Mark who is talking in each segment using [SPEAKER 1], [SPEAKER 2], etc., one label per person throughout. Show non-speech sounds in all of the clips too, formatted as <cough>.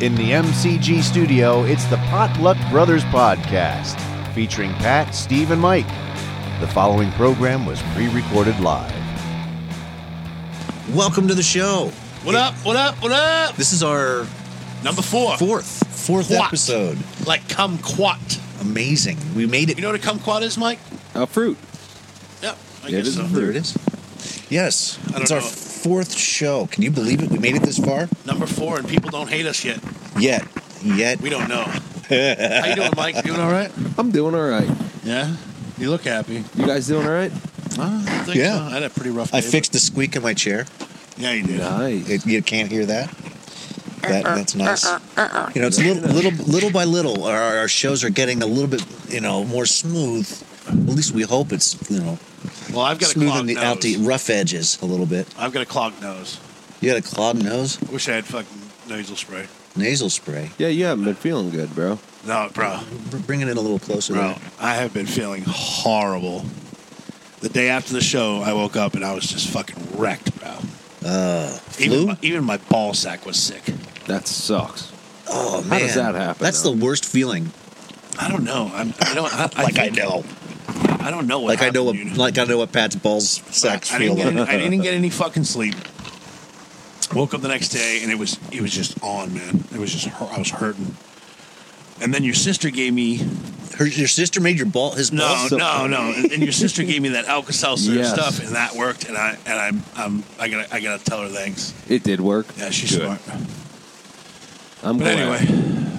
[SPEAKER 1] In the MCG studio, it's the Potluck Brothers Podcast, featuring Pat, Steve, and Mike. The following program was pre recorded live.
[SPEAKER 2] Welcome to the show.
[SPEAKER 3] What up? What up? What up?
[SPEAKER 2] This is our
[SPEAKER 3] Number four.
[SPEAKER 2] fourth fourth
[SPEAKER 3] Quat.
[SPEAKER 2] episode.
[SPEAKER 3] Like kumquat.
[SPEAKER 2] Amazing. We made it.
[SPEAKER 3] You know what a kumquat is, Mike?
[SPEAKER 4] A fruit.
[SPEAKER 3] Yep. I
[SPEAKER 4] Yeah, it is a fruit.
[SPEAKER 2] there it is. Yes,
[SPEAKER 3] don't
[SPEAKER 2] it's our
[SPEAKER 3] know.
[SPEAKER 2] fourth show. Can you believe it? We made it this far.
[SPEAKER 3] Number four, and people don't hate us yet.
[SPEAKER 2] Yet, yet.
[SPEAKER 3] We don't know. How you doing, Mike? Doing all right?
[SPEAKER 4] I'm doing all right.
[SPEAKER 3] Yeah. You look happy.
[SPEAKER 4] You guys doing all right?
[SPEAKER 3] I think
[SPEAKER 2] Yeah.
[SPEAKER 3] so. I had a pretty rough. Day,
[SPEAKER 2] I fixed the squeak in my chair.
[SPEAKER 3] but- Yeah, you did.
[SPEAKER 4] Nice.
[SPEAKER 2] It, you can't hear that. That that's nice. You know, it's little little little by little. Our, our shows are getting a little bit you know more smooth. At least we hope it's you know
[SPEAKER 3] Well, I've got a clogged
[SPEAKER 2] smoothing the,
[SPEAKER 3] nose.
[SPEAKER 2] out the rough edges a little bit.
[SPEAKER 3] I've got a clogged nose.
[SPEAKER 2] You got a clogged nose,
[SPEAKER 3] I wish I had fucking nasal spray.
[SPEAKER 2] nasal spray.
[SPEAKER 4] yeah, you haven't been feeling good, bro.
[SPEAKER 3] No, bro.
[SPEAKER 2] Br- Bring it in a little closer.
[SPEAKER 3] Bro,
[SPEAKER 2] there.
[SPEAKER 3] I have been feeling horrible. The day after the show, I woke up and I was just fucking wrecked, bro.
[SPEAKER 2] Uh,
[SPEAKER 3] Even
[SPEAKER 2] flu?
[SPEAKER 3] my, even my ball sack was sick.
[SPEAKER 4] That sucks.
[SPEAKER 2] oh man,
[SPEAKER 4] How does that happen,
[SPEAKER 2] That's
[SPEAKER 4] though?
[SPEAKER 2] the worst feeling.
[SPEAKER 3] I don't know. I'm, I don't. I, I
[SPEAKER 2] Like I
[SPEAKER 3] think-
[SPEAKER 2] know,
[SPEAKER 3] I don't know what.
[SPEAKER 2] like I know what,
[SPEAKER 3] happened, dude.
[SPEAKER 2] like I know what Pat's balls sacks
[SPEAKER 3] I didn't,
[SPEAKER 2] feel
[SPEAKER 3] get
[SPEAKER 2] like.
[SPEAKER 3] any, I didn't get any fucking sleep. Woke up the next day and it was it was just on, man. It was just hu- I was hurting. And then your sister gave me
[SPEAKER 2] Her, your sister made your ball his
[SPEAKER 3] no
[SPEAKER 2] balls.
[SPEAKER 4] so-
[SPEAKER 3] no no, and and your sister gave me that Alka Seltzer
[SPEAKER 4] Yes.
[SPEAKER 3] stuff, and that worked. And I and I'm, I'm I gotta I gotta tell her thanks.
[SPEAKER 4] It did work.
[SPEAKER 3] Yeah, she's
[SPEAKER 4] Good.
[SPEAKER 3] smart.
[SPEAKER 4] I'm
[SPEAKER 3] But
[SPEAKER 4] glad.
[SPEAKER 3] anyway,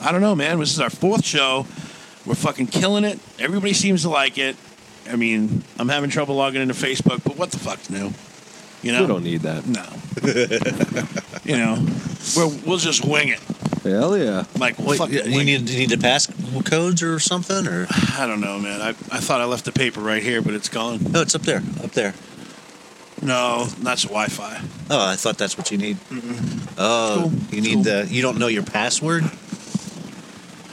[SPEAKER 3] I don't know, man. This is our fourth show. We're fucking killing it. Everybody seems to like it. I mean, I'm having trouble logging into Facebook, but what the fuck's new? You know,
[SPEAKER 4] we don't need that.
[SPEAKER 3] no.
[SPEAKER 4] <laughs>
[SPEAKER 3] you know, we're, we'll just wing it.
[SPEAKER 4] Hell yeah.
[SPEAKER 3] Like,
[SPEAKER 2] Wait,
[SPEAKER 3] fucking
[SPEAKER 2] you
[SPEAKER 3] wing
[SPEAKER 2] need you need to pass codes or something, or
[SPEAKER 3] it. I don't know, man. I, I thought I left the paper right here, but it's gone.
[SPEAKER 2] no? It's up there, up there.
[SPEAKER 3] No, that's Wi-Fi.
[SPEAKER 2] Oh, I thought that's what you need.
[SPEAKER 4] Uh,
[SPEAKER 2] Oh,
[SPEAKER 3] It's cool.
[SPEAKER 2] you need
[SPEAKER 3] It's
[SPEAKER 2] the. You don't know your password.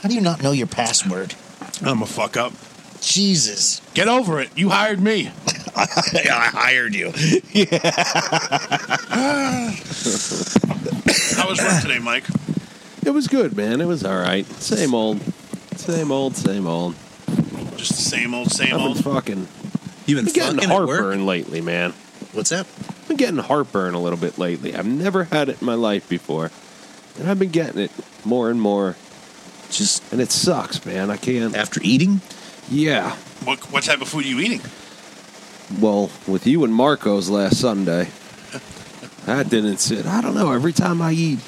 [SPEAKER 2] How do you not know your password?
[SPEAKER 3] I'm a fuck up.
[SPEAKER 2] <laughs> Jesus,
[SPEAKER 3] Get over it. You hired me.
[SPEAKER 2] I hired <laughs> you.
[SPEAKER 3] How was work today, Mike?
[SPEAKER 4] It was good, man. It was all right. Same old. Same old, same old.
[SPEAKER 3] Just the same old, same
[SPEAKER 4] I've been
[SPEAKER 3] old.
[SPEAKER 4] fucking,
[SPEAKER 2] You've been
[SPEAKER 4] been getting
[SPEAKER 2] fucking at work.
[SPEAKER 4] heartburn lately, man.
[SPEAKER 2] What's that?
[SPEAKER 4] I've been getting heartburn a little bit lately. I've never had it in my life before. And I've been getting it more and more.
[SPEAKER 2] Just
[SPEAKER 4] And it sucks, man. I can't.
[SPEAKER 2] after eating.
[SPEAKER 4] Yeah.
[SPEAKER 3] What, what type of food are you eating?
[SPEAKER 4] Well, with you and Marcos last Sunday, I didn't sit. I don't know. Every time I eat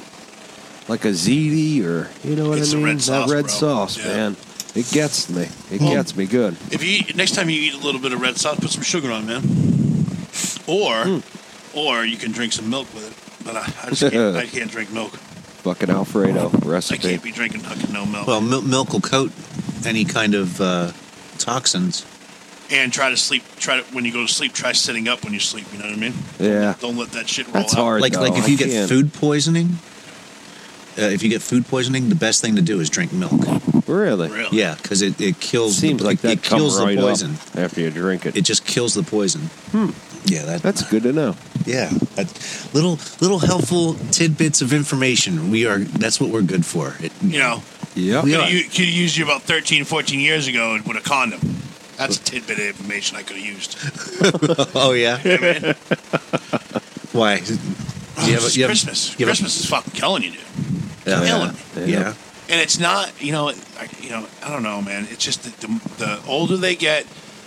[SPEAKER 4] like a ziti or you know what
[SPEAKER 3] It's the
[SPEAKER 4] I mean,
[SPEAKER 3] red
[SPEAKER 4] that
[SPEAKER 3] sauce,
[SPEAKER 4] red
[SPEAKER 3] bro.
[SPEAKER 4] sauce,
[SPEAKER 3] Yeah.
[SPEAKER 4] man, it gets me. It gets me good.
[SPEAKER 3] If you eat, next time you eat a little bit of red sauce, put some sugar on, man. Or,
[SPEAKER 2] Hmm.
[SPEAKER 3] or you can drink some milk with it. But I, I just can't, I can't drink
[SPEAKER 2] <laughs>
[SPEAKER 3] milk.
[SPEAKER 4] Fucking Alfredo
[SPEAKER 3] I
[SPEAKER 4] recipe.
[SPEAKER 3] can't be drinking fucking no milk.
[SPEAKER 2] Well, mil- milk will coat any kind of uh, toxins.
[SPEAKER 3] and try to sleep. Try to when you go to sleep, try sitting up when you sleep. You know what I mean?
[SPEAKER 4] Yeah,
[SPEAKER 3] Don't let that shit roll.
[SPEAKER 4] that's
[SPEAKER 3] out.
[SPEAKER 4] hard.
[SPEAKER 2] Like
[SPEAKER 4] though.
[SPEAKER 2] like if
[SPEAKER 4] I
[SPEAKER 2] you get
[SPEAKER 4] can't.
[SPEAKER 2] food poisoning, uh, if you get food poisoning, the best thing to do is drink milk.
[SPEAKER 4] really,
[SPEAKER 3] Really?
[SPEAKER 2] Yeah, because it, it kills.
[SPEAKER 4] seems
[SPEAKER 2] the,
[SPEAKER 4] like
[SPEAKER 2] it,
[SPEAKER 4] that
[SPEAKER 2] it kills
[SPEAKER 4] comes right
[SPEAKER 2] the poison.
[SPEAKER 4] up after you drink it.
[SPEAKER 2] It just kills the poison. Hmm. Yeah, that,
[SPEAKER 4] That's good to know.
[SPEAKER 2] yeah. That, little little helpful tidbits of information. We are that's what we're good for. It,
[SPEAKER 3] You know,
[SPEAKER 4] Yep.
[SPEAKER 2] We
[SPEAKER 3] could
[SPEAKER 2] are.
[SPEAKER 3] have used, you about 13, 14 years ago with a condom. That's a tidbit of information I could have used.
[SPEAKER 2] <laughs> oh yeah. <laughs> Why? You have a-
[SPEAKER 3] It's
[SPEAKER 2] you have-
[SPEAKER 3] Oh, Christmas.
[SPEAKER 2] you have a-
[SPEAKER 3] Christmas is fucking killing you, dude.
[SPEAKER 2] Yeah.
[SPEAKER 3] Killing.
[SPEAKER 4] Yeah.
[SPEAKER 2] yeah.
[SPEAKER 3] and it's not you know I, you know I don't know man it's just the, the, the older they get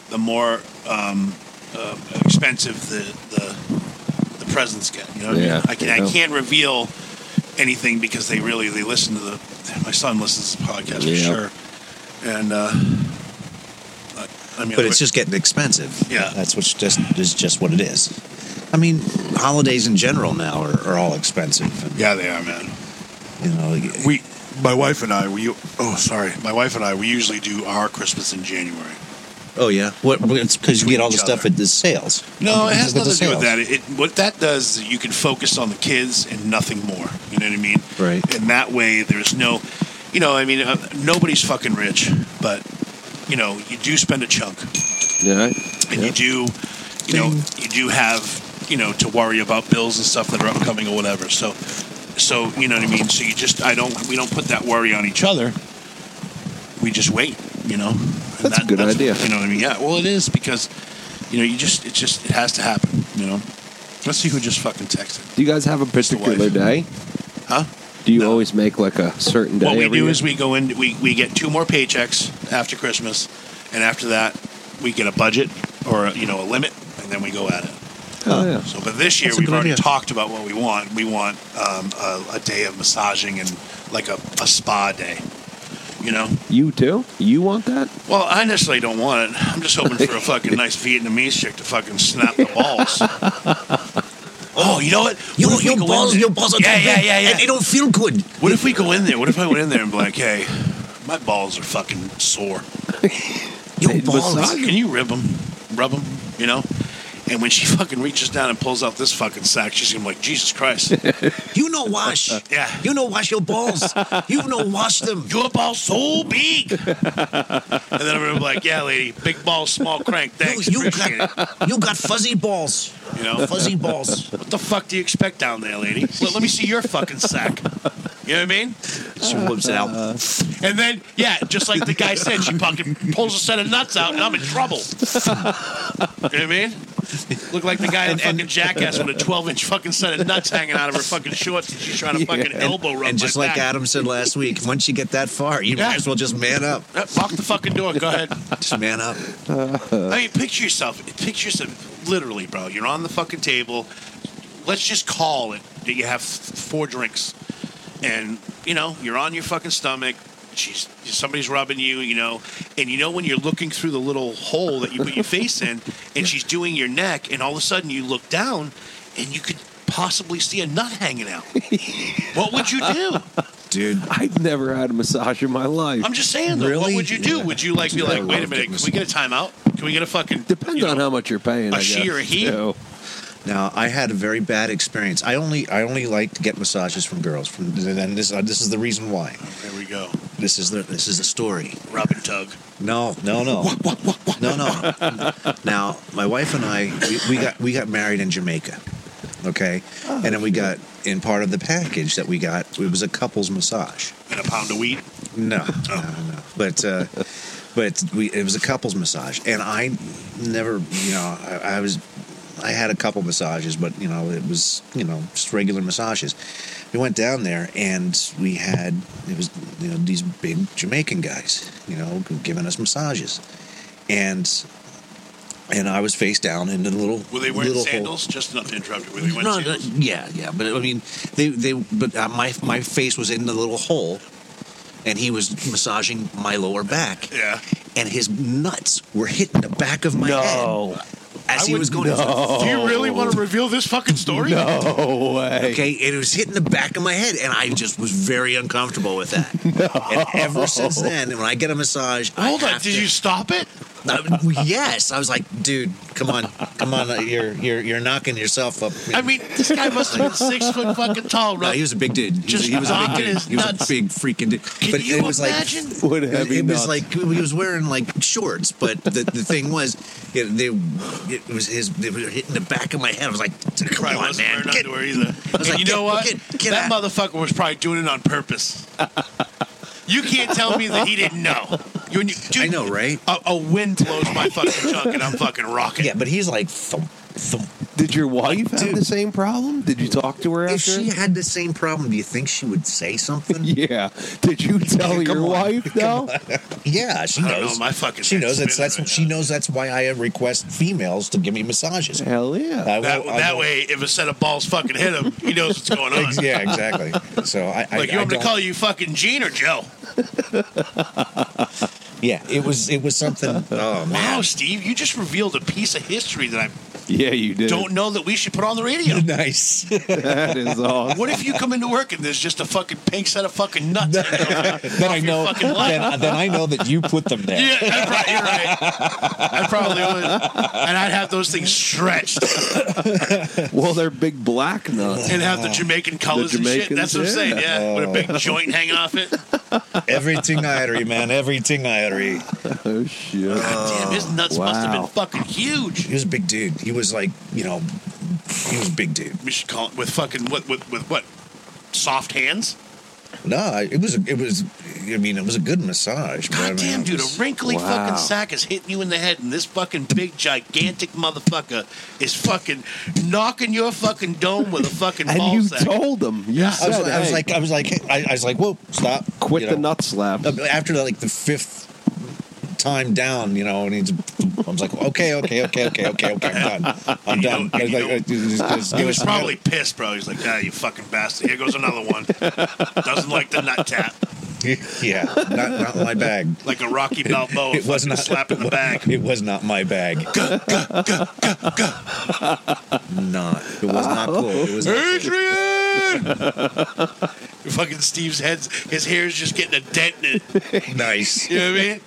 [SPEAKER 3] the more um, uh, expensive the, the the presents get you know what I mean?
[SPEAKER 4] Yeah,
[SPEAKER 3] I can
[SPEAKER 4] yeah.
[SPEAKER 3] I can't reveal anything because they really they listen to the my son listens to the podcast
[SPEAKER 4] Yeah.
[SPEAKER 3] for sure and uh, I- I mean
[SPEAKER 2] But it's just getting expensive.
[SPEAKER 3] Yeah.
[SPEAKER 2] that's what's just is just what it is. I mean, holidays in general now are, are all expensive. And,
[SPEAKER 3] yeah they are man
[SPEAKER 2] You know, like,
[SPEAKER 3] we my wife and I we oh sorry my wife and I we usually do our Christmas in January
[SPEAKER 2] oh yeah, what? It's because you get all the
[SPEAKER 3] Each
[SPEAKER 2] stuff
[SPEAKER 3] other.
[SPEAKER 2] at the sales.
[SPEAKER 3] No, it has
[SPEAKER 2] Because
[SPEAKER 3] nothing
[SPEAKER 2] of
[SPEAKER 3] to do with
[SPEAKER 2] the
[SPEAKER 3] that. It, it what that does is you can focus on the kids and nothing more. You know what I mean?
[SPEAKER 2] Right.
[SPEAKER 3] And that way, there's no, you know, I mean, uh, nobody's fucking rich, but you know, you do spend a chunk,
[SPEAKER 4] Yeah.
[SPEAKER 3] and
[SPEAKER 4] Yeah.
[SPEAKER 3] you do, you know, you do have, you know, to worry about bills and stuff that are upcoming or whatever. So so you know what I mean. So you just I don't we don't put that worry on each other. We just wait, you know. And
[SPEAKER 4] That's a good idea.
[SPEAKER 3] You know what I mean? Yeah. Well, it is because you know you just it just it has to happen. You know. Let's see who just fucking texted.
[SPEAKER 4] Do you guys have a
[SPEAKER 3] the wife.
[SPEAKER 4] particular day?
[SPEAKER 3] Huh?
[SPEAKER 4] Do you
[SPEAKER 3] No.
[SPEAKER 4] always make like a certain day?
[SPEAKER 3] what we
[SPEAKER 4] every
[SPEAKER 3] do
[SPEAKER 4] year?
[SPEAKER 3] is we go in we, we get two more paychecks after christmas and after that we get a budget or you know a limit and then we go at it
[SPEAKER 4] oh, yeah.
[SPEAKER 3] so but this year
[SPEAKER 2] That's a
[SPEAKER 3] we've
[SPEAKER 2] good
[SPEAKER 3] already
[SPEAKER 2] idea.
[SPEAKER 3] talked about what we want we want um, a, a day of massaging and like a, a spa day you know
[SPEAKER 4] You too? You want that?
[SPEAKER 3] well i necessarily don't want it i'm just hoping for a <laughs> fucking nice vietnamese chick to fucking snap the balls <laughs> oh you know what
[SPEAKER 2] You,
[SPEAKER 3] What if we
[SPEAKER 2] your
[SPEAKER 3] go in
[SPEAKER 2] balls,
[SPEAKER 3] there?
[SPEAKER 2] your balls are
[SPEAKER 3] yeah
[SPEAKER 2] too
[SPEAKER 3] yeah
[SPEAKER 2] big,
[SPEAKER 3] yeah yeah
[SPEAKER 2] and they don't feel good.
[SPEAKER 3] what if we go in there? What if I went in there and be like, hey, my balls are fucking sore.
[SPEAKER 2] Your
[SPEAKER 4] Hey,
[SPEAKER 2] balls.
[SPEAKER 4] massage-
[SPEAKER 3] Can you rib them? Rub them, you know? And when she fucking reaches down and pulls out this fucking sack, she's gonna be like, Jesus Christ.
[SPEAKER 2] You know <laughs> wash.
[SPEAKER 3] Yeah.
[SPEAKER 2] You know wash your balls. you know wash them.
[SPEAKER 3] Your ball's
[SPEAKER 2] <laughs>
[SPEAKER 3] so big. and then I'm gonna be like, yeah, lady, big ball, small crank. Thanks.
[SPEAKER 2] you
[SPEAKER 3] appreciate it.
[SPEAKER 2] You got fuzzy balls.
[SPEAKER 3] You know?
[SPEAKER 2] Fuzzy balls.
[SPEAKER 3] What the fuck do you expect down there, lady? Let, let me see your fucking sack. You know what I mean?
[SPEAKER 2] She whips it out.
[SPEAKER 3] And then, yeah, just like the guy said, she fucking pulls a set of nuts out, and I'm in trouble. you know what I mean? Look like the guy in fucking Jackass with a 12 inch fucking set of nuts hanging out of her fucking shorts, and she's trying to fucking elbow rub
[SPEAKER 2] And just
[SPEAKER 3] my
[SPEAKER 2] like
[SPEAKER 3] back.
[SPEAKER 2] Adam said last week, once you get that far, you
[SPEAKER 3] Yeah.
[SPEAKER 2] might as well just man up.
[SPEAKER 3] Uh, Lock the fucking door. Go ahead.
[SPEAKER 2] Just man up.
[SPEAKER 3] I mean, picture yourself. Picture yourself. Literally, bro. You're on the fucking table. Let's just call it that you have four drinks, and you know you're on your fucking stomach. She's somebody's rubbing you, you know, and you know when you're looking through the little hole that you put your face in, and she's doing your neck, and all of a sudden you look down, and you could possibly see a nut hanging out. what would you do?
[SPEAKER 2] Dude,
[SPEAKER 4] I've never had a massage in my life.
[SPEAKER 3] I'm just saying. Though, What
[SPEAKER 2] Really?
[SPEAKER 3] would you do? Would you like be
[SPEAKER 2] I
[SPEAKER 3] like, wait a
[SPEAKER 2] love
[SPEAKER 3] minute?
[SPEAKER 2] getting
[SPEAKER 3] Can we get a timeout? Can we get a fucking?
[SPEAKER 4] Depends
[SPEAKER 3] you know,
[SPEAKER 4] on how much you're paying.
[SPEAKER 3] a
[SPEAKER 4] I guess.
[SPEAKER 3] she or a he?
[SPEAKER 4] So,
[SPEAKER 2] Now I had a very bad experience. I only I only like to get massages from girls. From and this uh, this is the reason why.
[SPEAKER 3] There we go.
[SPEAKER 2] This is the this is the story.
[SPEAKER 3] Robin Tug.
[SPEAKER 2] No no no no no. Now my wife and I we, we got we got married in Jamaica, okay, and then we got in part of the package that we got it was a couples massage.
[SPEAKER 3] And a pound of wheat.
[SPEAKER 2] No, no, no. But uh, but we it was a couples massage, and I never, you know, I, I was I had a couple massages, but you know, it was you know just regular massages. We went down there, and we had it was you know these big Jamaican guys, you know, giving us massages, and. And I was face down in the little
[SPEAKER 3] Were they wearing
[SPEAKER 2] little hole.
[SPEAKER 3] sandals? Just enough to interrupt you. Were they wearing
[SPEAKER 2] No, no,
[SPEAKER 3] sandals?
[SPEAKER 2] yeah, yeah, but I mean, they, they, but uh, my my face was in the little hole, and he was massaging my lower back,
[SPEAKER 3] Yeah.
[SPEAKER 2] and his nuts were hitting the back of my head as he was going.
[SPEAKER 3] Do you really
[SPEAKER 2] Oh.
[SPEAKER 3] want to reveal this fucking story?
[SPEAKER 4] No Oh, way.
[SPEAKER 2] Okay, and it was hitting the back of my head, and I just was very uncomfortable with that. And ever since then, when I get a massage, I
[SPEAKER 3] Hold on.
[SPEAKER 2] have
[SPEAKER 3] Did
[SPEAKER 2] to-
[SPEAKER 3] you stop it?
[SPEAKER 2] Uh, yes, <laughs> I was like, dude, come on, come on, uh, you're you're you're knocking yourself up.
[SPEAKER 3] I mean, this guy must have been
[SPEAKER 2] <laughs>
[SPEAKER 3] six foot fucking tall,
[SPEAKER 2] No,
[SPEAKER 3] right?
[SPEAKER 2] he was a big dude. He
[SPEAKER 3] Just
[SPEAKER 2] was, he was a big
[SPEAKER 3] knocking
[SPEAKER 2] dude.
[SPEAKER 3] his
[SPEAKER 2] He was
[SPEAKER 3] nuts.
[SPEAKER 2] a big freaking dude.
[SPEAKER 3] Can
[SPEAKER 2] but
[SPEAKER 3] you
[SPEAKER 2] it was
[SPEAKER 3] imagine?
[SPEAKER 2] like
[SPEAKER 4] What
[SPEAKER 2] it,
[SPEAKER 4] heavy
[SPEAKER 2] it
[SPEAKER 4] nuts.
[SPEAKER 2] was like he was wearing like shorts, but the, the thing was, it, they it was his. They were hitting the back of my head. I was like, come
[SPEAKER 3] Probably
[SPEAKER 2] on,
[SPEAKER 3] wasn't
[SPEAKER 2] man,
[SPEAKER 3] wearing
[SPEAKER 2] get,
[SPEAKER 3] underwear either.
[SPEAKER 2] was
[SPEAKER 3] And
[SPEAKER 2] like,
[SPEAKER 3] you know
[SPEAKER 2] get-
[SPEAKER 3] what?
[SPEAKER 2] get- get
[SPEAKER 3] that
[SPEAKER 2] out.
[SPEAKER 3] motherfucker was probably doing it on
[SPEAKER 2] <laughs>
[SPEAKER 3] purpose. You can't tell me that he didn't know. You, you, dude,
[SPEAKER 2] I know, right?
[SPEAKER 3] A, a wind blows my fucking junk and I'm fucking rocking.
[SPEAKER 2] Yeah, but he's like, thump, thump.
[SPEAKER 4] Did your wife have the same problem? Did you talk to her
[SPEAKER 2] if
[SPEAKER 4] after?
[SPEAKER 2] she had the same problem, do you think she would say something?
[SPEAKER 4] <laughs> yeah. Did
[SPEAKER 2] <laughs>
[SPEAKER 4] you tell
[SPEAKER 2] Come
[SPEAKER 4] your
[SPEAKER 2] on.
[SPEAKER 4] wife though?
[SPEAKER 2] <laughs> yeah, she
[SPEAKER 3] I don't know.
[SPEAKER 2] knows.
[SPEAKER 3] My fucking
[SPEAKER 2] she knows
[SPEAKER 3] head's
[SPEAKER 2] that's that's
[SPEAKER 3] spinning
[SPEAKER 2] she
[SPEAKER 3] right now.
[SPEAKER 2] knows that's why I request females to give me massages.
[SPEAKER 4] Hell yeah.
[SPEAKER 2] I will-
[SPEAKER 3] That,
[SPEAKER 2] I
[SPEAKER 3] that
[SPEAKER 2] will-
[SPEAKER 3] way, if a set of balls fucking hit him, he knows what's going on.
[SPEAKER 2] <laughs> Yeah, exactly. So I I,
[SPEAKER 3] Like, you
[SPEAKER 2] I
[SPEAKER 3] want me to
[SPEAKER 2] don't-
[SPEAKER 3] call you fucking Gene or Joe?
[SPEAKER 2] Yeah, it was it was
[SPEAKER 3] <laughs>
[SPEAKER 2] something. Oh man,
[SPEAKER 3] Wow, Steve, you just revealed a piece of history that I
[SPEAKER 4] Yeah, you did.
[SPEAKER 3] don't know that we should put on the radio.
[SPEAKER 2] <laughs> nice.
[SPEAKER 4] <laughs> That
[SPEAKER 2] <laughs>
[SPEAKER 4] is awesome.
[SPEAKER 3] What if you come into work and there's just a fucking pink set of fucking nuts?
[SPEAKER 2] <laughs> then I know. <laughs>
[SPEAKER 3] fucking life.
[SPEAKER 2] Then, then I know that you put them there.
[SPEAKER 3] Yeah, that's right, you're right. I probably would. And I'd have those things stretched
[SPEAKER 4] Well, they're big black nuts. <laughs>
[SPEAKER 3] and
[SPEAKER 2] Oh.
[SPEAKER 3] have the Jamaican colors and shit.
[SPEAKER 4] Jamaicans,
[SPEAKER 3] That's what I'm saying,
[SPEAKER 4] yeah.
[SPEAKER 3] yeah. With a big joint hanging off it.
[SPEAKER 2] Everything irie, man. Everything irie.
[SPEAKER 4] Oh shit.
[SPEAKER 2] Uh,
[SPEAKER 3] Damn, his nuts must have
[SPEAKER 4] wow.
[SPEAKER 3] been fucking huge.
[SPEAKER 2] He was a big dude. He was like, you know, he was a big dude.
[SPEAKER 3] We should call it with fucking what with, with what soft hands.
[SPEAKER 2] No, I- it was a- it was. I mean, it was a good massage. but I mean,
[SPEAKER 3] God damn,
[SPEAKER 2] it
[SPEAKER 3] dude, a
[SPEAKER 2] was-
[SPEAKER 3] wrinkly
[SPEAKER 4] Wow.
[SPEAKER 3] fucking sack is hitting you in the head, and this fucking big, gigantic motherfucker is fucking knocking your fucking dome with a
[SPEAKER 2] <laughs>
[SPEAKER 3] fucking
[SPEAKER 4] And
[SPEAKER 3] ball
[SPEAKER 4] you
[SPEAKER 3] sack.
[SPEAKER 4] told them. You
[SPEAKER 2] I was,
[SPEAKER 4] said,
[SPEAKER 2] I was
[SPEAKER 4] "Hey,
[SPEAKER 2] like, I was like, I, I was like, whoa, stop,
[SPEAKER 4] quit
[SPEAKER 2] you
[SPEAKER 4] the
[SPEAKER 2] know. Uh,
[SPEAKER 4] nut slap.
[SPEAKER 2] after like the fifth time down, you know, and he's, I was like, okay, okay, okay, okay, okay, okay, I'm done, I'm done.
[SPEAKER 3] You know-
[SPEAKER 2] I was
[SPEAKER 3] you
[SPEAKER 2] like,
[SPEAKER 3] know-
[SPEAKER 2] uh, just- just
[SPEAKER 3] He
[SPEAKER 2] give
[SPEAKER 3] was
[SPEAKER 2] us-
[SPEAKER 3] probably pissed, bro. He's like, ah, you fucking bastard. Here goes
[SPEAKER 2] <laughs>
[SPEAKER 3] another one. Doesn't like the nut tap.
[SPEAKER 2] yeah, not not my bag.
[SPEAKER 3] Like a Rocky Balboa.
[SPEAKER 2] It was
[SPEAKER 3] Oh, fucking
[SPEAKER 2] not
[SPEAKER 3] slap in
[SPEAKER 2] <laughs>
[SPEAKER 3] the back.
[SPEAKER 2] It was not my bag. Not. It was not cool. It was not cool. <laughs>
[SPEAKER 3] Adrian! fucking Steve's head's his hair's just getting a dent in it.
[SPEAKER 2] nice.
[SPEAKER 3] <laughs> You know what I mean?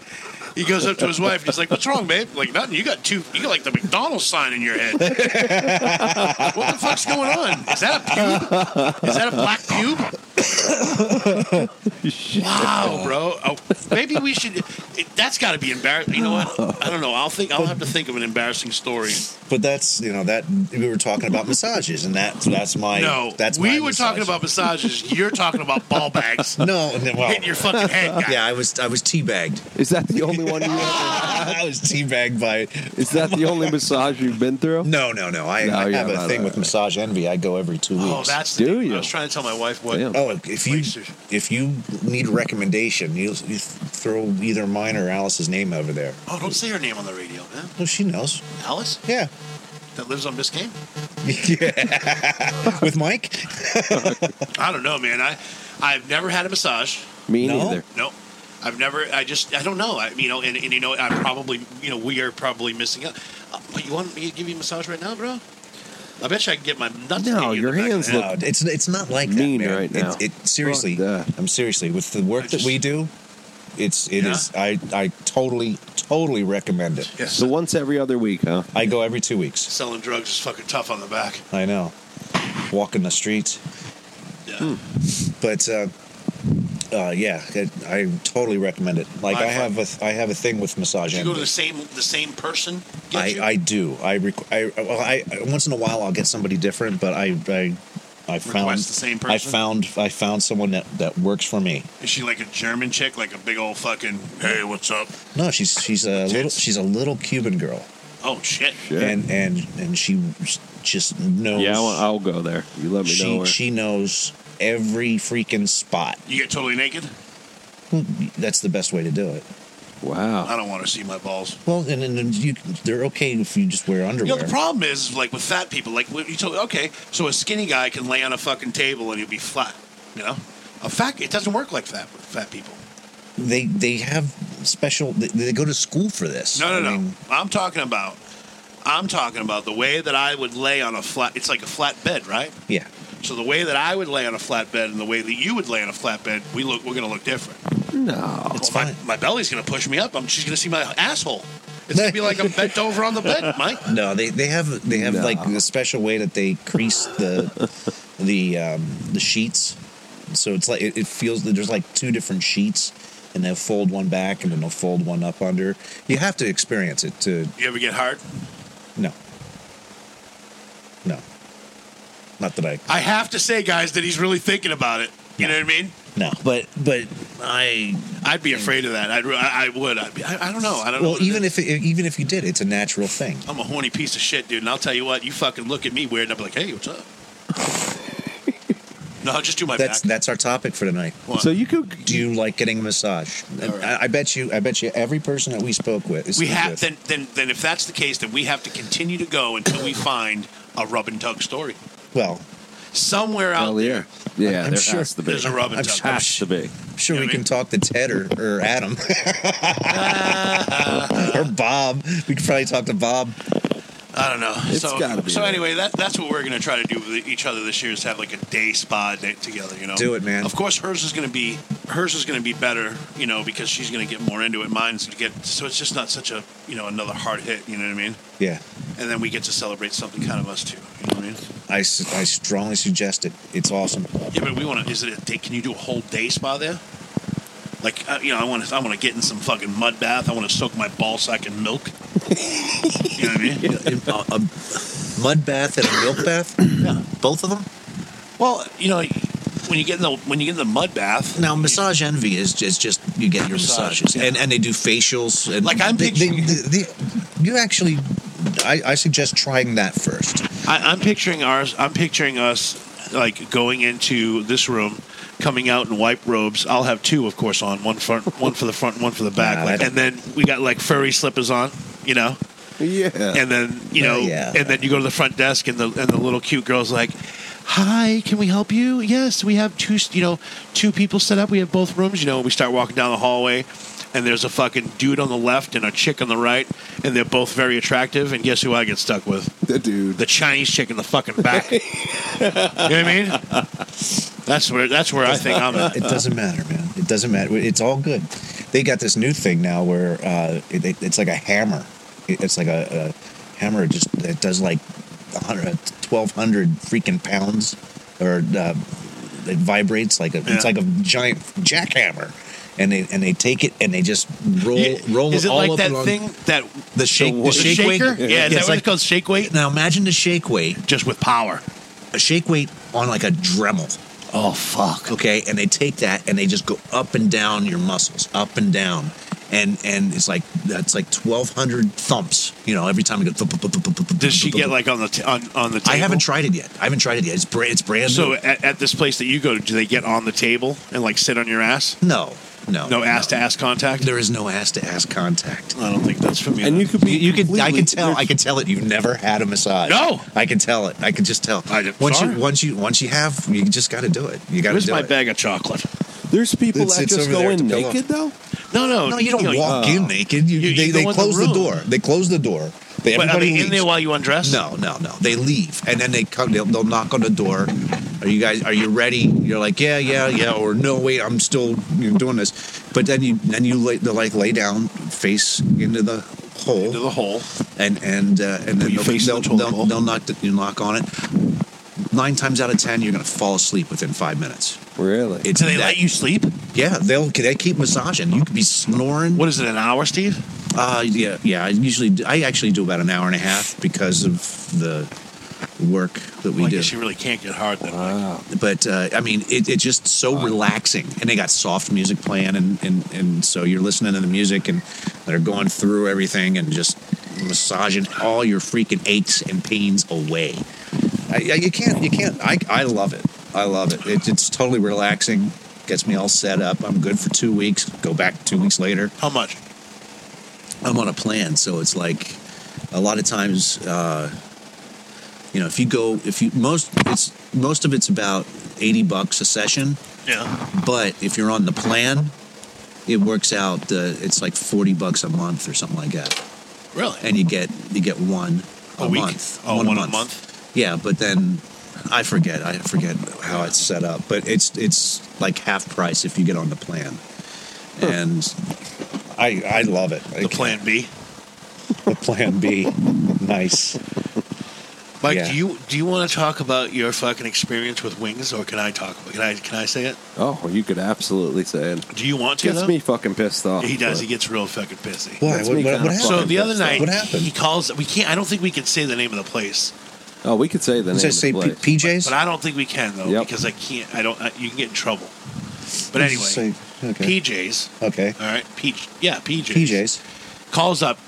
[SPEAKER 3] He goes up to his wife and he's like, "What's wrong, babe? Like nothing. You got two. You got like the McDonald's sign in your head. <laughs> what the fuck's going on? Is that a pube? Is that a black
[SPEAKER 4] <laughs>
[SPEAKER 3] pube? wow, bro. Oh, maybe we should. It, that's got to be embarrassing. You know what? I don't know. I'll think. I'll have to think of an embarrassing story.
[SPEAKER 2] But that's you know that we were talking about massages, and that's that's my
[SPEAKER 3] No,
[SPEAKER 2] That's
[SPEAKER 3] we
[SPEAKER 2] my
[SPEAKER 3] were
[SPEAKER 2] massage.
[SPEAKER 3] talking about massages. You're talking about
[SPEAKER 2] <laughs>
[SPEAKER 3] ball bags
[SPEAKER 2] no. no, Well,
[SPEAKER 3] hitting your fucking head. Guy.
[SPEAKER 2] yeah, I was I was
[SPEAKER 3] <laughs>
[SPEAKER 2] teabagged.
[SPEAKER 4] Is that the only one? You
[SPEAKER 2] <laughs>
[SPEAKER 4] ever,
[SPEAKER 2] I was teabagged by
[SPEAKER 4] is that the
[SPEAKER 2] <laughs>
[SPEAKER 4] only massage you've been through?
[SPEAKER 2] No, no, no. I,
[SPEAKER 4] No,
[SPEAKER 2] I
[SPEAKER 4] yeah,
[SPEAKER 2] have a
[SPEAKER 4] no,
[SPEAKER 2] thing
[SPEAKER 4] no,
[SPEAKER 2] with
[SPEAKER 4] no.
[SPEAKER 2] massage envy. I go every two weeks.
[SPEAKER 3] Oh, that's
[SPEAKER 4] Do
[SPEAKER 3] the,
[SPEAKER 4] you?
[SPEAKER 3] I was trying to tell my wife what.
[SPEAKER 4] Damn.
[SPEAKER 2] Oh, if you
[SPEAKER 3] Places.
[SPEAKER 2] if you need a recommendation, you, you throw either mine or Alice's name over there.
[SPEAKER 3] Oh, don't say her name on the radio, man.
[SPEAKER 2] Well, she knows.
[SPEAKER 3] Alice
[SPEAKER 4] <laughs>
[SPEAKER 2] Yeah,
[SPEAKER 3] that lives on Biscayne.
[SPEAKER 2] with Mike.
[SPEAKER 3] I don't know, man. I I've never had a massage.
[SPEAKER 4] Me
[SPEAKER 2] No.
[SPEAKER 4] neither.
[SPEAKER 3] No, I've never. I just I don't know. I you know, and, and you know, I'm probably you know we are probably missing out. Uh, but you want me to give you a massage right now, bro? I bet you I can get my nuts.
[SPEAKER 4] No,
[SPEAKER 3] hit you in
[SPEAKER 4] your
[SPEAKER 3] the back
[SPEAKER 4] hands
[SPEAKER 3] of the head.
[SPEAKER 4] look-
[SPEAKER 2] No, it's it's not like
[SPEAKER 4] Mean
[SPEAKER 2] that, man.
[SPEAKER 4] right now.
[SPEAKER 2] It, it seriously.
[SPEAKER 4] Fuck that.
[SPEAKER 2] I'm seriously with the work
[SPEAKER 3] I just-
[SPEAKER 2] that we do. It's it
[SPEAKER 3] Yeah.
[SPEAKER 2] is. I I totally totally recommend it.
[SPEAKER 3] Yes.
[SPEAKER 4] So once every other week, huh?
[SPEAKER 2] I go every two weeks.
[SPEAKER 3] Selling drugs is fucking tough on the back.
[SPEAKER 2] I know. Walking the streets.
[SPEAKER 3] Yeah.
[SPEAKER 2] Hmm. but uh, uh, yeah, it, I totally recommend it. Like
[SPEAKER 3] My
[SPEAKER 2] I have a th- I have a thing with massage.
[SPEAKER 3] Do you go to the
[SPEAKER 2] envy.
[SPEAKER 3] same the same person? get
[SPEAKER 2] I,
[SPEAKER 3] you?
[SPEAKER 2] I do. I, requ- I, well, I I- once in a while I'll get somebody different, but I I, I found
[SPEAKER 3] Request the same
[SPEAKER 2] I
[SPEAKER 3] person?
[SPEAKER 2] found I found someone that, that works for me.
[SPEAKER 3] is she like a German chick, like a big old fucking hey, what's up?
[SPEAKER 2] No, she's she's a little
[SPEAKER 3] Tits.
[SPEAKER 2] she's a little Cuban girl,
[SPEAKER 3] Oh shit.
[SPEAKER 4] Shit.
[SPEAKER 2] and and and she just knows.
[SPEAKER 4] yeah, I'll, I'll go there. You let me know.
[SPEAKER 2] she
[SPEAKER 4] Where.
[SPEAKER 2] she knows every freaking spot.
[SPEAKER 3] You get totally naked?
[SPEAKER 2] That's the best way to do it.
[SPEAKER 4] wow.
[SPEAKER 3] I don't want to see my balls.
[SPEAKER 2] Well, and, and, and you they're okay if you just wear
[SPEAKER 3] You
[SPEAKER 2] underwear.
[SPEAKER 3] know, the problem is, like with fat people, like when you told, okay, so a skinny guy can lay on a fucking table and he'll be flat. You know, a fat it doesn't work like that with fat people.
[SPEAKER 2] they they have special they, they go to school for this
[SPEAKER 3] No, no,
[SPEAKER 2] I
[SPEAKER 3] no.
[SPEAKER 2] mean,
[SPEAKER 3] I'm talking about, I'm talking about the way that I would lay on a flat. It's like a flat bed, right?
[SPEAKER 2] yeah
[SPEAKER 3] So the way that I would lay on a flat bed and the way that you would lay on a flat bed, we look, we're gonna look different.
[SPEAKER 4] No.
[SPEAKER 2] it's
[SPEAKER 3] Well,
[SPEAKER 2] fine
[SPEAKER 3] Oh, My, my belly's gonna push me up. I'm she's gonna see my asshole. It's gonna be like I'm
[SPEAKER 2] <laughs>
[SPEAKER 3] bent over on the bed, Mike.
[SPEAKER 2] no they they have they have
[SPEAKER 4] No.
[SPEAKER 2] like a special way that they crease the the um the sheets so it's like it, it feels that there's like two different sheets and they'll fold one back and then they'll fold one up under you have to experience it to
[SPEAKER 3] You ever get hard?
[SPEAKER 2] no no not that i
[SPEAKER 3] I have to say, guys, that he's really thinking about it. You know what I mean?
[SPEAKER 2] no but but i
[SPEAKER 3] I'd be afraid of that. I'd, re- I, I would. I'd be, I, I don't know. I don't know.
[SPEAKER 2] well
[SPEAKER 3] what it
[SPEAKER 2] even
[SPEAKER 3] is.
[SPEAKER 2] if it, even if you did it's a natural thing
[SPEAKER 3] I'm a horny piece of shit, dude, and I'll tell you what, you fucking look at me weird, and I'll be like, hey, what's up? <laughs> no, I'll just do my
[SPEAKER 2] that's
[SPEAKER 3] back.
[SPEAKER 2] that's our topic for tonight
[SPEAKER 3] What?
[SPEAKER 4] So you could.
[SPEAKER 2] do you like getting a massage? And
[SPEAKER 3] All right.
[SPEAKER 2] I, I bet you, I bet you, every person that we spoke with,
[SPEAKER 3] we have
[SPEAKER 2] with-
[SPEAKER 3] then, then then if that's the case, then we have to continue to go until we find a rub and tug story
[SPEAKER 2] Well,
[SPEAKER 3] somewhere out
[SPEAKER 4] Hell
[SPEAKER 3] there.
[SPEAKER 4] yeah. Yeah,
[SPEAKER 2] I'm
[SPEAKER 4] there
[SPEAKER 2] sure
[SPEAKER 4] has to be.
[SPEAKER 3] There's a rub and
[SPEAKER 2] I'm
[SPEAKER 3] tug.
[SPEAKER 2] sure-
[SPEAKER 4] Has to be.
[SPEAKER 2] I'm sure
[SPEAKER 3] You know
[SPEAKER 2] we
[SPEAKER 3] what I
[SPEAKER 2] can
[SPEAKER 3] mean?
[SPEAKER 2] talk to Ted or, or <laughs> Adam or Bob. We could probably talk to Bob.
[SPEAKER 3] I don't know.
[SPEAKER 4] It's
[SPEAKER 3] so,
[SPEAKER 4] gotta be
[SPEAKER 3] So
[SPEAKER 4] there.
[SPEAKER 3] anyway, that that's what we're gonna try to do with each other this year is have like a day spa day together. You know,
[SPEAKER 2] Do it, man.
[SPEAKER 3] Of course, hers is gonna be hers is gonna be better. You know, because she's gonna get more into it. Mine's gonna get so it's just not such a you know another hard hit. You know what I mean?
[SPEAKER 2] Yeah,
[SPEAKER 3] And then we get to celebrate something kind of us too. You know what I mean?
[SPEAKER 2] I, s- I strongly suggest it. It's awesome.
[SPEAKER 3] Yeah, but we want to. Is it a day? Can you do a whole day spa there? Like uh, you know, I want to. I want to get in some fucking mud bath. I want to soak my ball sack in milk. <laughs> you know what I mean?
[SPEAKER 2] a, a mud bath and a milk bath. Both of them.
[SPEAKER 3] Well, you know, when when you get in the when you get in the mud bath.
[SPEAKER 2] Now, massage envy is just, just you get your
[SPEAKER 3] Massage,
[SPEAKER 2] massages,
[SPEAKER 3] yeah.
[SPEAKER 2] and and they do facials. And
[SPEAKER 3] Like, I'm
[SPEAKER 2] they, they-
[SPEAKER 3] picturing-
[SPEAKER 2] they- they- you actually, I, I suggest trying that first.
[SPEAKER 3] I, I'm picturing ours. I'm picturing us like going into this room, coming out in white robes. I'll have two, of course, on one front, one for the front, one for the back,
[SPEAKER 2] Nah,
[SPEAKER 3] like,
[SPEAKER 2] that-
[SPEAKER 3] and then we got like furry slippers on. You know,
[SPEAKER 4] Yeah.
[SPEAKER 3] and then you know,
[SPEAKER 2] Oh, yeah.
[SPEAKER 3] and then you go to the front desk, and the and the little cute girl's like, "Hi, can we help you? Yes, we have two, you know, two people set up. We have both rooms. You know, we start walking down the hallway, and there's a fucking dude on the left and a chick on the right, and they're both very attractive. And guess who I get stuck with?
[SPEAKER 4] the dude.
[SPEAKER 3] The Chinese chick in the fucking
[SPEAKER 2] <laughs>
[SPEAKER 3] back. you know what I mean? That's where that's where I think I'm at.
[SPEAKER 2] It
[SPEAKER 3] <laughs>
[SPEAKER 2] doesn't matter, man. It doesn't matter. It's all good. They got this new thing now where uh, it, it, it's like a hammer. It, it's like a, a hammer. Just that does like 100, 1,200 freaking pounds, or uh, it vibrates like a.
[SPEAKER 3] Yeah.
[SPEAKER 2] It's like a giant jackhammer, and they and they take it and they just roll roll
[SPEAKER 3] Is it
[SPEAKER 2] all
[SPEAKER 3] like
[SPEAKER 2] up
[SPEAKER 3] that
[SPEAKER 2] along-
[SPEAKER 3] thing that
[SPEAKER 2] The shake,
[SPEAKER 3] the
[SPEAKER 2] the shake weight.
[SPEAKER 3] shaker? Yeah, is that
[SPEAKER 2] it's
[SPEAKER 3] what it's
[SPEAKER 2] like
[SPEAKER 3] called? Shake weight?
[SPEAKER 2] now. Imagine the shake weight,
[SPEAKER 3] Just with power.
[SPEAKER 2] a shake weight on like a Dremel.
[SPEAKER 3] Oh fuck.
[SPEAKER 2] okay and they take that and they just go up and down your muscles up and down and and it's like that's like 1200 thumps you know every time you go thump, thump, thump, thump, thump, thump,
[SPEAKER 3] Does she
[SPEAKER 2] thump,
[SPEAKER 3] get
[SPEAKER 2] thump.
[SPEAKER 3] like on the t- on, on the table?
[SPEAKER 2] i haven't tried it yet i haven't tried it yet it's, bra- it's brand
[SPEAKER 3] So
[SPEAKER 2] new
[SPEAKER 3] at, at this place that you go to, do they get on the table and like sit on your ass?
[SPEAKER 2] no no
[SPEAKER 3] No ass to ass contact.
[SPEAKER 2] there is no ass to ass contact
[SPEAKER 3] I don't think that's for me.
[SPEAKER 4] And you could be.
[SPEAKER 2] you can i
[SPEAKER 4] completely-
[SPEAKER 2] can tell i can tell it you've never had a massage
[SPEAKER 3] No.
[SPEAKER 2] i can tell it i can just tell
[SPEAKER 3] I did-
[SPEAKER 2] once
[SPEAKER 3] sorry.
[SPEAKER 2] you once you once you have you just got to do it you got to
[SPEAKER 3] Where's
[SPEAKER 2] do
[SPEAKER 3] my
[SPEAKER 2] it
[SPEAKER 3] bag of chocolate?
[SPEAKER 4] There's people
[SPEAKER 2] It's-
[SPEAKER 4] that
[SPEAKER 2] it's
[SPEAKER 4] just
[SPEAKER 2] over
[SPEAKER 4] go
[SPEAKER 2] there at
[SPEAKER 4] in
[SPEAKER 2] the pillow.
[SPEAKER 4] naked though.
[SPEAKER 3] No, no,
[SPEAKER 2] no you don't
[SPEAKER 3] know,
[SPEAKER 2] walk in naked you,
[SPEAKER 3] You- you
[SPEAKER 2] they,
[SPEAKER 3] go
[SPEAKER 2] they
[SPEAKER 3] in the
[SPEAKER 2] close the,
[SPEAKER 3] room.
[SPEAKER 2] door they close the door they,
[SPEAKER 3] But are
[SPEAKER 2] everybody
[SPEAKER 3] they in
[SPEAKER 2] leaves.
[SPEAKER 3] there while you undress?
[SPEAKER 2] No, no, no. They leave, and then they come. They'll, they'll knock on the door. Are you guys? Are you ready? You're like, yeah, yeah, yeah. Or no, wait, I'm still you know, doing this. But then you then you lay, they'll like lay down, face into the hole,
[SPEAKER 3] Into the hole.
[SPEAKER 2] and and uh, and
[SPEAKER 3] Will
[SPEAKER 2] then
[SPEAKER 3] you
[SPEAKER 2] they'll,
[SPEAKER 3] face the
[SPEAKER 2] they'll,
[SPEAKER 3] toilet
[SPEAKER 2] they'll,
[SPEAKER 3] bowl?
[SPEAKER 2] they'll knock the, you knock on it. Nine times out of ten, you're gonna fall asleep within five minutes.
[SPEAKER 4] Really?
[SPEAKER 2] It's
[SPEAKER 3] Do they
[SPEAKER 2] that-
[SPEAKER 3] let you sleep?
[SPEAKER 2] Yeah, they'll they keep massaging. You could be snoring.
[SPEAKER 3] What is it? An hour, Steve?
[SPEAKER 2] Uh, yeah, yeah. I usually, do- I actually do about an hour and a half because of the work that we
[SPEAKER 3] Well, I
[SPEAKER 2] do.
[SPEAKER 3] guess you really can't get hard. Then.
[SPEAKER 4] wow.
[SPEAKER 2] but uh, I mean, it, it's just so relaxing, and they got soft music playing, and, and and so you're listening to the music, and they're going through everything, and just massaging all your freaking aches and pains away. I, I, you can't, you can't. I, I love it. I love it. it. It's totally relaxing. Gets me all set up. I'm good for two weeks. Go back two weeks later.
[SPEAKER 3] How much?
[SPEAKER 2] I'm on a plan, so it's like a lot of times, uh, you know, if you go, if you most, it's most of it's about eighty bucks a session,
[SPEAKER 3] Yeah.
[SPEAKER 2] but if you're on the plan, it works out. Uh, it's like forty bucks a month or something like that,
[SPEAKER 3] Really?
[SPEAKER 2] and you get you get one
[SPEAKER 3] A
[SPEAKER 2] a,
[SPEAKER 3] week?
[SPEAKER 2] month.
[SPEAKER 3] Oh,
[SPEAKER 2] one
[SPEAKER 3] one a month?
[SPEAKER 2] Yeah, but then I forget. I forget how it's set up, but it's it's like half price if you get on the plan, and. I, I love it.
[SPEAKER 3] the plan B.
[SPEAKER 2] The plan B. nice.
[SPEAKER 3] Mike,
[SPEAKER 2] Yeah.
[SPEAKER 3] do you do you want to talk about your fucking experience with wings, or can I talk? Can I can I say it?
[SPEAKER 4] Oh, well, you could absolutely say it.
[SPEAKER 3] Do you want to?
[SPEAKER 4] Gets
[SPEAKER 3] though?
[SPEAKER 4] me fucking pissed off.
[SPEAKER 3] He does. He
[SPEAKER 4] but-
[SPEAKER 3] gets real fucking pissy.
[SPEAKER 2] Why?
[SPEAKER 4] That's
[SPEAKER 2] What,
[SPEAKER 4] me
[SPEAKER 2] what,
[SPEAKER 4] kinda
[SPEAKER 2] what
[SPEAKER 4] fucked.
[SPEAKER 2] happened?
[SPEAKER 3] So the other night,
[SPEAKER 2] What happened?
[SPEAKER 3] he calls. We can't. I don't think we can say the name of the place,
[SPEAKER 4] Oh, we could say the name.
[SPEAKER 2] Does it say
[SPEAKER 4] of the place.
[SPEAKER 2] P- PJs?
[SPEAKER 3] but I don't think we can though
[SPEAKER 4] Yep.
[SPEAKER 3] because I can't. I don't. I, you can get in trouble. But
[SPEAKER 2] Let's
[SPEAKER 3] anyway,
[SPEAKER 2] just say- okay.
[SPEAKER 3] PJs.
[SPEAKER 2] okay.
[SPEAKER 3] All right, PJ. Yeah, PJs.
[SPEAKER 2] PJs.
[SPEAKER 3] calls up.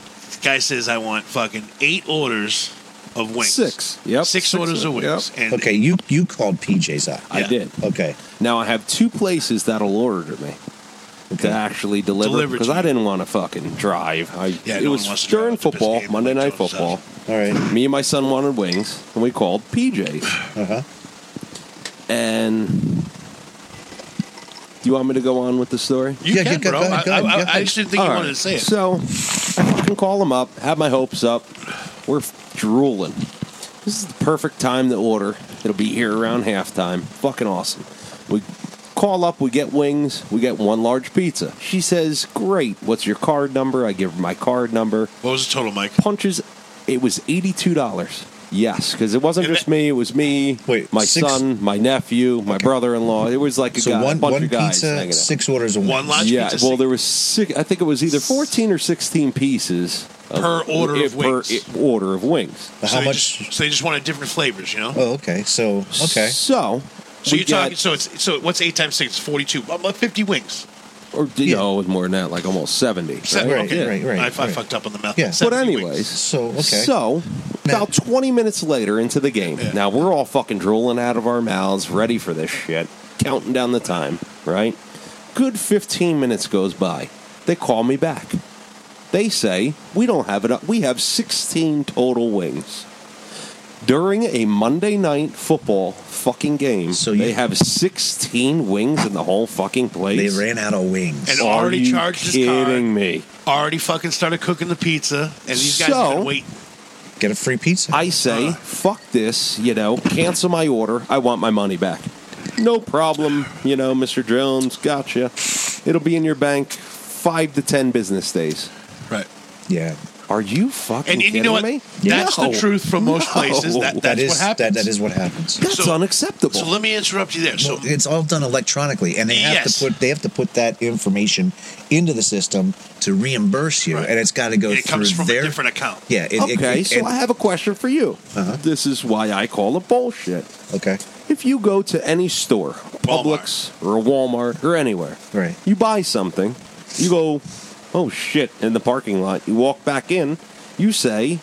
[SPEAKER 3] Guy says, "I want fucking eight orders of wings.
[SPEAKER 4] Six. Yep.
[SPEAKER 3] Six,
[SPEAKER 4] Six
[SPEAKER 3] orders of
[SPEAKER 4] of-
[SPEAKER 3] wings. And
[SPEAKER 2] Okay, you you called PJs up.
[SPEAKER 4] I
[SPEAKER 3] Yeah.
[SPEAKER 4] did.
[SPEAKER 2] Okay.
[SPEAKER 4] Now I have two places that'll order to me to actually deliver
[SPEAKER 3] Deliver to
[SPEAKER 4] because I
[SPEAKER 3] you.
[SPEAKER 4] didn't want to fucking drive. I,
[SPEAKER 3] Yeah,
[SPEAKER 4] it
[SPEAKER 3] no one wants
[SPEAKER 4] was
[SPEAKER 3] to drive
[SPEAKER 4] during
[SPEAKER 3] up to
[SPEAKER 4] football,
[SPEAKER 3] Biscayne
[SPEAKER 4] Monday
[SPEAKER 3] when
[SPEAKER 4] night
[SPEAKER 3] it comes
[SPEAKER 4] football.
[SPEAKER 3] out.
[SPEAKER 2] All right.
[SPEAKER 4] Me and my son wanted wings, and we called PJs.
[SPEAKER 3] Uh-huh.
[SPEAKER 2] Uh huh.
[SPEAKER 4] And do you want me to go on with the story?
[SPEAKER 3] You
[SPEAKER 2] Yeah,
[SPEAKER 3] can,
[SPEAKER 2] yeah, go-
[SPEAKER 3] bro.
[SPEAKER 2] go ahead, go
[SPEAKER 3] I, I,
[SPEAKER 2] ahead, go
[SPEAKER 3] I just didn't think you
[SPEAKER 4] All
[SPEAKER 3] wanted to
[SPEAKER 4] right,
[SPEAKER 3] say it.
[SPEAKER 4] So I fucking call them up, have my hopes up. We're f- drooling. This is the perfect time to order. It'll be here around halftime. Fucking awesome. We call up, we get wings, we get one large pizza. She says, Great, what's your card number? I give her my card number.
[SPEAKER 3] what was the total, Mike?
[SPEAKER 4] Punches, it was $82. Yes, because it wasn't
[SPEAKER 3] And
[SPEAKER 4] just
[SPEAKER 3] that-
[SPEAKER 4] me. It was me,
[SPEAKER 2] Wait,
[SPEAKER 4] my
[SPEAKER 2] six-
[SPEAKER 4] son, my nephew, my brother-in-law. It was like a,
[SPEAKER 2] So
[SPEAKER 4] guy,
[SPEAKER 2] one
[SPEAKER 4] bunch
[SPEAKER 2] one
[SPEAKER 4] of guys hanging
[SPEAKER 2] pizza,
[SPEAKER 4] out
[SPEAKER 2] six orders of wings.
[SPEAKER 3] One large
[SPEAKER 4] yeah,
[SPEAKER 3] pizza.
[SPEAKER 4] well, there was six. I think it was either fourteen or sixteen pieces of-
[SPEAKER 3] Per order of
[SPEAKER 4] per
[SPEAKER 3] wings.
[SPEAKER 4] i- order of wings.
[SPEAKER 2] How
[SPEAKER 3] so they
[SPEAKER 2] much?
[SPEAKER 3] Just, so they just wanted different flavors, you know.
[SPEAKER 2] oh, okay. So okay.
[SPEAKER 4] So
[SPEAKER 3] So
[SPEAKER 4] We
[SPEAKER 3] you're
[SPEAKER 4] got-
[SPEAKER 3] talking. So it's so what's eight times six? It's forty-two. I'm like fifty wings.
[SPEAKER 4] Or you
[SPEAKER 2] Yeah.
[SPEAKER 4] know, it was more than that, like almost seventy.
[SPEAKER 3] Seven,
[SPEAKER 2] Right,
[SPEAKER 3] okay.
[SPEAKER 2] right, right,
[SPEAKER 3] I, I
[SPEAKER 2] right.
[SPEAKER 3] fucked up on the math.
[SPEAKER 2] Yeah. But
[SPEAKER 4] But
[SPEAKER 3] 70 wings.
[SPEAKER 4] anyways,
[SPEAKER 2] So, okay.
[SPEAKER 4] so
[SPEAKER 2] Now-
[SPEAKER 4] about twenty minutes later into the game,
[SPEAKER 3] Yeah.
[SPEAKER 4] now we're all fucking drooling out of our mouths, ready for this shit, counting down the time. Right, good fifteen minutes goes by. They call me back. They say we don't have it up. We have sixteen total wings. During a Monday night football fucking game,
[SPEAKER 2] So
[SPEAKER 4] so
[SPEAKER 2] you-
[SPEAKER 4] they have sixteen wings in the whole fucking
[SPEAKER 2] They
[SPEAKER 4] place.
[SPEAKER 2] ran out of wings.
[SPEAKER 3] And
[SPEAKER 4] Are
[SPEAKER 3] already
[SPEAKER 4] you
[SPEAKER 3] charged his
[SPEAKER 4] kidding
[SPEAKER 3] card.
[SPEAKER 4] me?
[SPEAKER 3] already fucking started cooking the pizza, and these guys
[SPEAKER 4] So-
[SPEAKER 3] have been waiting.
[SPEAKER 2] Get a free pizza.
[SPEAKER 4] I say,
[SPEAKER 3] Uh.
[SPEAKER 4] fuck this, you know, cancel my order. I want my money back. No problem, you know, Mr. Jones, gotcha. It'll be in your bank five to ten business days.
[SPEAKER 3] Right.
[SPEAKER 2] yeah.
[SPEAKER 4] Are you fucking
[SPEAKER 3] And, and you
[SPEAKER 4] kidding
[SPEAKER 3] know what?
[SPEAKER 4] me?
[SPEAKER 3] That's
[SPEAKER 4] No.
[SPEAKER 3] the truth for most places. That,
[SPEAKER 4] No.
[SPEAKER 3] that's
[SPEAKER 2] That is
[SPEAKER 3] what happens.
[SPEAKER 2] that, that is what happens.
[SPEAKER 4] That's
[SPEAKER 3] So-
[SPEAKER 4] unacceptable.
[SPEAKER 3] So let me interrupt you there. So
[SPEAKER 2] Well, it's all done electronically, and they have
[SPEAKER 3] Yes.
[SPEAKER 2] to put they have to put that information into the system to reimburse you,
[SPEAKER 3] Right.
[SPEAKER 2] and it's got to go
[SPEAKER 3] it
[SPEAKER 2] through
[SPEAKER 3] comes from
[SPEAKER 2] their
[SPEAKER 3] a different account.
[SPEAKER 2] yeah. It, it-
[SPEAKER 4] okay,
[SPEAKER 2] it-
[SPEAKER 4] so I have a question for you.
[SPEAKER 2] Uh-huh.
[SPEAKER 4] This is why I call it bullshit.
[SPEAKER 2] okay,
[SPEAKER 4] If you go to any store, Publix or Walmart or anywhere,
[SPEAKER 2] right,
[SPEAKER 4] You buy something, you go, oh shit, in the parking lot. You walk back in, you say,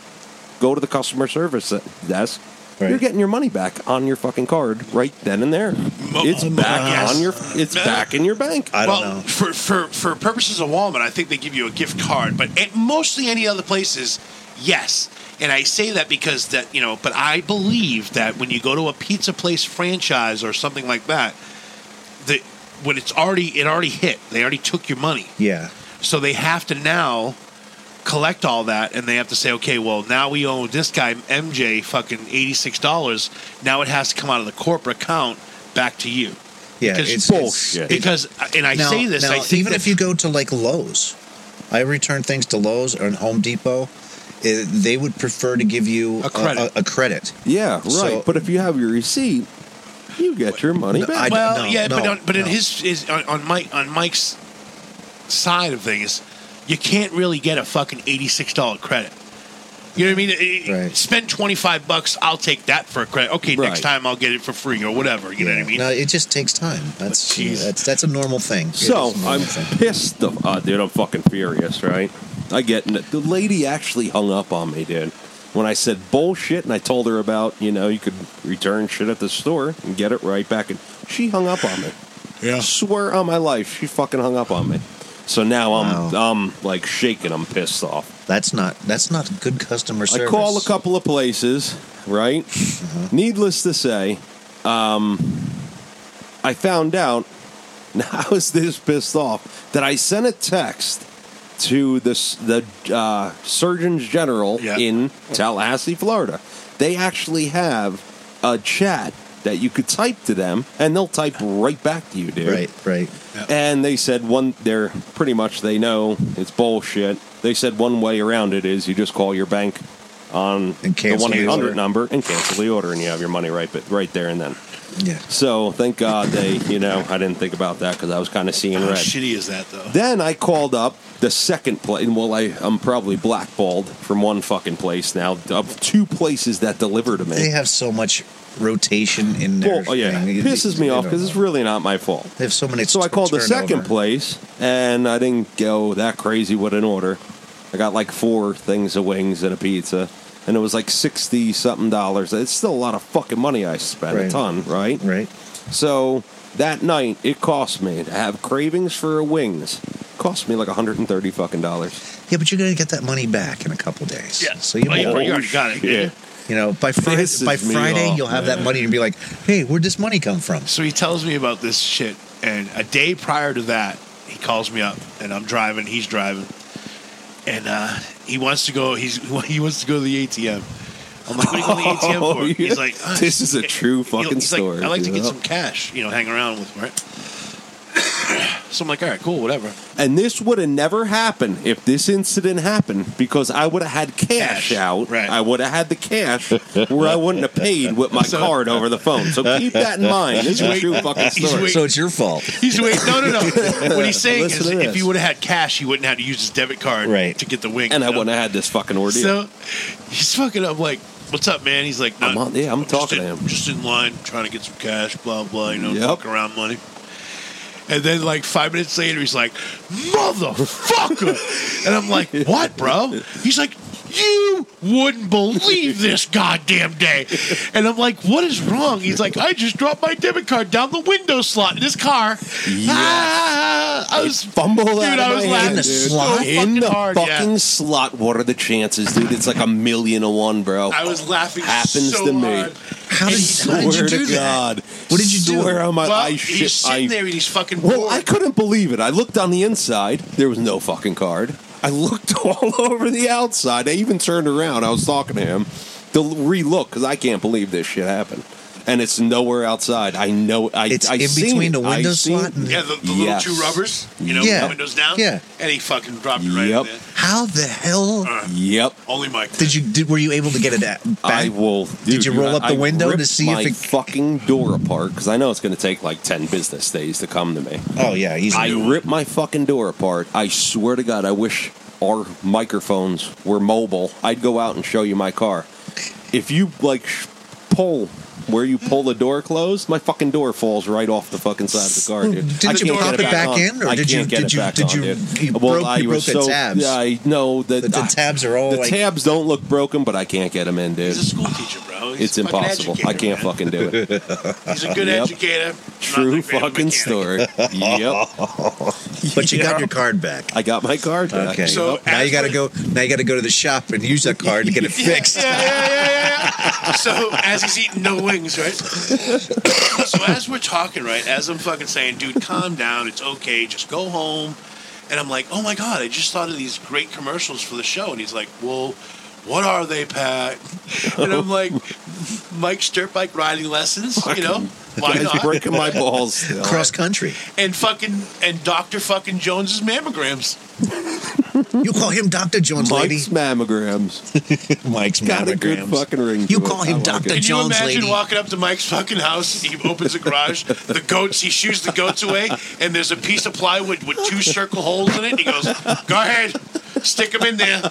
[SPEAKER 4] go to the customer service desk.
[SPEAKER 2] Right.
[SPEAKER 4] You're getting your money back on your fucking card right then and there. It's back
[SPEAKER 3] yes.
[SPEAKER 4] on your. It's
[SPEAKER 3] No.
[SPEAKER 4] back in your bank.
[SPEAKER 2] I don't
[SPEAKER 3] well,
[SPEAKER 2] know.
[SPEAKER 3] for, for for purposes of Walmart, I think they give you a gift card, but at mostly any other places, yes. And I say that because that you know, but I believe that when you go to a pizza place franchise or something like that, that when it's already it already hit, they already took your money.
[SPEAKER 2] yeah,
[SPEAKER 3] So they have to now collect all that and they have to say, okay, well, now we owe this guy, MJ, fucking $86. Now it has to come out of the corporate account back to you.
[SPEAKER 2] yeah.
[SPEAKER 3] Because
[SPEAKER 2] It's
[SPEAKER 4] bullshit.
[SPEAKER 2] it's-
[SPEAKER 3] Because, uh, and I
[SPEAKER 2] Now-
[SPEAKER 3] say this,
[SPEAKER 2] now,
[SPEAKER 3] I think
[SPEAKER 2] even
[SPEAKER 3] that-
[SPEAKER 2] if you go to like Lowe's, I return things to Lowe's or in Home Depot. eh, they would prefer to give you
[SPEAKER 3] A credit.
[SPEAKER 2] A, a credit.
[SPEAKER 4] yeah, right.
[SPEAKER 2] So-
[SPEAKER 4] but if you have your receipt, you get your money
[SPEAKER 2] No, I
[SPEAKER 4] back.
[SPEAKER 2] d-
[SPEAKER 3] well,
[SPEAKER 2] no,
[SPEAKER 3] yeah, but
[SPEAKER 2] no,
[SPEAKER 3] on, but in
[SPEAKER 2] no.
[SPEAKER 3] his, his on, on Mike on Mike's side of things, you can't really get a fucking eighty-six dollar credit. You know what I mean? It- it-
[SPEAKER 2] Right.
[SPEAKER 3] Spend twenty-five bucks, I'll take that for a credit. Okay, next
[SPEAKER 4] Right.
[SPEAKER 3] time I'll get it for free or whatever. You know what I mean?
[SPEAKER 2] No, it just takes time. That's
[SPEAKER 3] Jeez.
[SPEAKER 2] that's that's a normal thing. It
[SPEAKER 4] So
[SPEAKER 2] is a normal
[SPEAKER 4] I'm
[SPEAKER 2] thing.
[SPEAKER 4] pissed. The, uh, dude, I'm fucking furious, right? I get in it. The lady actually hung up on me, dude. When I said bullshit and I told her about, you know, you could return shit at the store and get it right back. And she hung up on me.
[SPEAKER 3] Yeah.
[SPEAKER 4] Swear on my life, she fucking hung up on me. So now I'm,
[SPEAKER 2] Wow.
[SPEAKER 4] I'm like shaking. I'm pissed off.
[SPEAKER 2] That's not that's not good customer service. Mm-hmm.
[SPEAKER 4] I call a couple of places, right? Needless to say, um, I found out, <laughs> and I was this pissed off that I sent a text to this, the uh, Surgeon General
[SPEAKER 3] Yeah.
[SPEAKER 4] in Tallahassee, Florida. They actually have a chat that you could type to them, and they'll type right back to you, dude.
[SPEAKER 2] Right, right.
[SPEAKER 3] Eh,
[SPEAKER 4] And they said one, they're pretty much, they know it's bullshit. They said one way around it is you just call your bank on
[SPEAKER 2] And
[SPEAKER 4] the
[SPEAKER 2] cancel
[SPEAKER 4] 1
[SPEAKER 2] the order.
[SPEAKER 4] 800 number and cancel the order, and you have your money right, but right there and then.
[SPEAKER 2] Yeah.
[SPEAKER 4] So thank God they, you know, I didn't think about that because I was kind of seeing
[SPEAKER 2] Oh,
[SPEAKER 3] How
[SPEAKER 4] red.
[SPEAKER 3] shitty is that though?
[SPEAKER 4] Then I called up the second place. Well, I, I'm probably blackballed from one fucking place now, of two places that deliver to me.
[SPEAKER 2] They have so much rotation in their.
[SPEAKER 4] well, oh, yeah.
[SPEAKER 2] thing. It-
[SPEAKER 4] pisses me
[SPEAKER 2] they
[SPEAKER 4] off
[SPEAKER 2] don't
[SPEAKER 4] because it's
[SPEAKER 2] know.
[SPEAKER 4] really not my fault.
[SPEAKER 2] They have so many.
[SPEAKER 4] So I called the
[SPEAKER 2] turnover.
[SPEAKER 4] second place, and I didn't go that crazy with an order. I got like four things of wings and a pizza, and it was like sixty something dollars. It's still a lot of fucking money I spent,
[SPEAKER 2] Right.
[SPEAKER 4] a ton, right?
[SPEAKER 2] Right.
[SPEAKER 4] So that night, it cost me to have cravings for wings. Cost me like hundred and thirty fucking dollars.
[SPEAKER 2] Yeah, but you're gonna get that money back in a couple days.
[SPEAKER 3] Yeah.
[SPEAKER 2] So you,
[SPEAKER 3] Oh, yeah,
[SPEAKER 2] won't-
[SPEAKER 3] you already got it.
[SPEAKER 4] Yeah.
[SPEAKER 2] you know by Friday,
[SPEAKER 4] Pisses
[SPEAKER 2] by
[SPEAKER 4] me
[SPEAKER 2] Friday
[SPEAKER 4] off,
[SPEAKER 2] you'll have that money and be like, hey, where'd this money come from?
[SPEAKER 3] So he tells me about this shit, and a day prior to that, he calls me up, and I'm driving, he's driving, and uh, he wants to go. He's <laughs> he wants to go to the ATM. I'm like, what are you going to the ATM for?
[SPEAKER 4] Oh, yeah.
[SPEAKER 3] He's like, "Ah,
[SPEAKER 4] This is a true
[SPEAKER 3] you know,"
[SPEAKER 4] fucking
[SPEAKER 3] he's like,
[SPEAKER 4] story,
[SPEAKER 3] I like to
[SPEAKER 4] dude.
[SPEAKER 3] get some cash, you know, hang around with, right? <coughs> so I'm like, all right, cool, whatever.
[SPEAKER 4] And this would have never happened if this incident happened because I would have had cash,
[SPEAKER 3] Cash,
[SPEAKER 4] out.
[SPEAKER 3] right.
[SPEAKER 4] I would have had the cash where I wouldn't have paid with
[SPEAKER 3] <laughs>
[SPEAKER 4] my card over the phone. So keep that in mind. This is a true fucking
[SPEAKER 3] he's
[SPEAKER 4] story.
[SPEAKER 3] wait-
[SPEAKER 2] So it's your fault.
[SPEAKER 3] He's waiting. No, no, no.
[SPEAKER 4] <laughs>
[SPEAKER 3] What he's saying
[SPEAKER 4] Listen
[SPEAKER 3] is,
[SPEAKER 4] to
[SPEAKER 3] if
[SPEAKER 4] this.
[SPEAKER 3] he would have had cash, he wouldn't have to use his debit card
[SPEAKER 2] Right.
[SPEAKER 3] to get the wing.
[SPEAKER 4] And I
[SPEAKER 3] you know?
[SPEAKER 4] wouldn't have had this fucking
[SPEAKER 3] So
[SPEAKER 4] ordeal.
[SPEAKER 3] he's fucking up like what's up, man? He's like, no,
[SPEAKER 4] I'm on- yeah, I'm
[SPEAKER 3] just
[SPEAKER 4] talking
[SPEAKER 3] in-
[SPEAKER 4] to him."
[SPEAKER 3] Just in line, trying to get some cash, blah blah. You know,
[SPEAKER 4] Yep.
[SPEAKER 3] fuck around money. And then, like five minutes later, he's like,
[SPEAKER 4] <laughs>
[SPEAKER 3] "Motherfucker!" and I'm like, "What, bro?" He's like, "You wouldn't believe this goddamn day." And I'm like, "What is wrong?" He's like, "I just dropped my debit card down the window slot in this car."
[SPEAKER 4] Yes.
[SPEAKER 3] Ah, I was
[SPEAKER 4] Fumble
[SPEAKER 3] Dude,
[SPEAKER 4] out of
[SPEAKER 3] I was
[SPEAKER 4] my
[SPEAKER 3] laughing
[SPEAKER 4] hand,
[SPEAKER 2] the
[SPEAKER 4] dude.
[SPEAKER 2] slot.
[SPEAKER 3] So
[SPEAKER 4] in
[SPEAKER 3] fucking
[SPEAKER 4] the
[SPEAKER 3] hard, yeah.
[SPEAKER 4] fucking slot. What are the chances, dude? It's like a million to one, bro.
[SPEAKER 3] I was laughing.
[SPEAKER 4] Happens
[SPEAKER 3] so
[SPEAKER 4] to me.
[SPEAKER 3] hard.
[SPEAKER 2] How did,
[SPEAKER 4] Swear
[SPEAKER 2] how did you do
[SPEAKER 4] to
[SPEAKER 2] that?
[SPEAKER 4] God.
[SPEAKER 2] What did you do?
[SPEAKER 4] Swear on my
[SPEAKER 3] Well,
[SPEAKER 4] I
[SPEAKER 3] he's
[SPEAKER 4] shit.
[SPEAKER 3] sitting
[SPEAKER 4] I
[SPEAKER 3] there and he's fucking
[SPEAKER 4] Well,
[SPEAKER 3] bored.
[SPEAKER 4] I couldn't believe it. I looked on the inside. There was no fucking card. I looked <laughs> all over the outside. I even turned around. I was talking to him to relook because I can't believe this shit happened. And it's nowhere outside. I know. I,
[SPEAKER 2] It's
[SPEAKER 4] I
[SPEAKER 2] in
[SPEAKER 4] seen
[SPEAKER 2] between
[SPEAKER 4] it.
[SPEAKER 2] the window
[SPEAKER 4] I seen-
[SPEAKER 2] slot and-
[SPEAKER 3] Yeah, the, the
[SPEAKER 4] Yes.
[SPEAKER 3] little two rubbers, you know,
[SPEAKER 2] Yeah.
[SPEAKER 3] the windows down.
[SPEAKER 2] Yeah.
[SPEAKER 3] And he fucking dropped it right
[SPEAKER 4] Yep.
[SPEAKER 3] in there.
[SPEAKER 2] How the hell
[SPEAKER 3] Uh,
[SPEAKER 4] Yep.
[SPEAKER 3] only Mike.
[SPEAKER 2] did you? Did, were you able to get it at, back?
[SPEAKER 4] I will. dude,
[SPEAKER 2] you roll up the
[SPEAKER 4] I
[SPEAKER 2] window to
[SPEAKER 4] ripped
[SPEAKER 2] see if
[SPEAKER 4] my
[SPEAKER 2] it-
[SPEAKER 4] fucking door apart? Because I know it's going to take like ten business days to come to me.
[SPEAKER 2] oh yeah, he's.
[SPEAKER 4] I ripped my fucking door apart. I swear to God, I wish our microphones were mobile. I'd go out and show you my car. If you like sh- pull where you pull the door closed, my fucking door falls right off the fucking side of the car, dude.
[SPEAKER 2] Did
[SPEAKER 4] I
[SPEAKER 2] you
[SPEAKER 4] can't
[SPEAKER 2] pop
[SPEAKER 4] get
[SPEAKER 2] it back
[SPEAKER 4] on.
[SPEAKER 2] in, or
[SPEAKER 4] I
[SPEAKER 2] did you-
[SPEAKER 4] can't get
[SPEAKER 2] did
[SPEAKER 4] it
[SPEAKER 2] you-
[SPEAKER 4] back
[SPEAKER 2] did
[SPEAKER 4] on,
[SPEAKER 2] you-
[SPEAKER 4] dude.
[SPEAKER 2] you broke-
[SPEAKER 4] I
[SPEAKER 2] you
[SPEAKER 4] was
[SPEAKER 2] broke the
[SPEAKER 4] so-
[SPEAKER 2] tabs?
[SPEAKER 4] Yeah, I know that
[SPEAKER 2] the, the tabs are all
[SPEAKER 4] the
[SPEAKER 2] like.
[SPEAKER 4] tabs don't look broken, but I can't get them in, dude.
[SPEAKER 3] He's a school teacher, bro. He's
[SPEAKER 4] It's
[SPEAKER 3] a fucking
[SPEAKER 4] impossible. I
[SPEAKER 3] educator,
[SPEAKER 4] can't
[SPEAKER 3] man.
[SPEAKER 2] <laughs>
[SPEAKER 4] fucking do it.
[SPEAKER 3] He's a good
[SPEAKER 4] Yep.
[SPEAKER 3] educator.
[SPEAKER 4] True
[SPEAKER 3] not that great of a
[SPEAKER 4] fucking
[SPEAKER 3] mechanic.
[SPEAKER 4] story. Yep.
[SPEAKER 2] but you got your card back.
[SPEAKER 4] I got my card back.
[SPEAKER 2] Okay.
[SPEAKER 3] So
[SPEAKER 2] now you
[SPEAKER 3] as
[SPEAKER 2] got to
[SPEAKER 3] we're-
[SPEAKER 2] go. Now you got to go to the shop and use that card to get it fixed.
[SPEAKER 3] <laughs> Yeah, yeah, yeah, yeah, yeah. So as he's eating no wings, right? <coughs> so as we're talking, right, as I'm fucking saying, dude, calm down, it's okay, just go home. And I'm like, oh my god, I just thought of these great commercials for the show. And he's like, well, what are they, Pat? <laughs> And I'm like, Mike's dirt bike riding lessons, you know? Why
[SPEAKER 4] It's
[SPEAKER 3] not?
[SPEAKER 4] breaking my balls. Still.
[SPEAKER 2] Cross country.
[SPEAKER 3] <laughs> And fucking and Doctor fucking Jones's mammograms.
[SPEAKER 2] You call him Doctor Jones, lady.
[SPEAKER 4] Mike's mammograms.
[SPEAKER 2] Mike's
[SPEAKER 4] Got a good
[SPEAKER 2] mammograms.
[SPEAKER 4] fucking ring.
[SPEAKER 2] You
[SPEAKER 4] to it.
[SPEAKER 2] call him
[SPEAKER 4] I like
[SPEAKER 2] Dr.
[SPEAKER 4] it.
[SPEAKER 3] Can you
[SPEAKER 2] Jones
[SPEAKER 3] imagine
[SPEAKER 2] lady.
[SPEAKER 3] walking up to Mike's fucking house? He opens the garage, the goats, he shoos the goats away, and there's a piece of plywood with two circle holes in it. And he goes, Go ahead, stick them in there.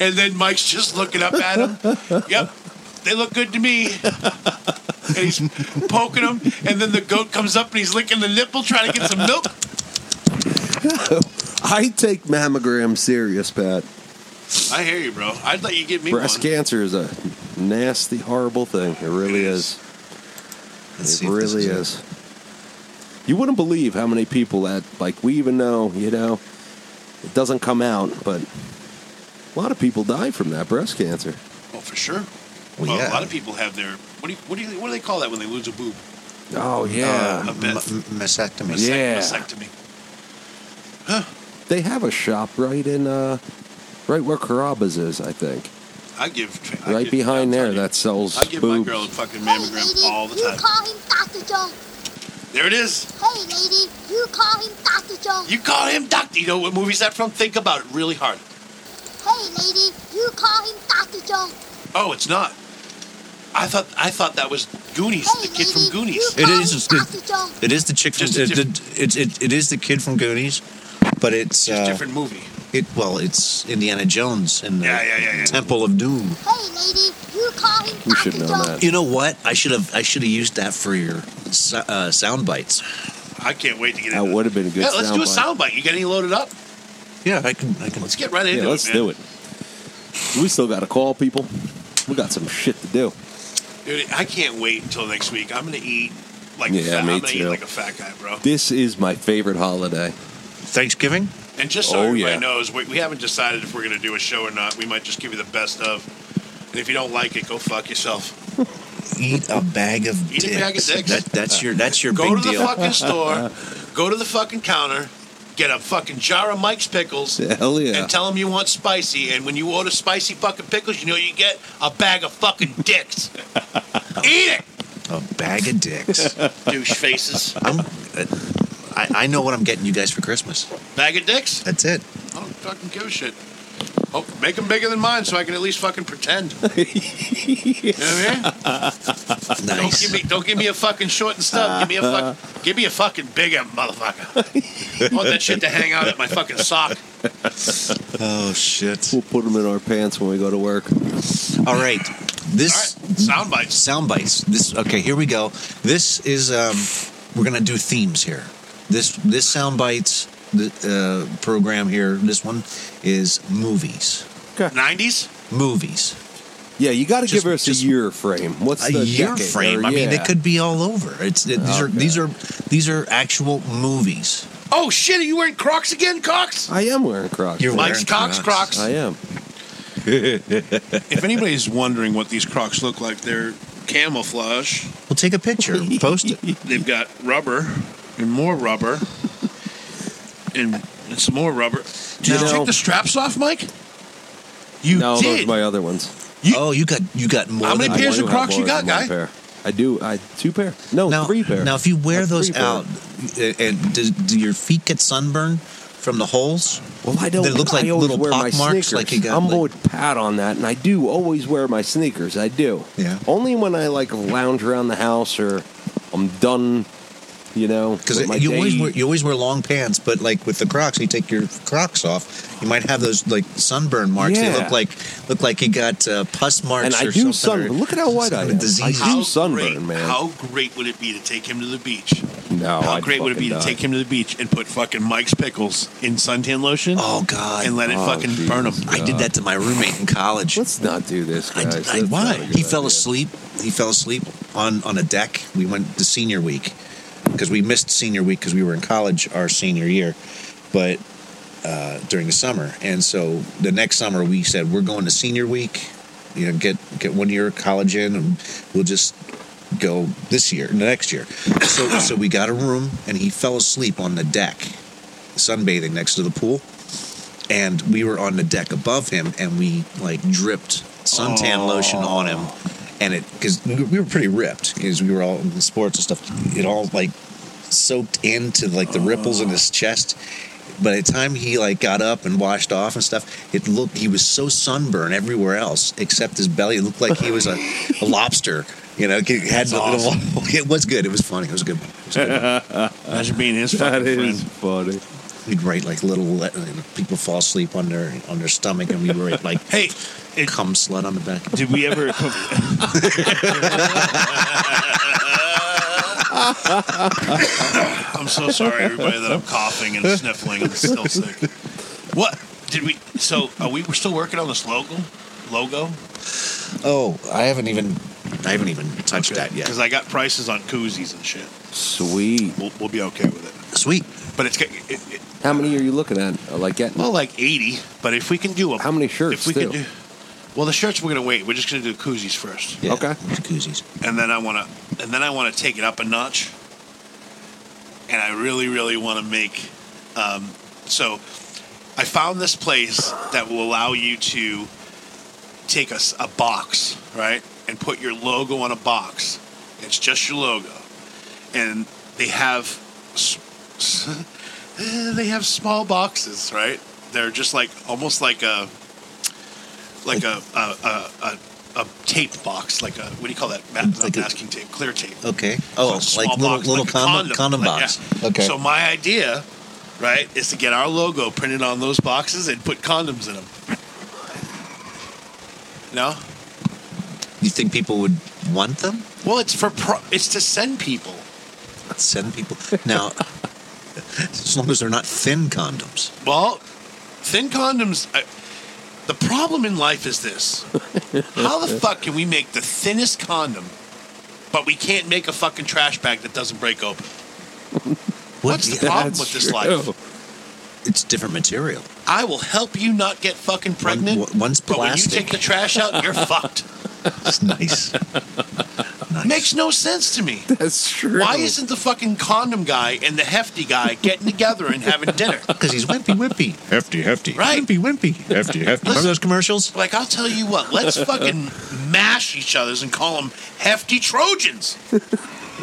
[SPEAKER 3] And then Mike's just looking up at him. Yep, they look good to me. And he's poking him, and then the goat comes up and he's licking the nipple, trying to get some milk.
[SPEAKER 4] I take mammograms serious, Pat.
[SPEAKER 3] I hear you, bro. I'd let you give me
[SPEAKER 4] Breast
[SPEAKER 3] one.
[SPEAKER 4] cancer is a nasty, horrible thing. It really is.
[SPEAKER 2] Let's see
[SPEAKER 4] it
[SPEAKER 2] if this
[SPEAKER 4] really
[SPEAKER 2] is-
[SPEAKER 4] is. You wouldn't believe how many people that like we even know. You know, it doesn't come out, but a lot of people die from that breast cancer.
[SPEAKER 3] Oh, for sure.
[SPEAKER 2] Well,
[SPEAKER 3] Well,
[SPEAKER 2] yeah.
[SPEAKER 3] a lot of people have their what do you, what do you, what do they call that when they lose a boob?
[SPEAKER 4] Oh yeah,
[SPEAKER 3] Uh,
[SPEAKER 2] M- mastectomy.
[SPEAKER 3] Mastect-
[SPEAKER 4] Yeah.
[SPEAKER 3] mastectomy.
[SPEAKER 4] they have a shop right in uh, right where Carrabba's is, I think,
[SPEAKER 3] I give tra- I
[SPEAKER 4] right
[SPEAKER 3] give-
[SPEAKER 4] behind
[SPEAKER 3] I'm
[SPEAKER 4] there.
[SPEAKER 3] telling you,
[SPEAKER 4] That sells
[SPEAKER 3] I give my
[SPEAKER 4] boobs.
[SPEAKER 3] girl a fucking
[SPEAKER 5] Hey,
[SPEAKER 3] mammogram
[SPEAKER 5] lady,
[SPEAKER 3] all the
[SPEAKER 5] You
[SPEAKER 3] time.
[SPEAKER 5] call him Dr. Jones.
[SPEAKER 3] There it is.
[SPEAKER 5] Hey, lady, you call him Dr. Jones.
[SPEAKER 3] You call him Doctor. You know what movie's that from? Think about it really hard.
[SPEAKER 5] hey, lady, you call him Dr. Jones.
[SPEAKER 3] Oh, it's not. I thought I thought that was Goonies,
[SPEAKER 5] Hey,
[SPEAKER 3] the kid
[SPEAKER 5] lady,
[SPEAKER 3] from Goonies.
[SPEAKER 5] You
[SPEAKER 2] It
[SPEAKER 5] call
[SPEAKER 2] is, it's
[SPEAKER 5] him
[SPEAKER 2] good.
[SPEAKER 5] Dr. Jones.
[SPEAKER 2] It is the chick from.
[SPEAKER 3] Just a
[SPEAKER 2] it-
[SPEAKER 3] different-
[SPEAKER 2] it's it, it is the kid from Goonies, but it's
[SPEAKER 3] It's just a
[SPEAKER 2] uh,
[SPEAKER 3] different movie.
[SPEAKER 2] It well, it's Indiana Jones and the
[SPEAKER 3] Yeah, yeah, yeah, yeah.
[SPEAKER 2] Temple of Doom.
[SPEAKER 5] Hey, lady, you call him
[SPEAKER 4] We
[SPEAKER 5] Dr.
[SPEAKER 4] should know
[SPEAKER 5] Jones.
[SPEAKER 4] that.
[SPEAKER 2] You know what? I should have I should have used that for your so- uh, sound bites.
[SPEAKER 3] I can't wait to get
[SPEAKER 4] That
[SPEAKER 3] into
[SPEAKER 4] would have been a good.
[SPEAKER 3] Yeah, let's do a
[SPEAKER 4] soundbite.
[SPEAKER 3] soundbite. You got any loaded up?
[SPEAKER 2] Yeah, I can. I can.
[SPEAKER 3] Let's get right into
[SPEAKER 4] Yeah,
[SPEAKER 3] it.
[SPEAKER 4] let's
[SPEAKER 3] man.
[SPEAKER 4] do it. We still got to call people. We got some shit to do.
[SPEAKER 3] Dude, I can't wait until next week. I'm gonna eat like
[SPEAKER 4] Yeah,
[SPEAKER 3] fat,
[SPEAKER 4] me
[SPEAKER 3] I'm gonna eat
[SPEAKER 4] too.
[SPEAKER 3] like a fat guy, bro.
[SPEAKER 4] This is my favorite holiday.
[SPEAKER 2] Thanksgiving.
[SPEAKER 3] And just so
[SPEAKER 4] Oh,
[SPEAKER 3] everybody
[SPEAKER 4] yeah.
[SPEAKER 3] knows, we, we haven't decided if we're gonna do a show or not. We might just give you the best of. And if you don't like it, go fuck yourself.
[SPEAKER 2] Eat a bag of
[SPEAKER 3] Eat a
[SPEAKER 2] dicks.
[SPEAKER 3] bag of dicks.
[SPEAKER 2] That, that's your that's your
[SPEAKER 3] Go
[SPEAKER 2] big
[SPEAKER 3] to
[SPEAKER 2] deal.
[SPEAKER 3] the
[SPEAKER 4] <laughs>
[SPEAKER 3] fucking store. Go to the fucking counter. Get a fucking jar of Mike's pickles.
[SPEAKER 4] Hell yeah.
[SPEAKER 3] And tell them you want spicy. And when you order spicy fucking pickles, you know you get a bag of fucking
[SPEAKER 4] <laughs>
[SPEAKER 3] dicks. Eat it,
[SPEAKER 2] a bag of dicks.
[SPEAKER 3] douche faces.
[SPEAKER 2] I'm, I, I know what I'm getting you guys for Christmas.
[SPEAKER 3] Bag of dicks.
[SPEAKER 2] That's it.
[SPEAKER 3] I don't fucking give a shit. Oh,
[SPEAKER 4] <laughs>
[SPEAKER 3] make them bigger than mine so I can at least fucking pretend. you know what I mean? stuff.
[SPEAKER 2] Nice.
[SPEAKER 3] <laughs> Don't give me don't give me a fucking short and stuff. Give me a
[SPEAKER 4] Uh-huh.
[SPEAKER 3] fuck. give me a fucking big M, motherfucker.
[SPEAKER 4] <laughs>
[SPEAKER 3] I want that shit to hang out at my fucking sock.
[SPEAKER 2] Oh shit!
[SPEAKER 4] We'll put them in our pants when we go to work.
[SPEAKER 2] All right,
[SPEAKER 3] All
[SPEAKER 2] this
[SPEAKER 3] right, sound bites.
[SPEAKER 2] sound bites. This okay. Here we go. This is um, we're gonna do themes here. This this sound bites the uh, program here. This one is movies.
[SPEAKER 3] Nineties.
[SPEAKER 2] Movies.
[SPEAKER 4] Yeah, you got to
[SPEAKER 2] Just-
[SPEAKER 4] give us
[SPEAKER 2] just
[SPEAKER 4] a year frame. What's
[SPEAKER 2] a
[SPEAKER 4] the
[SPEAKER 2] year
[SPEAKER 4] decade?
[SPEAKER 2] frame.
[SPEAKER 4] Or-
[SPEAKER 2] I mean,
[SPEAKER 4] yeah. Oh,
[SPEAKER 2] it could be all over. It's it, these are
[SPEAKER 4] Okay.
[SPEAKER 2] these are these are actual movies.
[SPEAKER 3] Oh shit! Are you wearing Crocs again, Cox?
[SPEAKER 4] I am wearing Oh, Crocs.
[SPEAKER 2] You're
[SPEAKER 3] Mike's
[SPEAKER 2] wearing
[SPEAKER 3] Cox
[SPEAKER 2] Crocs.
[SPEAKER 3] Crocs.
[SPEAKER 4] I am.
[SPEAKER 3] If anybody's wondering what these Crocs look like, they're camouflage.
[SPEAKER 2] We'll take a picture, and post
[SPEAKER 4] <laughs>
[SPEAKER 2] it.
[SPEAKER 3] They've got rubber and more rubber and, and some more rubber. Did
[SPEAKER 4] Now-
[SPEAKER 3] you take the straps off, Mike? You
[SPEAKER 4] no, those are
[SPEAKER 3] did.
[SPEAKER 4] my other ones.
[SPEAKER 2] oh, you got you got more.
[SPEAKER 3] How
[SPEAKER 2] than
[SPEAKER 3] many
[SPEAKER 2] one.
[SPEAKER 3] pairs
[SPEAKER 4] I
[SPEAKER 3] of
[SPEAKER 4] do have
[SPEAKER 3] Crocs you
[SPEAKER 4] more
[SPEAKER 3] got,
[SPEAKER 4] than one
[SPEAKER 3] guy?
[SPEAKER 4] Pair. I do. I two pair. No,
[SPEAKER 2] Now,
[SPEAKER 4] three pair.
[SPEAKER 2] now, if you wear
[SPEAKER 4] A
[SPEAKER 2] those
[SPEAKER 4] three pair.
[SPEAKER 2] out, uh, and do, do your feet get sunburned from the holes?
[SPEAKER 4] Well, I don't.
[SPEAKER 2] They look like
[SPEAKER 4] I always
[SPEAKER 2] little
[SPEAKER 4] wear my
[SPEAKER 2] pock marks,
[SPEAKER 4] sneakers.
[SPEAKER 2] like you got,
[SPEAKER 4] I'm
[SPEAKER 2] like-
[SPEAKER 4] old pat on that, and I do always wear my sneakers. I do.
[SPEAKER 2] Yeah.
[SPEAKER 4] Only when I like lounge around the house or I'm done. You know,
[SPEAKER 2] Because
[SPEAKER 4] with my
[SPEAKER 2] you always
[SPEAKER 4] day.
[SPEAKER 2] wear, you always wear long pants, but like with the Crocs, you take your Crocs off, you might have those like sunburn marks. They
[SPEAKER 4] Yeah.
[SPEAKER 2] look like look like you got uh, pus marks.
[SPEAKER 4] and I
[SPEAKER 2] or something, or
[SPEAKER 4] do sunburn. Look at how white I
[SPEAKER 2] some
[SPEAKER 4] am. I
[SPEAKER 2] disease.
[SPEAKER 4] do sunburn,
[SPEAKER 3] great,
[SPEAKER 4] man.
[SPEAKER 3] How great would it be to take him to the beach?
[SPEAKER 4] no,
[SPEAKER 3] How
[SPEAKER 4] Oh, I'd
[SPEAKER 3] great would it be
[SPEAKER 4] fucking
[SPEAKER 3] to
[SPEAKER 4] die.
[SPEAKER 3] take him to the beach and put fucking Mike's pickles in suntan lotion
[SPEAKER 2] Oh God!
[SPEAKER 3] and let it
[SPEAKER 4] Oh,
[SPEAKER 3] fucking
[SPEAKER 4] Jesus.
[SPEAKER 3] burn him?
[SPEAKER 2] I did that to my roommate in college.
[SPEAKER 4] Let's not do this,
[SPEAKER 2] I,
[SPEAKER 4] guys. That's
[SPEAKER 2] I,
[SPEAKER 4] not
[SPEAKER 2] why?
[SPEAKER 4] a good
[SPEAKER 2] He fell
[SPEAKER 4] idea.
[SPEAKER 2] asleep. He fell asleep on on a deck. We went to senior week because we missed senior week because we were in college our senior year, but uh, during the summer. And so the next summer we said we're going to senior week. You know, get get one year of college in, and we'll just go this year, next year. So so we got a room, and he fell asleep on the deck, sunbathing next to the pool and we were on the deck above him and we like dripped suntan lotion on him and it because we were pretty ripped because we were all in sports and stuff it all like soaked into like the ripples in his chest by the time he like got up and washed off and stuff it looked he was so sunburned everywhere else except his belly it looked like he was a, a lobster you know it had the, <laughs> it was good it was funny it was good
[SPEAKER 3] Imagine being his
[SPEAKER 4] <laughs> That
[SPEAKER 3] fucking
[SPEAKER 4] is
[SPEAKER 3] friend.
[SPEAKER 4] funny.
[SPEAKER 2] we'd write like little le- people fall asleep on their on their stomach and we write like
[SPEAKER 3] <laughs> Hey, it,
[SPEAKER 2] cum slut on the back
[SPEAKER 3] did we ever?
[SPEAKER 4] <laughs>
[SPEAKER 3] <laughs> I'm so sorry, everybody, that I'm coughing and sniffling and still sick. What did we? So are we? We're still working on this logo. Logo,
[SPEAKER 2] Oh, I haven't even I haven't even touched that yet.
[SPEAKER 3] because I got prices on koozies and shit.
[SPEAKER 4] Sweet.
[SPEAKER 3] We'll, we'll be okay with it.
[SPEAKER 2] Sweet.
[SPEAKER 3] But it's get- it, it,
[SPEAKER 4] How many are you looking at? Uh, Like getting?
[SPEAKER 3] well like eighty. But if we can do them,
[SPEAKER 4] How many
[SPEAKER 3] If
[SPEAKER 4] shirts,
[SPEAKER 3] we
[SPEAKER 4] too?
[SPEAKER 3] do, well, the shirts we're gonna wait. We're just gonna do koozies first,
[SPEAKER 2] Yeah,
[SPEAKER 4] Okay.
[SPEAKER 2] it's Koozies.
[SPEAKER 3] and then I wanna and then I wanna take it up a notch. And I really, really want to make. Um, so, I found this place that will allow you to take a, s- a box, right, and put your logo on a box. It's just your logo, and they have s- <laughs> s- eh, they have small boxes, right? They're just like almost like a like a a, a, a, a tape box, like a what do you call that? Ma- not
[SPEAKER 2] Like a-
[SPEAKER 3] masking tape, clear tape.
[SPEAKER 2] Okay.
[SPEAKER 3] So
[SPEAKER 2] Oh,
[SPEAKER 3] a small
[SPEAKER 2] like little
[SPEAKER 3] box,
[SPEAKER 2] little
[SPEAKER 3] like a
[SPEAKER 2] condom, condom
[SPEAKER 3] like,
[SPEAKER 2] box.
[SPEAKER 3] yeah.
[SPEAKER 2] Okay.
[SPEAKER 3] So my idea, right, is to get our logo printed on those boxes and put condoms in them. No.
[SPEAKER 2] you think people would want them?
[SPEAKER 3] Well, it's for pro- it's to send people.
[SPEAKER 2] Send people now. as long as they're not thin condoms.
[SPEAKER 3] Well, thin condoms. I, the problem in life
[SPEAKER 2] <laughs>
[SPEAKER 3] is this: how the fuck can we make the thinnest condom, but we can't make a fucking trash bag that doesn't break open? What's the
[SPEAKER 2] yeah,
[SPEAKER 3] problem
[SPEAKER 4] That's
[SPEAKER 3] with this
[SPEAKER 4] true.
[SPEAKER 3] life?
[SPEAKER 2] It's different material.
[SPEAKER 3] I will help you not get fucking pregnant.
[SPEAKER 2] one- one's
[SPEAKER 3] but when you take
[SPEAKER 2] plastic.
[SPEAKER 3] the trash
[SPEAKER 2] <laughs>
[SPEAKER 3] out, you're fucked.
[SPEAKER 2] It's
[SPEAKER 3] <laughs>
[SPEAKER 2] nice. nice.
[SPEAKER 3] Makes no sense
[SPEAKER 2] <laughs>
[SPEAKER 3] to me.
[SPEAKER 4] <laughs> That's true.
[SPEAKER 3] Why isn't the fucking condom guy and the hefty guy getting together and having dinner?
[SPEAKER 2] because he's wimpy, wimpy, hefty, hefty,
[SPEAKER 3] Right.
[SPEAKER 2] wimpy, wimpy, hefty, hefty. Remember those commercials?
[SPEAKER 3] Like, I'll tell you what, let's
[SPEAKER 2] <laughs>
[SPEAKER 3] fucking mash each other's and call them hefty Trojans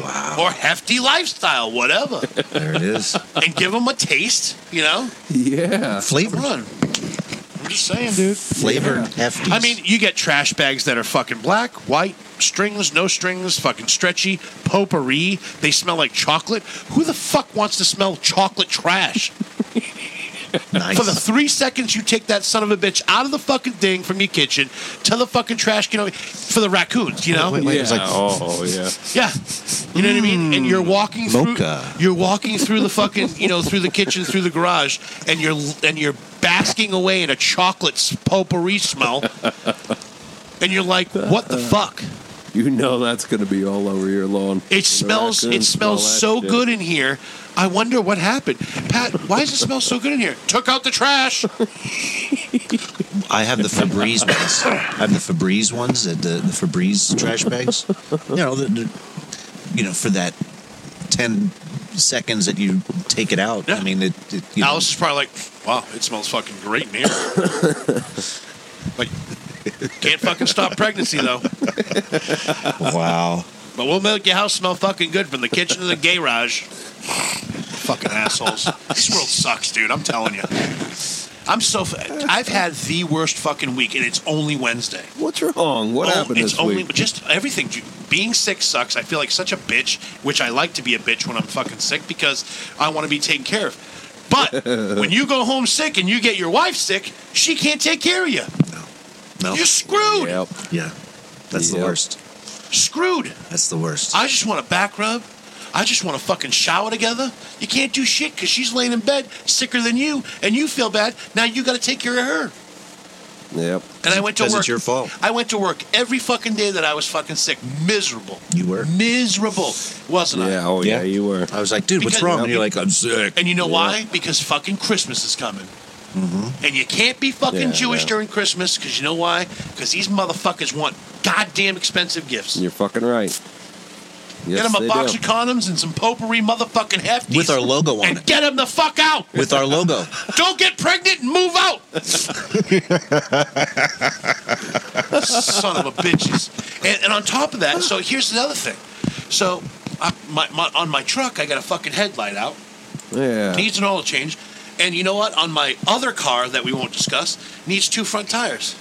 [SPEAKER 2] Wow,
[SPEAKER 3] or hefty lifestyle, whatever, <laughs>
[SPEAKER 2] there it is.
[SPEAKER 3] and give them a taste, you know?
[SPEAKER 4] Yeah.
[SPEAKER 2] Flavor.
[SPEAKER 3] Run. I'm just saying, dude.
[SPEAKER 2] Flavored hefties.
[SPEAKER 3] I mean, you get trash bags that are fucking black, white, strings, no strings, fucking stretchy, potpourri. They smell like chocolate. Who the fuck wants to smell chocolate trash?
[SPEAKER 2] nice.
[SPEAKER 3] For the three seconds you take that son of a bitch out of the fucking thing from your kitchen to the fucking trash, you know, for the raccoons, you know?
[SPEAKER 2] Wait, wait, it was like-
[SPEAKER 6] oh yeah.
[SPEAKER 3] Yeah, you know what I mean. And you're
[SPEAKER 4] Mm.
[SPEAKER 3] walking through.
[SPEAKER 2] Mocha.
[SPEAKER 3] You're walking through the fucking, you know, through the kitchen, through the garage, and you're and you're basking away in a chocolate s- potpourri smell. And you're like, what the fuck?
[SPEAKER 4] You know that's going to be all over your lawn.
[SPEAKER 3] It smells. It
[SPEAKER 4] raccoons smell
[SPEAKER 3] smells
[SPEAKER 4] that
[SPEAKER 3] so
[SPEAKER 4] shit.
[SPEAKER 3] good in here. I wonder what happened. Pat, why does it smell so good in here? Took out the trash.
[SPEAKER 2] I have the Febreze ones. I have the Febreze ones, the, the, the Febreze trash bags. You know, the, the, you know, for that ten seconds that you take it out.
[SPEAKER 3] Yeah.
[SPEAKER 2] I mean, it. it you know,
[SPEAKER 3] Alice is probably like, wow, it smells fucking great in
[SPEAKER 4] <laughs>
[SPEAKER 3] here. like, can't fucking stop pregnancy though.
[SPEAKER 2] wow.
[SPEAKER 3] But we'll make your house smell fucking good from the kitchen to the garage. fucking assholes. This world sucks, dude. I'm telling you. I'm so. F- I've had the worst fucking week, and it's only Wednesday.
[SPEAKER 4] What's wrong? What
[SPEAKER 3] Oh,
[SPEAKER 4] happened
[SPEAKER 3] it's
[SPEAKER 4] this
[SPEAKER 3] only
[SPEAKER 4] week?
[SPEAKER 3] just everything. dude. Being sick sucks. I feel like such a bitch, which I like to be a bitch when I'm fucking sick because I want to be taken care of.
[SPEAKER 4] <laughs>
[SPEAKER 3] But when you go home sick and you get your wife sick, she can't take care of you.
[SPEAKER 2] No.
[SPEAKER 3] You're screwed.
[SPEAKER 4] Yep.
[SPEAKER 2] Yeah. That's the
[SPEAKER 4] Yep.
[SPEAKER 2] worst.
[SPEAKER 3] Screwed.
[SPEAKER 2] That's the worst.
[SPEAKER 3] I just want a back rub. I just want to fucking shower together. You can't do shit because she's laying in bed sicker than you, and you feel bad. Now you got to take care of her.
[SPEAKER 4] Yep.
[SPEAKER 3] And I went to
[SPEAKER 2] Because
[SPEAKER 3] work.
[SPEAKER 2] it's your fault.
[SPEAKER 3] I went to work every fucking day that I was fucking sick. Miserable.
[SPEAKER 2] You were.
[SPEAKER 3] Miserable, wasn't I?
[SPEAKER 4] Yeah. Oh yeah.
[SPEAKER 2] Yeah.
[SPEAKER 4] You were.
[SPEAKER 2] I was like, dude, what's
[SPEAKER 3] Because-
[SPEAKER 2] wrong? And you're like, I'm sick.
[SPEAKER 3] And you know why? Because fucking Christmas is coming.
[SPEAKER 2] Mm-hmm.
[SPEAKER 3] And you can't be fucking
[SPEAKER 4] Yeah,
[SPEAKER 3] Jewish
[SPEAKER 4] yeah.
[SPEAKER 3] during Christmas because you know why? Because these motherfuckers want goddamn expensive gifts.
[SPEAKER 4] You're fucking right. Yes,
[SPEAKER 3] Get them a
[SPEAKER 4] they
[SPEAKER 3] box
[SPEAKER 4] do.
[SPEAKER 3] of condoms and some potpourri motherfucking hefties.
[SPEAKER 2] With our logo on
[SPEAKER 3] <laughs> and
[SPEAKER 2] it.
[SPEAKER 3] get them the fuck out.
[SPEAKER 2] With our logo.
[SPEAKER 3] Don't get pregnant and move out. Son of a bitches. And, and on top of that, so here's another thing. So I, my, my, on my truck, I got a fucking headlight out.
[SPEAKER 4] Yeah.
[SPEAKER 3] Needs an oil change. And you know what? On my other car that we won't discuss, needs two front tires.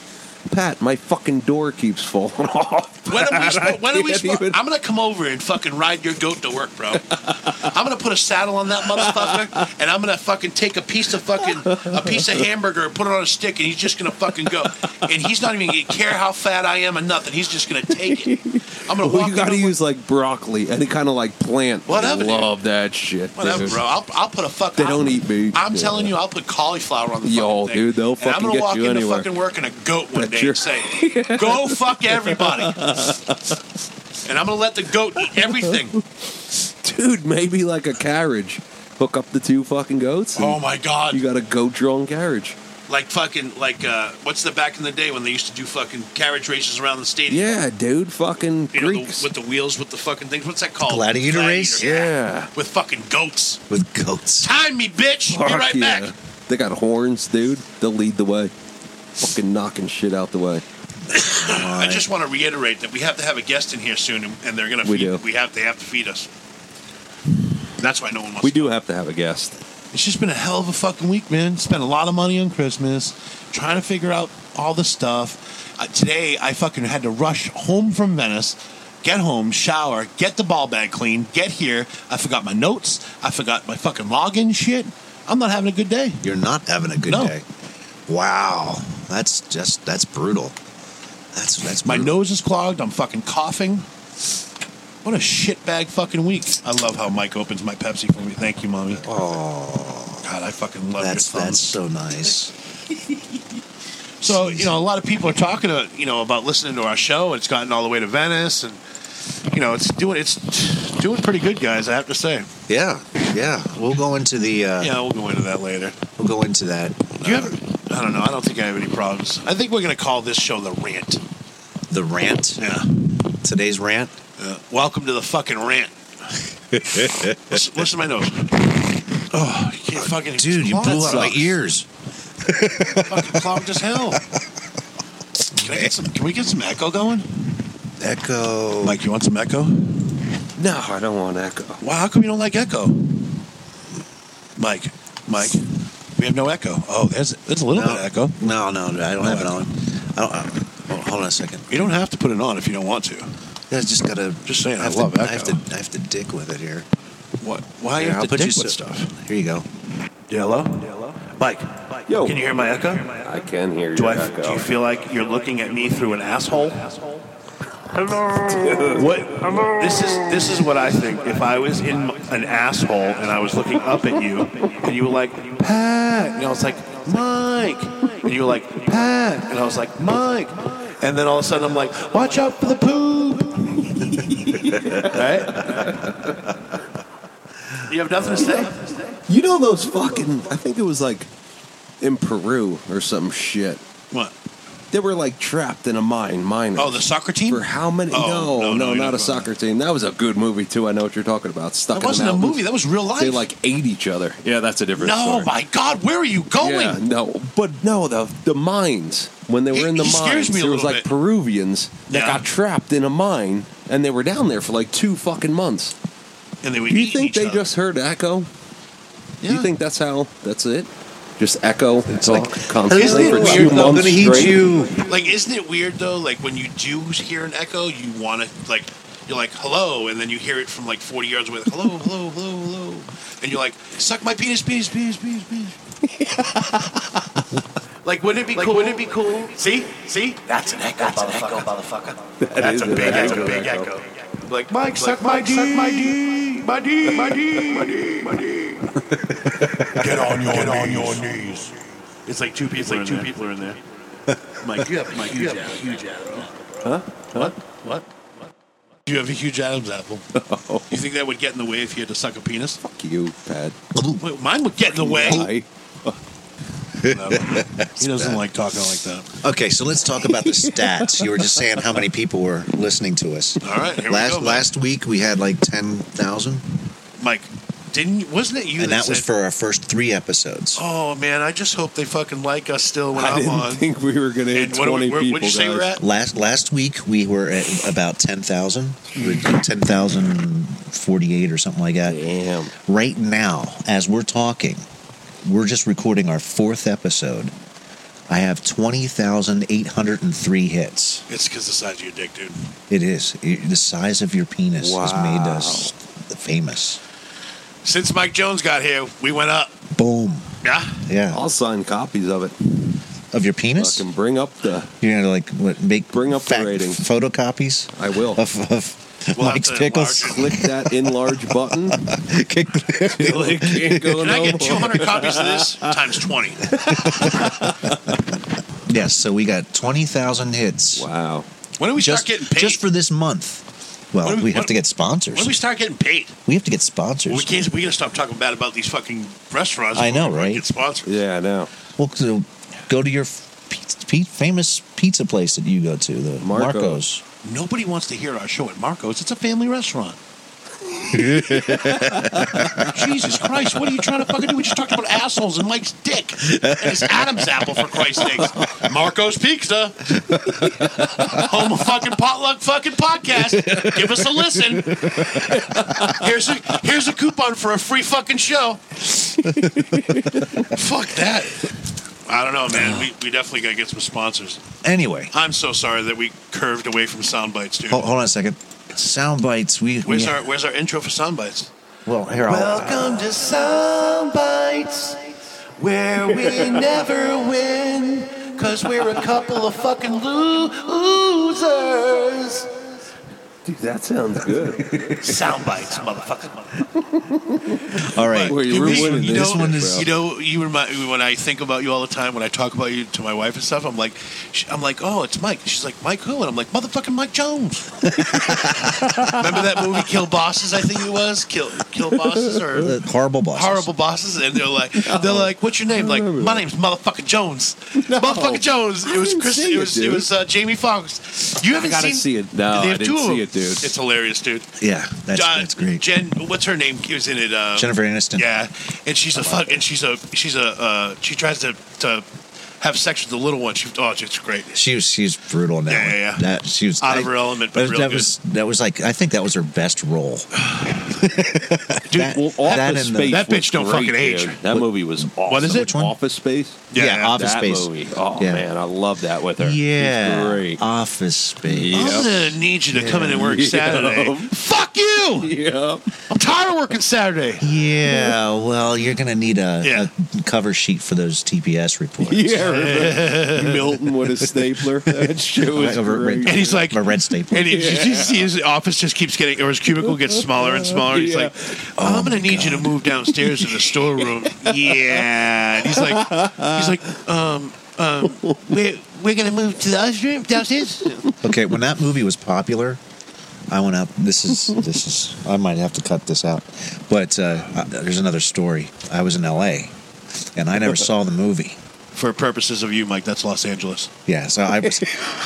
[SPEAKER 4] Pat, my fucking door keeps falling <laughs> off.
[SPEAKER 3] When are we?
[SPEAKER 4] I
[SPEAKER 3] Spo- when are we?
[SPEAKER 4] can't
[SPEAKER 3] Spo-
[SPEAKER 4] even-
[SPEAKER 3] I'm gonna come over and fucking ride your goat to work, bro. I'm gonna put a saddle on that motherfucker, and I'm gonna fucking take a piece of fucking a piece of hamburger, and put it on a stick, and he's just gonna fucking go. And he's not even gonna care how fat I am or nothing. He's just gonna take it. I'm gonna
[SPEAKER 4] Well,
[SPEAKER 3] walk.
[SPEAKER 4] you got to
[SPEAKER 3] into-
[SPEAKER 4] use like broccoli, any kind of like plant.
[SPEAKER 3] Whatever, dude.
[SPEAKER 4] I love that shit.
[SPEAKER 3] Whatever,
[SPEAKER 4] dude.
[SPEAKER 3] bro. I'll, I'll put a fuck.
[SPEAKER 4] They
[SPEAKER 3] I'll-
[SPEAKER 4] don't eat meat.
[SPEAKER 3] I'm
[SPEAKER 4] Yeah.
[SPEAKER 3] telling you, I'll put cauliflower on the
[SPEAKER 4] Yo,
[SPEAKER 3] fucking thing.
[SPEAKER 4] dude, they'll
[SPEAKER 3] and I'm
[SPEAKER 4] fucking
[SPEAKER 3] gonna
[SPEAKER 4] get
[SPEAKER 3] walk
[SPEAKER 4] you
[SPEAKER 3] into
[SPEAKER 4] anywhere.
[SPEAKER 3] fucking work in a goat one
[SPEAKER 4] Bet
[SPEAKER 3] day
[SPEAKER 4] you're-
[SPEAKER 3] and say, "Go fuck everybody," and I'm gonna let the goat eat everything.
[SPEAKER 4] Dude, maybe like a carriage. Hook up the two fucking goats. and
[SPEAKER 3] Oh my god!
[SPEAKER 4] You got a goat-drawn carriage.
[SPEAKER 3] like fucking like uh, what's the back in the day when they used to do fucking carriage races around the stadium?
[SPEAKER 4] Yeah, dude. Fucking
[SPEAKER 3] You know, the,
[SPEAKER 4] Greeks.
[SPEAKER 3] with the wheels, with the fucking things. What's that called?
[SPEAKER 2] Gladiator race?
[SPEAKER 4] yeah.
[SPEAKER 3] With fucking goats.
[SPEAKER 2] With goats.
[SPEAKER 3] Time me, bitch. Be
[SPEAKER 4] Fuck
[SPEAKER 3] right
[SPEAKER 4] yeah.
[SPEAKER 3] back.
[SPEAKER 4] They got horns, dude. They'll lead the way. Fucking knocking shit out the way.
[SPEAKER 3] I just want to reiterate that we have to have a guest in here soon, and, and they're gonna
[SPEAKER 4] We
[SPEAKER 3] feed.
[SPEAKER 4] do.
[SPEAKER 3] We have they have to feed us. That's why no one wants.
[SPEAKER 4] We
[SPEAKER 3] to-
[SPEAKER 4] do have to have a guest.
[SPEAKER 3] It's just been a hell of a fucking week, man. Spent a lot of money on Christmas, trying to figure out all the stuff. Uh, today, I fucking had to rush home from Venice, get home, shower, get the ball bag clean, get here. I forgot my notes. I forgot my fucking login shit. I'm not having a good day.
[SPEAKER 2] You're not having a good
[SPEAKER 3] No.
[SPEAKER 2] day. Wow. That's just, that's brutal. That's, that's
[SPEAKER 3] My
[SPEAKER 2] brutal.
[SPEAKER 3] nose is clogged. I'm fucking coughing. What a shitbag fucking week. I love how Mike opens my Pepsi for me. Thank you, mommy.
[SPEAKER 2] Oh,
[SPEAKER 3] God, I fucking love
[SPEAKER 2] that's
[SPEAKER 3] your
[SPEAKER 2] that's
[SPEAKER 3] thumbs.
[SPEAKER 2] so nice.
[SPEAKER 3] So you know, a lot of people are talking to you know about listening to our show. It's gotten all the way to Venice, and you know, it's doing it's doing pretty good, guys. I have to say.
[SPEAKER 2] Yeah, yeah. We'll go into the uh,
[SPEAKER 3] Yeah, we'll go into that later.
[SPEAKER 2] we'll go into that.
[SPEAKER 3] Do you
[SPEAKER 2] uh,
[SPEAKER 3] have? I don't know. I don't think I have any problems. I think we're gonna call this show the rant.
[SPEAKER 2] the rant?
[SPEAKER 3] Yeah.
[SPEAKER 2] Today's rant.
[SPEAKER 3] Uh, welcome to the fucking <laughs> rant. listen, listen to my nose. Oh, you can't fucking
[SPEAKER 2] Dude, you blew out my
[SPEAKER 3] Clogged.
[SPEAKER 2] ears.
[SPEAKER 3] Fucking clogged as hell. Can, I get some, can we get some echo going?
[SPEAKER 2] Echo.
[SPEAKER 3] Mike, you want some echo?
[SPEAKER 4] No, I don't want echo.
[SPEAKER 3] Wow, how come you don't like Echo? Mike, Mike, we We have no echo. Oh, there's there's a little
[SPEAKER 2] no,
[SPEAKER 3] bit of echo.
[SPEAKER 2] No, no, no, I don't
[SPEAKER 3] No
[SPEAKER 2] have it
[SPEAKER 3] echo.
[SPEAKER 2] on. I don't, I, hold on a second.
[SPEAKER 3] You don't have to put it on if you don't want to.
[SPEAKER 2] I just gotta.
[SPEAKER 3] Just saying, I
[SPEAKER 2] have
[SPEAKER 3] love
[SPEAKER 2] to,
[SPEAKER 3] echo.
[SPEAKER 2] I have to. I have to dick with it here.
[SPEAKER 3] What? Why
[SPEAKER 2] Here,
[SPEAKER 3] you have
[SPEAKER 2] I'll
[SPEAKER 3] to
[SPEAKER 2] put
[SPEAKER 3] dick
[SPEAKER 2] you
[SPEAKER 3] with
[SPEAKER 2] so-
[SPEAKER 3] stuff?
[SPEAKER 2] Here you go.
[SPEAKER 6] Hello? Mike,
[SPEAKER 4] Yo.
[SPEAKER 6] can you hear my echo?
[SPEAKER 4] I can hear
[SPEAKER 6] Do
[SPEAKER 4] your
[SPEAKER 6] I?
[SPEAKER 4] echo.
[SPEAKER 6] Do you feel like you're looking at me through an asshole? What? This is this is what I think. If I was in an asshole and I was looking up at you, and you were like, Pat, and I was like, Mike, and you were like, Pat, and I was like, Mike, and then all of a sudden I'm like, watch out for the poop. <laughs> right? You have nothing to say.
[SPEAKER 4] You know those fucking? I think it was like in Peru or some shit.
[SPEAKER 3] What?
[SPEAKER 4] They were like trapped in a mine. Mine.
[SPEAKER 3] Oh, the soccer team.
[SPEAKER 4] for how many?
[SPEAKER 3] Oh,
[SPEAKER 4] no,
[SPEAKER 3] no,
[SPEAKER 4] no,
[SPEAKER 3] no, you're
[SPEAKER 4] not
[SPEAKER 3] not
[SPEAKER 4] a soccer team. That was a good movie too. I know what you're talking about. Stuck
[SPEAKER 3] That
[SPEAKER 4] in
[SPEAKER 3] wasn't a
[SPEAKER 4] the mountains.
[SPEAKER 3] movie. That was real life.
[SPEAKER 4] They like ate each other. Yeah, that's a different
[SPEAKER 3] no,
[SPEAKER 4] story.
[SPEAKER 3] my God, where are you going?
[SPEAKER 4] Yeah, no, but no, the the mines when they were
[SPEAKER 3] He-
[SPEAKER 4] in the
[SPEAKER 3] he scares
[SPEAKER 4] mines,
[SPEAKER 3] E, me a
[SPEAKER 4] there was
[SPEAKER 3] little
[SPEAKER 4] like
[SPEAKER 3] bit.
[SPEAKER 4] Peruvians that
[SPEAKER 3] Yeah.
[SPEAKER 4] got trapped in a mine, and they were down there for like two fucking months.
[SPEAKER 3] And they would
[SPEAKER 4] Do you
[SPEAKER 3] eat
[SPEAKER 4] think
[SPEAKER 3] each
[SPEAKER 4] they
[SPEAKER 3] other.
[SPEAKER 4] just heard echo? Do
[SPEAKER 3] Yeah.
[SPEAKER 4] you think that's how? That's it? Just echo it's talk
[SPEAKER 2] Isn't
[SPEAKER 4] constantly
[SPEAKER 2] it
[SPEAKER 4] for
[SPEAKER 2] weird?
[SPEAKER 4] two
[SPEAKER 2] I'm gonna
[SPEAKER 4] months
[SPEAKER 2] heat
[SPEAKER 4] straight.
[SPEAKER 2] you.
[SPEAKER 3] Like, isn't it weird though? Like when you do hear an echo, you want to like you're like hello, and then you hear it from like 40 yards away, like hello, hello, hello, hello, and you're like suck my penis, penis, penis, penis, penis.
[SPEAKER 6] <laughs> Like, wouldn't it be cool? Wouldn't it be cool? See, see, that's an echo, that's motherfucker, an echo. motherfucker. That's a big, that's a big echo. Like Mike, suck my D, suck my D, my <laughs> D, my D, my D, my D. Get on your get on your knees. It's like two people. It's like two people are in there. Mike, you have Mike, you have huge apple.
[SPEAKER 3] You have a huge
[SPEAKER 2] <laughs>
[SPEAKER 3] Adam's apple. You think that would get in the way if you had to suck a penis?
[SPEAKER 4] Fuck you, Pat.
[SPEAKER 3] Wait, mine would get in the way.
[SPEAKER 4] Hi.
[SPEAKER 3] He doesn't like talking like that.
[SPEAKER 2] Okay, so let's talk about the stats. You were just saying how many people were listening to us.
[SPEAKER 3] All right, here
[SPEAKER 2] last
[SPEAKER 3] we go. Mike.
[SPEAKER 2] last week we had like ten thousand,
[SPEAKER 3] Mike, didn't wasn't it you
[SPEAKER 2] and that was
[SPEAKER 3] said,
[SPEAKER 2] for our first three episodes.
[SPEAKER 3] Oh man, I just hope they fucking like us still when
[SPEAKER 4] I
[SPEAKER 3] am
[SPEAKER 4] didn't
[SPEAKER 3] on.
[SPEAKER 4] <laughs> think we were going to hit
[SPEAKER 3] and what do
[SPEAKER 4] 20
[SPEAKER 3] we, where,
[SPEAKER 4] people,
[SPEAKER 3] what'd you say
[SPEAKER 4] guys.
[SPEAKER 3] we're at?
[SPEAKER 2] Last last week we were at about ten thousand, ten thousand forty eight or something like that.
[SPEAKER 4] Damn.
[SPEAKER 2] Right now, as we're talking, we're just recording our fourth episode. I have twenty thousand eight hundred and three hits.
[SPEAKER 3] It's because the size of your dick, dude.
[SPEAKER 2] It is It- the size of your penis has made
[SPEAKER 4] Wow.
[SPEAKER 2] us famous.
[SPEAKER 3] Since Mike Jones got here, we went up.
[SPEAKER 2] Boom.
[SPEAKER 3] Yeah.
[SPEAKER 2] Yeah.
[SPEAKER 4] I'll sign copies of it.
[SPEAKER 2] of your penis?
[SPEAKER 4] Fucking bring up the.
[SPEAKER 2] You're gonna like what, make
[SPEAKER 4] Bring up the
[SPEAKER 2] fac-
[SPEAKER 4] rating.
[SPEAKER 2] photocopies
[SPEAKER 4] I will.
[SPEAKER 2] of, of
[SPEAKER 3] We'll have
[SPEAKER 2] Mike's
[SPEAKER 3] to
[SPEAKER 2] pickles.
[SPEAKER 3] enlarge
[SPEAKER 4] Click that enlarge
[SPEAKER 7] <laughs>
[SPEAKER 4] button. It can't go
[SPEAKER 3] Can I
[SPEAKER 4] no
[SPEAKER 3] get
[SPEAKER 4] more.
[SPEAKER 3] 200 copies of this times 20?
[SPEAKER 2] <laughs> yes, so we got twenty thousand hits.
[SPEAKER 4] Wow.
[SPEAKER 3] When do we
[SPEAKER 2] Just
[SPEAKER 3] start getting paid?
[SPEAKER 2] just for this month. Well,
[SPEAKER 3] What do
[SPEAKER 2] we,
[SPEAKER 3] we-
[SPEAKER 2] have
[SPEAKER 3] what-
[SPEAKER 2] to get
[SPEAKER 3] when do
[SPEAKER 2] sponsors.
[SPEAKER 3] we
[SPEAKER 2] We,
[SPEAKER 3] start getting
[SPEAKER 2] have
[SPEAKER 3] paid?
[SPEAKER 2] to get
[SPEAKER 3] Well, we
[SPEAKER 2] sponsors.
[SPEAKER 3] can't. We gotta stop talking bad about these fucking restaurants.
[SPEAKER 2] I know,
[SPEAKER 3] before we
[SPEAKER 2] right?
[SPEAKER 3] Get sponsors.
[SPEAKER 4] Yeah, I know.
[SPEAKER 2] Well, so go to your f- pizza, pe- famous pizza place that you go to, the
[SPEAKER 4] Marco's.
[SPEAKER 2] Marcos.
[SPEAKER 3] Nobody wants to hear our show at Marco's. It's a
[SPEAKER 2] <laughs>
[SPEAKER 3] family restaurant. Jesus Christ, what are you trying to fucking do? We just talked about assholes and Mike's dick. And his Adam's apple, for Christ's sakes. Marco's Pizza. Home of fucking potluck fucking podcast. Give us a listen. Here's a here's a coupon for a free fucking show. Fuck that. I don't know, man. We, we definitely gotta get some sponsors.
[SPEAKER 2] Anyway,
[SPEAKER 3] I'm so sorry that we curved away from sound bites, dude.
[SPEAKER 4] Oh,
[SPEAKER 2] hold, hold on a second. Sound bites. We, we
[SPEAKER 3] Where's our Where's our intro for sound bites?
[SPEAKER 2] well here. I'll,
[SPEAKER 6] Welcome to Sound Bites, where we never win, cause we're a couple of fucking losers.
[SPEAKER 4] Dude, that sounds good.
[SPEAKER 6] Sound Bites, motherfucker.
[SPEAKER 2] all right.
[SPEAKER 4] Wait, you were
[SPEAKER 3] You
[SPEAKER 4] winning
[SPEAKER 3] know-
[SPEAKER 4] this
[SPEAKER 2] this one
[SPEAKER 4] one,
[SPEAKER 2] is-
[SPEAKER 4] bro.
[SPEAKER 3] You know, you remind me when I think about you all the time. When I talk about you to my wife and stuff, I'm like, sh- I'm like, oh, it's Mike. She's like, Mike who? And I'm like, motherfucking Mike
[SPEAKER 4] <laughs>
[SPEAKER 3] Jones. Remember that movie Kill Bosses? I think it was Kill Kill Bosses or
[SPEAKER 4] <laughs>
[SPEAKER 2] Uh, horrible bosses.
[SPEAKER 3] horrible bosses. And they're like, they're like, what's your name? Like, my name's motherfucking Jones. Motherfucking Jones. It was
[SPEAKER 4] haven't
[SPEAKER 3] Chris.
[SPEAKER 4] seen
[SPEAKER 3] It
[SPEAKER 4] it,
[SPEAKER 3] was it
[SPEAKER 4] dude.
[SPEAKER 3] was uh, Jamie Foxx. You haven't
[SPEAKER 4] gotta
[SPEAKER 3] seen?
[SPEAKER 4] see it. No,
[SPEAKER 3] they
[SPEAKER 4] I
[SPEAKER 3] have
[SPEAKER 4] didn't
[SPEAKER 3] two of
[SPEAKER 4] see
[SPEAKER 3] them.
[SPEAKER 4] it, dude.
[SPEAKER 3] It's hilarious, dude.
[SPEAKER 2] Yeah, that's
[SPEAKER 3] Uh,
[SPEAKER 2] that's great.
[SPEAKER 3] Jen, what's her name? She was in it. Uh,
[SPEAKER 2] Jennifer Aniston.
[SPEAKER 3] Yeah, and she's a fuck, and she's a she's a uh, she tries to to have sex with the little one. She oh, it's great.
[SPEAKER 2] She was she's brutal in that
[SPEAKER 3] Yeah,
[SPEAKER 2] one.
[SPEAKER 3] yeah, yeah.
[SPEAKER 2] That she was
[SPEAKER 3] Out of
[SPEAKER 2] I-
[SPEAKER 3] her element, but
[SPEAKER 2] that,
[SPEAKER 3] real
[SPEAKER 2] that
[SPEAKER 3] good.
[SPEAKER 2] was that was like I think that was her best role.
[SPEAKER 3] Dude,
[SPEAKER 7] That-
[SPEAKER 4] Well, Office
[SPEAKER 7] that and the-
[SPEAKER 4] Space.
[SPEAKER 3] That
[SPEAKER 4] was
[SPEAKER 3] bitch don't
[SPEAKER 4] great,
[SPEAKER 3] fucking age.
[SPEAKER 4] dude. That movie was awesome.
[SPEAKER 3] What is it? Which
[SPEAKER 7] one?
[SPEAKER 4] Office Space.
[SPEAKER 7] Yeah,
[SPEAKER 3] Yeah,
[SPEAKER 7] Office
[SPEAKER 4] that
[SPEAKER 7] Space.
[SPEAKER 4] Movie. Oh
[SPEAKER 7] Yeah.
[SPEAKER 4] man, I love that with her. She's
[SPEAKER 7] Yeah, <laughs>
[SPEAKER 4] great.
[SPEAKER 7] Office Space.
[SPEAKER 4] Yeah.
[SPEAKER 3] I'm gonna need you to come in and work
[SPEAKER 4] Yeah.
[SPEAKER 3] Saturday.
[SPEAKER 4] <laughs>
[SPEAKER 3] Fuck you!
[SPEAKER 7] <laughs>
[SPEAKER 4] yeah.
[SPEAKER 3] I'm tired of working Saturday.
[SPEAKER 7] Yeah, well, you're gonna need a,
[SPEAKER 3] Yeah.
[SPEAKER 7] a cover sheet for those TPS reports.
[SPEAKER 4] <laughs> Yeah, remember Milton with a
[SPEAKER 7] <laughs>
[SPEAKER 4] stapler. That shit was
[SPEAKER 7] Over at
[SPEAKER 4] great.
[SPEAKER 7] Red-
[SPEAKER 3] And he's like-
[SPEAKER 7] a red staple.
[SPEAKER 3] And it's just- you see his office just keeps getting, or his cubicle gets smaller and smaller. He's
[SPEAKER 4] Yeah.
[SPEAKER 3] like, "Oh, "I'm gonna need you to move downstairs to the
[SPEAKER 4] <laughs>
[SPEAKER 3] storeroom." yeah, and he's like, he's like, um, um, we're we're gonna move to the other room downstairs.
[SPEAKER 7] Okay, when that movie was popular, I went up. This is this is. I might have to cut this out, but uh, uh, there's another story. I was in L.A. and I never saw the movie.
[SPEAKER 3] For purposes of you, Mike, that's Los Angeles.
[SPEAKER 7] Yeah, so I was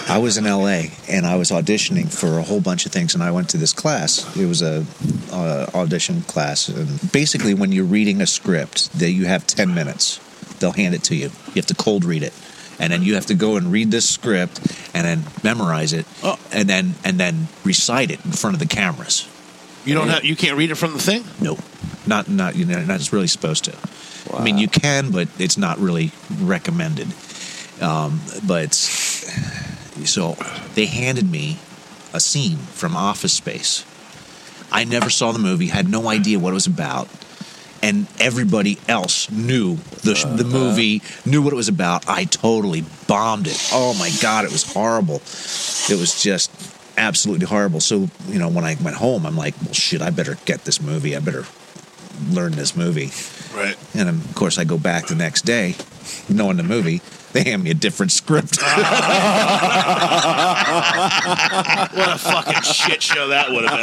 [SPEAKER 7] I was in L.A. and I was auditioning for a whole bunch of things, and I went to this class. It was a uh, audition class, and basically, when you're reading a script, that you have ten minutes. They'll hand it to you. You have to cold read it, and then you have to go and read this script, and then memorize it, and then and then recite it in front of the cameras.
[SPEAKER 3] You don't have, you can't read it from the thing.
[SPEAKER 7] No, not not you know not really supposed to. I mean,
[SPEAKER 4] Wow.
[SPEAKER 7] you can, but it's not really recommended. Um, but so they handed me a scene from Office Space. I never saw the movie, had no idea what it was about, and everybody else knew the the movie, knew what it was about. I totally bombed it. Oh my god, it was horrible it was just absolutely horrible. So, you know, when I went home, I'm like, well, shit, I better get this movie. I better learn this movie.
[SPEAKER 3] Right.
[SPEAKER 7] And um, of course, I go back the next day, knowing the movie. They hand me a
[SPEAKER 3] <laughs>
[SPEAKER 7] different script.
[SPEAKER 3] What a fucking shit show that would have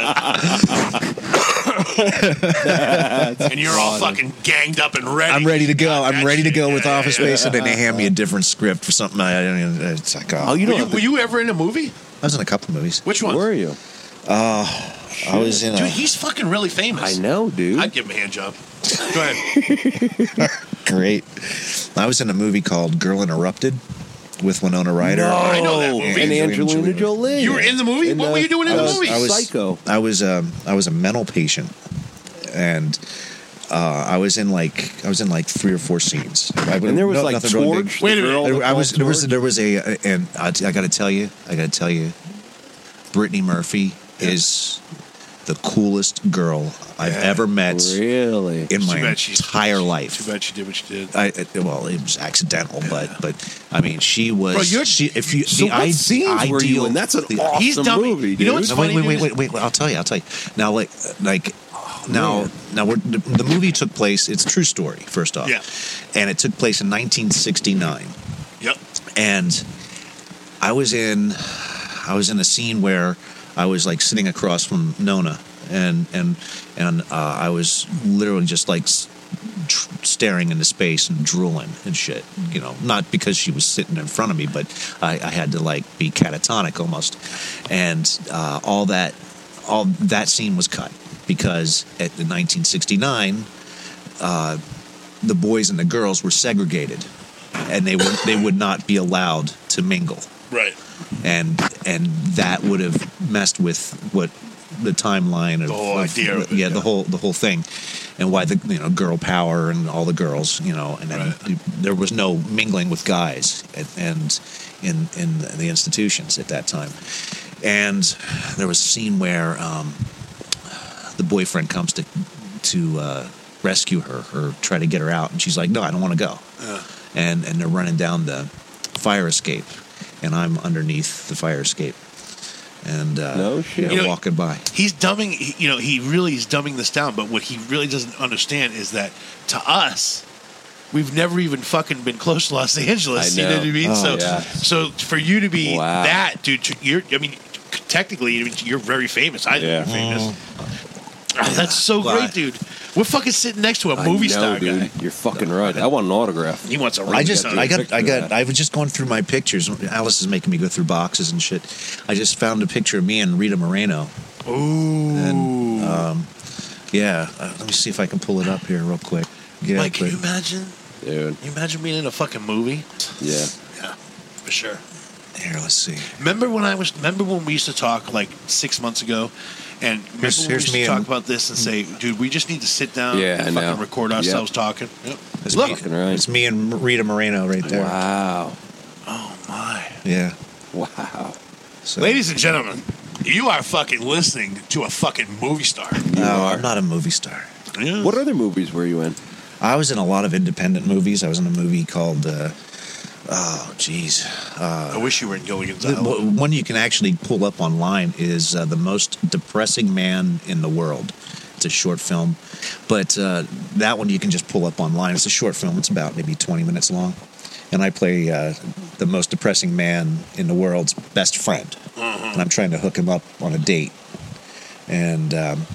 [SPEAKER 3] been. and you're all fucking ganged up and ready.
[SPEAKER 7] I'm ready to go. I'm ready to go with
[SPEAKER 3] Yeah,
[SPEAKER 7] Office
[SPEAKER 3] yeah,
[SPEAKER 7] Space, and then they hand me a different script for something I don't even. It's like, oh,
[SPEAKER 4] Oh, you
[SPEAKER 3] Were
[SPEAKER 4] don't
[SPEAKER 3] you,
[SPEAKER 4] have
[SPEAKER 3] were you ever in a movie?
[SPEAKER 7] I was in a couple movies.
[SPEAKER 3] Which
[SPEAKER 4] to,
[SPEAKER 3] one?
[SPEAKER 4] were you?
[SPEAKER 7] I was in
[SPEAKER 3] Dude,
[SPEAKER 7] a
[SPEAKER 3] he's fucking really famous.
[SPEAKER 4] I know, dude.
[SPEAKER 3] I'd give him a hand job. Go ahead.
[SPEAKER 7] great. I was in a movie called Girl Interrupted with Winona Ryder.
[SPEAKER 3] I know that movie.
[SPEAKER 4] And Angelina
[SPEAKER 7] Angelina
[SPEAKER 4] Jolie.
[SPEAKER 3] You were in the movie?
[SPEAKER 4] And,
[SPEAKER 3] what
[SPEAKER 4] uh,
[SPEAKER 3] were you doing in
[SPEAKER 4] I
[SPEAKER 3] the
[SPEAKER 4] was-
[SPEAKER 3] movie?
[SPEAKER 4] I was- Psycho.
[SPEAKER 7] I was um, I was a mental patient, and uh, I was in like I was in like three or four scenes. I,
[SPEAKER 4] And there was
[SPEAKER 7] no-
[SPEAKER 4] like
[SPEAKER 7] nothing really big.
[SPEAKER 4] George.
[SPEAKER 3] Wait a
[SPEAKER 4] the
[SPEAKER 3] minute.
[SPEAKER 4] girl
[SPEAKER 7] There- I
[SPEAKER 4] that
[SPEAKER 7] was
[SPEAKER 4] called
[SPEAKER 7] there was
[SPEAKER 4] George.
[SPEAKER 7] there was a and I, I got to tell you I got to tell you, Brittany Murphy is the coolest girl I've ever met
[SPEAKER 4] really.
[SPEAKER 7] in my
[SPEAKER 3] Too bad she-
[SPEAKER 7] entire life.
[SPEAKER 3] Too bad she did what she did.
[SPEAKER 7] I, it- well, it was accidental, but but I mean, she was.
[SPEAKER 3] Bro, you're-
[SPEAKER 7] she, if you
[SPEAKER 4] So
[SPEAKER 7] the
[SPEAKER 4] what
[SPEAKER 7] ide-
[SPEAKER 4] scenes were you
[SPEAKER 7] ideal-
[SPEAKER 4] in? That's an
[SPEAKER 7] the-
[SPEAKER 4] awesome
[SPEAKER 3] He's dummy.
[SPEAKER 4] movie,
[SPEAKER 3] You know
[SPEAKER 4] dude.
[SPEAKER 3] what's-
[SPEAKER 7] no, wait,
[SPEAKER 3] funny,
[SPEAKER 7] wait, wait,
[SPEAKER 3] dude.
[SPEAKER 7] wait, wait, wait. I'll tell you. I'll tell you. Now, like, like, now,
[SPEAKER 4] man.
[SPEAKER 7] now, we're, the, the movie took place. It's a true story. First off,
[SPEAKER 3] Yeah.
[SPEAKER 7] and it took place in 1969,
[SPEAKER 3] yep.
[SPEAKER 7] and I was in, I was in a scene where I was like sitting across from Nona, and and and uh, I was literally just like. s- Tr- staring into space and drooling and shit, you know, not because she was sitting in front of me, but I, I had to like be catatonic almost, and uh, all that all that scene was cut because at the 1969 uh, the boys and the girls were segregated and they were they would not be allowed to mingle
[SPEAKER 3] Right.
[SPEAKER 7] and and that would have messed with what the timeline of
[SPEAKER 3] The whole
[SPEAKER 7] of-
[SPEAKER 3] idea of it,
[SPEAKER 7] yeah,
[SPEAKER 3] yeah.
[SPEAKER 7] the whole the whole thing and why the you know girl power and all the girls you know and then
[SPEAKER 3] Right.
[SPEAKER 7] there was no mingling with guys at, and in in the institutions at that time and there was a scene where um, the boyfriend comes to to uh, rescue her or try to get her out, and she's like, "No, I don't want to go." And and they're running down the fire escape, and I'm underneath the fire escape, and uh,
[SPEAKER 4] No shit.
[SPEAKER 7] they're
[SPEAKER 3] You know-
[SPEAKER 7] walking by.
[SPEAKER 3] He's dumbing, he- you know, he really is dumbing this down, but what he really doesn't understand is that to us, we've never even fucking been close to Los Angeles.
[SPEAKER 4] I
[SPEAKER 3] You know
[SPEAKER 4] know.
[SPEAKER 3] what I mean?
[SPEAKER 4] Oh,
[SPEAKER 3] so,
[SPEAKER 4] yeah.
[SPEAKER 3] so for you to be
[SPEAKER 4] Wow.
[SPEAKER 3] that, dude, to- you're, I mean, technically, I mean, you're very famous. I think
[SPEAKER 4] Yeah.
[SPEAKER 3] you're famous. Oh, That's so
[SPEAKER 7] Well, I-
[SPEAKER 3] great, dude. We're fucking sitting next to a movie
[SPEAKER 4] I know,
[SPEAKER 3] star
[SPEAKER 4] dude.
[SPEAKER 3] guy.
[SPEAKER 4] You're fucking right. I want an autograph.
[SPEAKER 3] He wants a ring.
[SPEAKER 7] I just,
[SPEAKER 3] done.
[SPEAKER 7] I got,
[SPEAKER 4] picture
[SPEAKER 7] I
[SPEAKER 4] that.
[SPEAKER 7] got, I was just going through my pictures. Alice is making me go through boxes and shit. I just found a picture of me and Rita Moreno.
[SPEAKER 3] Ooh.
[SPEAKER 4] oh,
[SPEAKER 7] Yeah, uh, let me see if I can pull it up here real quick. Yeah,
[SPEAKER 3] Mike, can
[SPEAKER 7] but-
[SPEAKER 3] you imagine?
[SPEAKER 4] Dude.
[SPEAKER 3] Can you imagine being in a fucking movie?
[SPEAKER 4] Yeah.
[SPEAKER 3] Yeah, for sure.
[SPEAKER 7] here, let's see.
[SPEAKER 3] Remember when I was? Remember when we used to talk like six months ago, And
[SPEAKER 7] Here's-
[SPEAKER 3] here's,
[SPEAKER 7] here's
[SPEAKER 3] we
[SPEAKER 7] me
[SPEAKER 3] should talk
[SPEAKER 7] and-
[SPEAKER 3] about this and say, dude, we just need to sit down
[SPEAKER 4] Yeah, I
[SPEAKER 3] and
[SPEAKER 4] know.
[SPEAKER 3] fucking record
[SPEAKER 4] Yep.
[SPEAKER 3] ourselves talking. Yep.
[SPEAKER 7] It's
[SPEAKER 3] Look.
[SPEAKER 7] me,
[SPEAKER 4] Fucking right.
[SPEAKER 7] it's me and Rita Moreno right there.
[SPEAKER 4] Wow.
[SPEAKER 3] Oh my.
[SPEAKER 7] Yeah.
[SPEAKER 4] Wow.
[SPEAKER 7] So,
[SPEAKER 3] Ladies and gentlemen, you are fucking listening to a fucking movie star.
[SPEAKER 7] no,
[SPEAKER 4] are.
[SPEAKER 7] I'm not a movie star.
[SPEAKER 3] Yeah.
[SPEAKER 4] What other movies were you in?
[SPEAKER 7] I was in a lot of independent movies. I was in a movie called, uh, oh, jeez.
[SPEAKER 3] I wish you were in Gilligan's
[SPEAKER 7] The-
[SPEAKER 3] Island.
[SPEAKER 7] w- One you can actually pull up online is uh, the most depressing man in the world. It's a short film, but uh, that one you can just pull up online. It's a short film. It's about maybe 20 minutes long, and I play uh, the most depressing man in the world's best friend, and I'm trying to hook him up on a date, and. Um,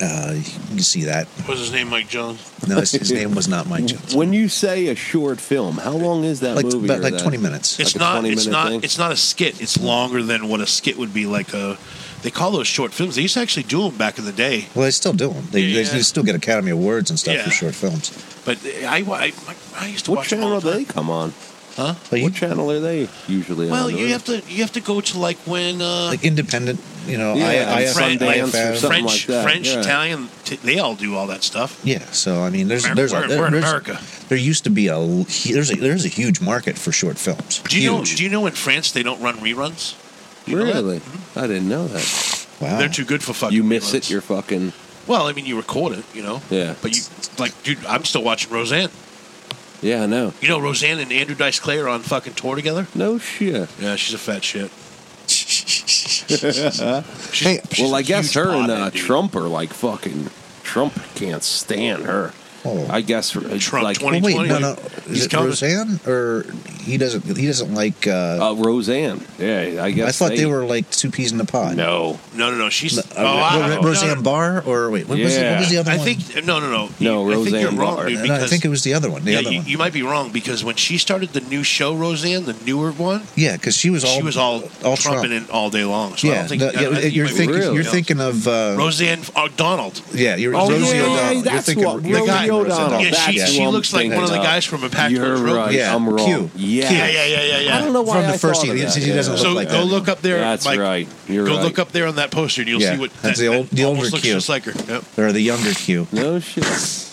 [SPEAKER 7] uh, you can see that.
[SPEAKER 3] What's his name, Mike Jones?
[SPEAKER 7] No, his, his name was not <laughs> Mike Jones.
[SPEAKER 4] When you say a short film, how long is that
[SPEAKER 7] Like,
[SPEAKER 4] movie?
[SPEAKER 7] about
[SPEAKER 4] or
[SPEAKER 7] like
[SPEAKER 4] that-
[SPEAKER 7] 20 minutes.
[SPEAKER 3] It's
[SPEAKER 4] a
[SPEAKER 3] not.
[SPEAKER 4] 20
[SPEAKER 3] It's
[SPEAKER 4] minute
[SPEAKER 3] not.
[SPEAKER 4] thing?
[SPEAKER 3] It's not a skit. It's longer than what a skit would be. Like a, they call those short films. They used to actually do them back in the day.
[SPEAKER 7] Well, they still do them. They,
[SPEAKER 3] Yeah,
[SPEAKER 7] they
[SPEAKER 3] yeah.
[SPEAKER 7] still get Academy Awards and stuff
[SPEAKER 3] Yeah.
[SPEAKER 7] for short films.
[SPEAKER 3] But I, I, I used to
[SPEAKER 4] What
[SPEAKER 3] watch them
[SPEAKER 4] channel
[SPEAKER 3] all
[SPEAKER 4] do
[SPEAKER 3] the time.
[SPEAKER 4] they come on?
[SPEAKER 3] Huh?
[SPEAKER 7] But you-
[SPEAKER 4] what channel are they usually
[SPEAKER 3] Well,
[SPEAKER 4] on?
[SPEAKER 3] you have to. You have to go to like when uh,
[SPEAKER 7] like independent, you know,
[SPEAKER 4] Yeah,
[SPEAKER 7] I, I,
[SPEAKER 4] on
[SPEAKER 3] Fran-
[SPEAKER 4] Sundance
[SPEAKER 7] IFM.
[SPEAKER 4] or something.
[SPEAKER 3] French,
[SPEAKER 4] like that,
[SPEAKER 3] French,
[SPEAKER 4] yeah.
[SPEAKER 3] Italian. T- they all do all that stuff.
[SPEAKER 7] Yeah, so I mean, there's
[SPEAKER 3] We're-
[SPEAKER 7] there's
[SPEAKER 3] we're-
[SPEAKER 7] a, there,
[SPEAKER 3] we're in
[SPEAKER 7] there's-
[SPEAKER 3] America.
[SPEAKER 7] There used to be a l- hu- there's a there's a huge market for short films.
[SPEAKER 3] Do you know?
[SPEAKER 7] Huge.
[SPEAKER 3] Do you know in France they don't run reruns? Do you know that?
[SPEAKER 4] Really? I didn't know that.
[SPEAKER 7] wow. Oh.
[SPEAKER 3] They're too good for fucking.
[SPEAKER 4] You miss
[SPEAKER 3] reruns.
[SPEAKER 4] it, you're fucking.
[SPEAKER 3] Well, I mean, you record it, you know.
[SPEAKER 4] Yeah.
[SPEAKER 3] But you like, dude, I'm still watching Roseanne.
[SPEAKER 4] Yeah, I know.
[SPEAKER 3] You know, Roseanne and Andrew Dice Clay are on fucking tour together.
[SPEAKER 4] No shit.
[SPEAKER 3] Yeah, she's a fat shit. She's,
[SPEAKER 7] hey,
[SPEAKER 3] she's
[SPEAKER 4] well,
[SPEAKER 3] a
[SPEAKER 4] I guess
[SPEAKER 3] huge
[SPEAKER 4] her and
[SPEAKER 3] pothead,
[SPEAKER 4] uh,
[SPEAKER 3] dude.
[SPEAKER 4] Trump are like fucking. Trump can't stand her.
[SPEAKER 7] Oh.
[SPEAKER 4] I guess Trump
[SPEAKER 3] Trump
[SPEAKER 4] like
[SPEAKER 3] 20
[SPEAKER 7] well, wait, no,
[SPEAKER 3] 2020.
[SPEAKER 7] no,
[SPEAKER 3] He's
[SPEAKER 7] is it
[SPEAKER 3] coming.
[SPEAKER 7] Roseanne or he doesn't he doesn't like? Uh,
[SPEAKER 4] uh, Roseanne. Yeah, I guess
[SPEAKER 7] I thought they
[SPEAKER 4] they
[SPEAKER 7] were like two peas in a pod.
[SPEAKER 4] No,
[SPEAKER 3] No, no, no. She's
[SPEAKER 7] No,
[SPEAKER 3] oh,
[SPEAKER 7] uh,
[SPEAKER 3] I- no,
[SPEAKER 7] Ro- Roseanne
[SPEAKER 3] no,
[SPEAKER 7] Barr or wait, what, was, the, what was the
[SPEAKER 4] Yeah.
[SPEAKER 7] other
[SPEAKER 3] I
[SPEAKER 7] one?
[SPEAKER 3] think no, no, no.
[SPEAKER 4] No,
[SPEAKER 3] I think you're
[SPEAKER 4] Roseanne
[SPEAKER 3] wrong,
[SPEAKER 4] Barr.
[SPEAKER 3] dude.
[SPEAKER 7] No,
[SPEAKER 3] Because
[SPEAKER 7] I think it was the other one. The
[SPEAKER 3] yeah,
[SPEAKER 7] other
[SPEAKER 3] you,
[SPEAKER 7] one.
[SPEAKER 3] you might be wrong because when she started the new show, Roseanne, the newer one,
[SPEAKER 7] yeah, because she was all
[SPEAKER 3] she was all,
[SPEAKER 7] all
[SPEAKER 3] trumping
[SPEAKER 7] Trump.
[SPEAKER 3] it all day long. So I
[SPEAKER 7] Yeah,
[SPEAKER 3] don't think,
[SPEAKER 7] the-
[SPEAKER 3] I don't
[SPEAKER 7] yeah,
[SPEAKER 3] think you
[SPEAKER 7] you're
[SPEAKER 3] might be
[SPEAKER 7] thinking
[SPEAKER 3] right.
[SPEAKER 4] Really?
[SPEAKER 7] you're thinking of uh,
[SPEAKER 3] Roseanne O'Donnell.
[SPEAKER 7] Yeah, you're
[SPEAKER 4] Oh,
[SPEAKER 7] Rosie
[SPEAKER 4] yeah,
[SPEAKER 7] O'Donnell.
[SPEAKER 4] that's
[SPEAKER 7] you're thinking
[SPEAKER 4] what-
[SPEAKER 7] the
[SPEAKER 4] Rosie
[SPEAKER 7] guy-
[SPEAKER 4] O'Donnell.
[SPEAKER 3] Yeah, she,
[SPEAKER 4] That's
[SPEAKER 3] she
[SPEAKER 4] who I'm
[SPEAKER 3] looks like one of the
[SPEAKER 4] thinking of.
[SPEAKER 3] guys from a pack
[SPEAKER 4] you're right.
[SPEAKER 7] Yeah,
[SPEAKER 4] I'm wrong.
[SPEAKER 7] Q.
[SPEAKER 4] Yeah.
[SPEAKER 3] Yeah, yeah, yeah, yeah, yeah.
[SPEAKER 4] I don't know why
[SPEAKER 7] From the
[SPEAKER 4] I
[SPEAKER 7] first
[SPEAKER 4] thought of
[SPEAKER 7] he-
[SPEAKER 4] that.
[SPEAKER 7] he doesn't
[SPEAKER 4] yeah.
[SPEAKER 3] So
[SPEAKER 7] look like
[SPEAKER 3] go
[SPEAKER 7] that.
[SPEAKER 3] look up there.
[SPEAKER 4] That's
[SPEAKER 3] Mike.
[SPEAKER 4] right. You're
[SPEAKER 3] go
[SPEAKER 4] right.
[SPEAKER 3] look up there on that poster, and you'll
[SPEAKER 7] Yeah,
[SPEAKER 3] see what
[SPEAKER 7] that's the
[SPEAKER 3] that
[SPEAKER 7] old- the
[SPEAKER 3] almost
[SPEAKER 7] older
[SPEAKER 3] looks
[SPEAKER 7] Q.
[SPEAKER 3] just like her. Yep.
[SPEAKER 7] or the younger Q.
[SPEAKER 4] No shit.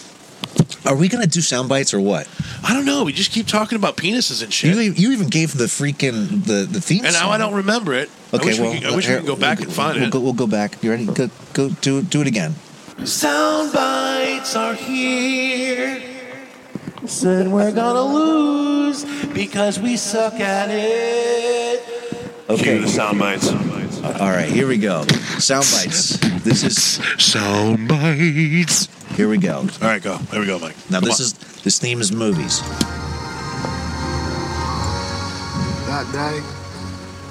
[SPEAKER 7] <laughs> Are we gonna do sound bites or what?
[SPEAKER 3] I don't know. We just keep talking about penises and shit,
[SPEAKER 7] You you even gave the freaking the the theme.
[SPEAKER 3] and now
[SPEAKER 7] song.
[SPEAKER 3] I don't remember it. I wish, we, could, I wish we
[SPEAKER 7] here,
[SPEAKER 3] could go back
[SPEAKER 7] we'll- uh,
[SPEAKER 3] and find
[SPEAKER 7] we'll
[SPEAKER 3] it.
[SPEAKER 7] Go, we'll go back. You ready? Go go do do it again.
[SPEAKER 3] Sound bites are here.
[SPEAKER 8] Said we're gonna lose because we suck at it.
[SPEAKER 3] Cue the sound bites.
[SPEAKER 7] All right, here we go. Sound bites. This is
[SPEAKER 3] Sound bites.
[SPEAKER 7] here we go.
[SPEAKER 3] All right, go. There we go, Mike.
[SPEAKER 7] Now
[SPEAKER 3] Come
[SPEAKER 7] this
[SPEAKER 3] on.
[SPEAKER 7] is this theme is movies.
[SPEAKER 9] That day,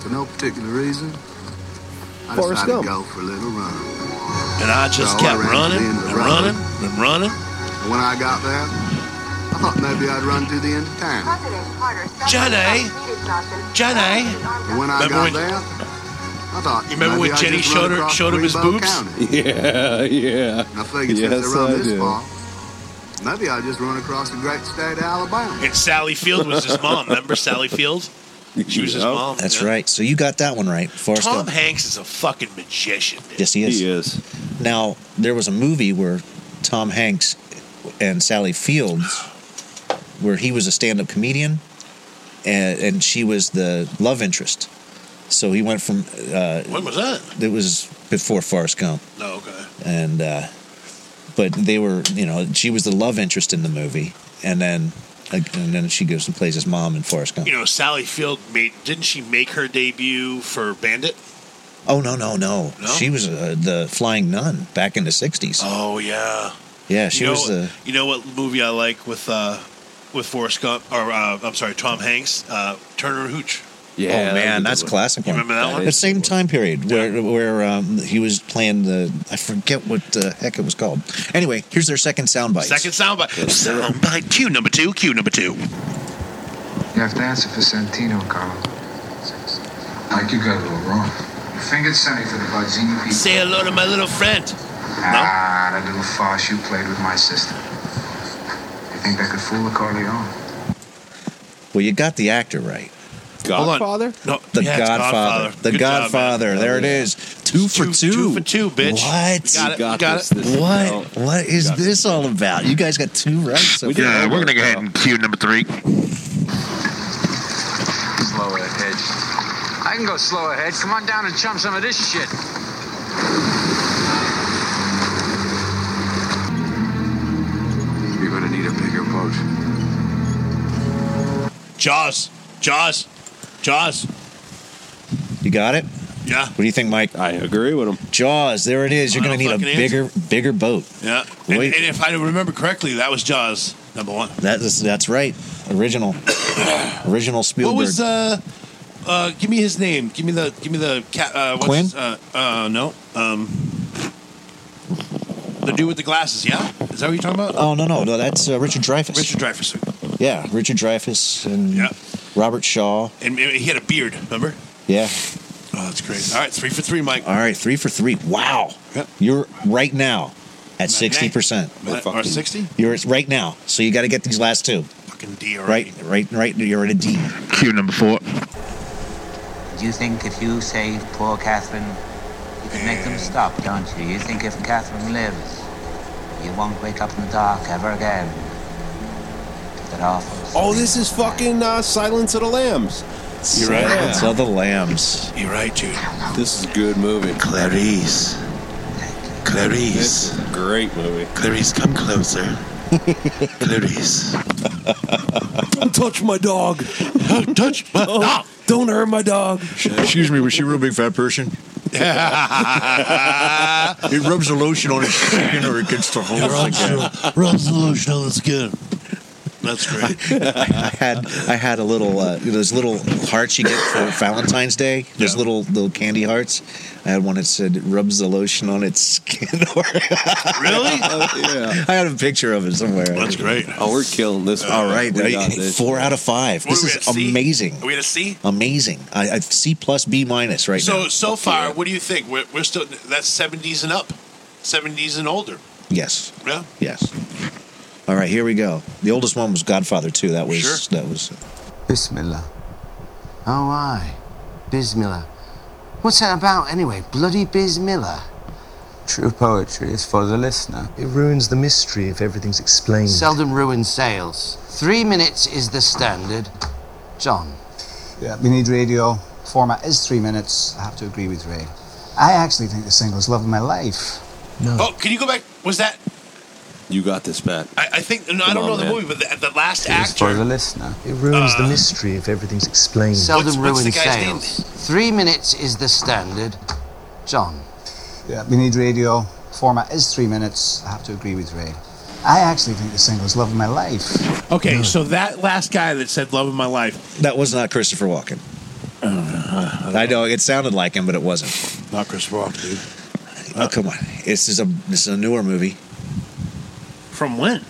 [SPEAKER 9] for no particular reason, I
[SPEAKER 4] Forrest Gump.
[SPEAKER 9] decided to go for a little run.
[SPEAKER 3] And I just
[SPEAKER 9] So I
[SPEAKER 3] kept
[SPEAKER 9] ran to the
[SPEAKER 3] running
[SPEAKER 9] end of the
[SPEAKER 3] and
[SPEAKER 9] road.
[SPEAKER 3] running and running.
[SPEAKER 9] When I got there, I thought maybe I'd run to the end of town.
[SPEAKER 3] Johnny. Johnny.
[SPEAKER 9] But when I
[SPEAKER 3] Remember
[SPEAKER 9] got
[SPEAKER 3] when-
[SPEAKER 9] there, I thought
[SPEAKER 3] You remember
[SPEAKER 9] maybe
[SPEAKER 3] when
[SPEAKER 9] I'd
[SPEAKER 3] Jenny
[SPEAKER 9] just run
[SPEAKER 3] showed her-
[SPEAKER 9] across
[SPEAKER 3] showed him his
[SPEAKER 9] Greenbow
[SPEAKER 3] boobs?
[SPEAKER 9] County.
[SPEAKER 4] Yeah, yeah.
[SPEAKER 9] And I figured
[SPEAKER 4] Yes,
[SPEAKER 9] since I run
[SPEAKER 4] I
[SPEAKER 9] this
[SPEAKER 4] do.
[SPEAKER 9] far, maybe I'd just run across the great state of Alabama.
[SPEAKER 3] And Sally Field was his mom. Remember Sally Field? She was his
[SPEAKER 4] Yep.
[SPEAKER 3] mom.
[SPEAKER 7] That's
[SPEAKER 3] yeah.
[SPEAKER 7] right. So you got that one right. Forrest
[SPEAKER 3] Tom
[SPEAKER 7] Gump.
[SPEAKER 3] Hanks is a fucking magician. Dude.
[SPEAKER 7] Yes, he is.
[SPEAKER 4] He is.
[SPEAKER 7] Now there was a movie where Tom Hanks and Sally Fields, where he was a stand-up comedian, and, and she was the love interest. So he went from uh,
[SPEAKER 3] When was that?
[SPEAKER 7] it was before Forrest Gump,
[SPEAKER 3] No, okay.
[SPEAKER 7] and uh, but they were you know she was the love interest in the movie, and then and then she goes and plays his mom in Forrest Gump.
[SPEAKER 3] You know, Sally Field made didn't she make her debut for Bandit?
[SPEAKER 7] Oh no no no!
[SPEAKER 3] No?
[SPEAKER 7] She was uh, the flying nun back in the '60s.
[SPEAKER 3] Oh yeah.
[SPEAKER 7] yeah, she
[SPEAKER 3] you know,
[SPEAKER 7] was the Oh,
[SPEAKER 3] You know what movie I like with uh with Forrest Gump or uh, I'm sorry, Tom Hanks, uh, Turner and Hooch.
[SPEAKER 4] Yeah.
[SPEAKER 7] oh man, that's a
[SPEAKER 4] classic.
[SPEAKER 7] classic
[SPEAKER 3] You
[SPEAKER 7] one.
[SPEAKER 3] remember that
[SPEAKER 4] That
[SPEAKER 3] one?
[SPEAKER 7] the same time period where where um, he was playing the I forget what the heck it was called. Anyway, here's their second soundbite.
[SPEAKER 3] Second soundbite. Soundbite cue number two, cue number two.
[SPEAKER 10] You have to answer for Santino, Carlo. Like you got a little wrong. You fingered Sonny for the Barzini people.
[SPEAKER 3] Say hello to my little friend.
[SPEAKER 10] Ah, that little farce you played with my sister. You think that could fool a Corleone?
[SPEAKER 7] Well, you got the actor right.
[SPEAKER 3] Hold on.
[SPEAKER 4] Godfather?
[SPEAKER 3] No,
[SPEAKER 7] The
[SPEAKER 3] yeah, it's
[SPEAKER 7] Godfather. The
[SPEAKER 3] Good job, man.
[SPEAKER 7] Godfather. there it is. two for two.
[SPEAKER 3] Two for two, bitch.
[SPEAKER 7] What?
[SPEAKER 3] Got it.
[SPEAKER 4] got
[SPEAKER 3] got
[SPEAKER 4] this.
[SPEAKER 3] it.
[SPEAKER 4] This is-
[SPEAKER 7] What?
[SPEAKER 4] no.
[SPEAKER 7] What is this all about? You guys got two rights.
[SPEAKER 4] We did Yeah, we're gonna go ahead and
[SPEAKER 2] cue number three.
[SPEAKER 11] Slow ahead. I can go slow ahead. Come on down and chum some of this shit. You're gonna need a bigger boat.
[SPEAKER 3] Jaws. Jaws. Jaws.
[SPEAKER 7] You got it.
[SPEAKER 3] Yeah.
[SPEAKER 7] What do you think, Mike?
[SPEAKER 4] I agree with him.
[SPEAKER 7] Jaws. There it is. You're gonna
[SPEAKER 3] Final
[SPEAKER 7] need a
[SPEAKER 3] fucking
[SPEAKER 7] bigger, bigger boat.
[SPEAKER 3] Yeah. And,
[SPEAKER 7] Wait.
[SPEAKER 3] and if I remember correctly, that was Jaws number one.
[SPEAKER 7] That's that's right. Original, original Spielberg.
[SPEAKER 3] What was uh, uh? Give me his name. Give me the. Give me the cat. Uh, what's
[SPEAKER 7] Quinn?
[SPEAKER 3] his- Uh, uh, no. Um, the dude with the glasses. Yeah. Is that what you're talking about?
[SPEAKER 7] Oh no no no! That's uh, Richard Dreyfuss.
[SPEAKER 3] Richard Dreyfuss.
[SPEAKER 7] Yeah, Richard Dreyfuss and
[SPEAKER 3] Yeah.
[SPEAKER 7] Robert Shaw.
[SPEAKER 3] And he had a beard. Remember?
[SPEAKER 7] Yeah.
[SPEAKER 3] Oh, that's crazy. All right, three for three, Mike.
[SPEAKER 7] All right, three for three. Wow.
[SPEAKER 3] Yep.
[SPEAKER 7] You're right now at sixty percent.
[SPEAKER 3] Or
[SPEAKER 4] fucking-
[SPEAKER 3] 60?
[SPEAKER 7] You're at- right now, so you got to get these last two.
[SPEAKER 3] Fucking D already.
[SPEAKER 7] Right, right, right. You're at a D.
[SPEAKER 2] Cue number four.
[SPEAKER 9] You think if you save poor Catherine, you can make them stop, don't you? You think if Catherine lives, you won't wake up in the dark ever again. That awful.
[SPEAKER 4] Oh, this is fucking uh, Silence of the Lambs.
[SPEAKER 7] You're
[SPEAKER 4] right.
[SPEAKER 7] Silence of the Lambs.
[SPEAKER 3] You're right, dude.
[SPEAKER 4] This is a good movie.
[SPEAKER 2] Clarice.
[SPEAKER 4] This
[SPEAKER 2] Clarice.
[SPEAKER 4] is a great movie. <laughs>
[SPEAKER 2] Clarice, come closer. Clarice.
[SPEAKER 4] Don't touch my dog. touch my dog. Don't hurt my dog.
[SPEAKER 2] Excuse me, was she a real big fat <laughs> person? it rubs the lotion on his skin or it gets the whole
[SPEAKER 3] Rubs the lotion on the skin. That's
[SPEAKER 4] <laughs>
[SPEAKER 3] great.
[SPEAKER 7] I had I had a little uh, those little hearts you get for Valentine's Day. Those
[SPEAKER 3] Yeah.
[SPEAKER 7] little little candy hearts. I had one that said "It rubs the lotion on its skin. <laughs> Or
[SPEAKER 3] really?
[SPEAKER 4] Oh, yeah.
[SPEAKER 7] I had a picture of it somewhere.
[SPEAKER 3] That's great.
[SPEAKER 4] Oh, we're killing this.
[SPEAKER 7] All
[SPEAKER 4] one.
[SPEAKER 7] right,
[SPEAKER 4] We
[SPEAKER 7] I-
[SPEAKER 4] got this.
[SPEAKER 7] four out of five.
[SPEAKER 3] What
[SPEAKER 7] This
[SPEAKER 3] are we
[SPEAKER 7] is
[SPEAKER 3] at, C?
[SPEAKER 7] amazing,
[SPEAKER 3] Are we at a C?
[SPEAKER 7] amazing. I, I C plus B minus right
[SPEAKER 3] So
[SPEAKER 7] now.
[SPEAKER 3] so far, what do you think? We're, we're still that's seventies and up, seventies and older.
[SPEAKER 7] Yes,
[SPEAKER 3] Yeah,
[SPEAKER 7] yes. All right, here we go. The oldest one was Godfather Two. That was
[SPEAKER 3] Sure.
[SPEAKER 7] that was.
[SPEAKER 9] Bismillah. Oh, aye. Bismillah. What's that about anyway? Bloody Bismillah. True poetry is for the listener.
[SPEAKER 12] It ruins the mystery if everything's
[SPEAKER 11] Hmm.
[SPEAKER 12] explained.
[SPEAKER 9] Seldom ruins sales. Three minutes is the standard. John.
[SPEAKER 11] Yeah, we need radio. Format is three minutes. I have to agree with Ray. I actually think the single's Love of My Life.
[SPEAKER 3] Oh, can you go back? Was that?
[SPEAKER 4] You got this, Pat.
[SPEAKER 3] I, I think no, I
[SPEAKER 4] Come
[SPEAKER 3] don't
[SPEAKER 4] on,
[SPEAKER 3] know
[SPEAKER 4] man.
[SPEAKER 3] the movie, but the, the last
[SPEAKER 11] For the
[SPEAKER 3] actor.
[SPEAKER 11] listener.
[SPEAKER 12] it ruins
[SPEAKER 3] Uh,
[SPEAKER 12] the mystery if everything's explained.
[SPEAKER 9] Seldom
[SPEAKER 3] what's the
[SPEAKER 9] ruins
[SPEAKER 3] guy's name?
[SPEAKER 9] sales. Three minutes is the standard. John.
[SPEAKER 11] Yeah, we need radio. Format is three minutes. I have to agree with Ray. I actually think the single's Love of My Life.
[SPEAKER 3] Okay, so that last guy that said "Love of My Life,"
[SPEAKER 7] That was not Christopher Walken.
[SPEAKER 3] Oh,
[SPEAKER 7] I know it sounded like him, but it wasn't.
[SPEAKER 3] not Chris Rock, dude.
[SPEAKER 7] Oh come on! This is a this is a newer movie.
[SPEAKER 3] From when?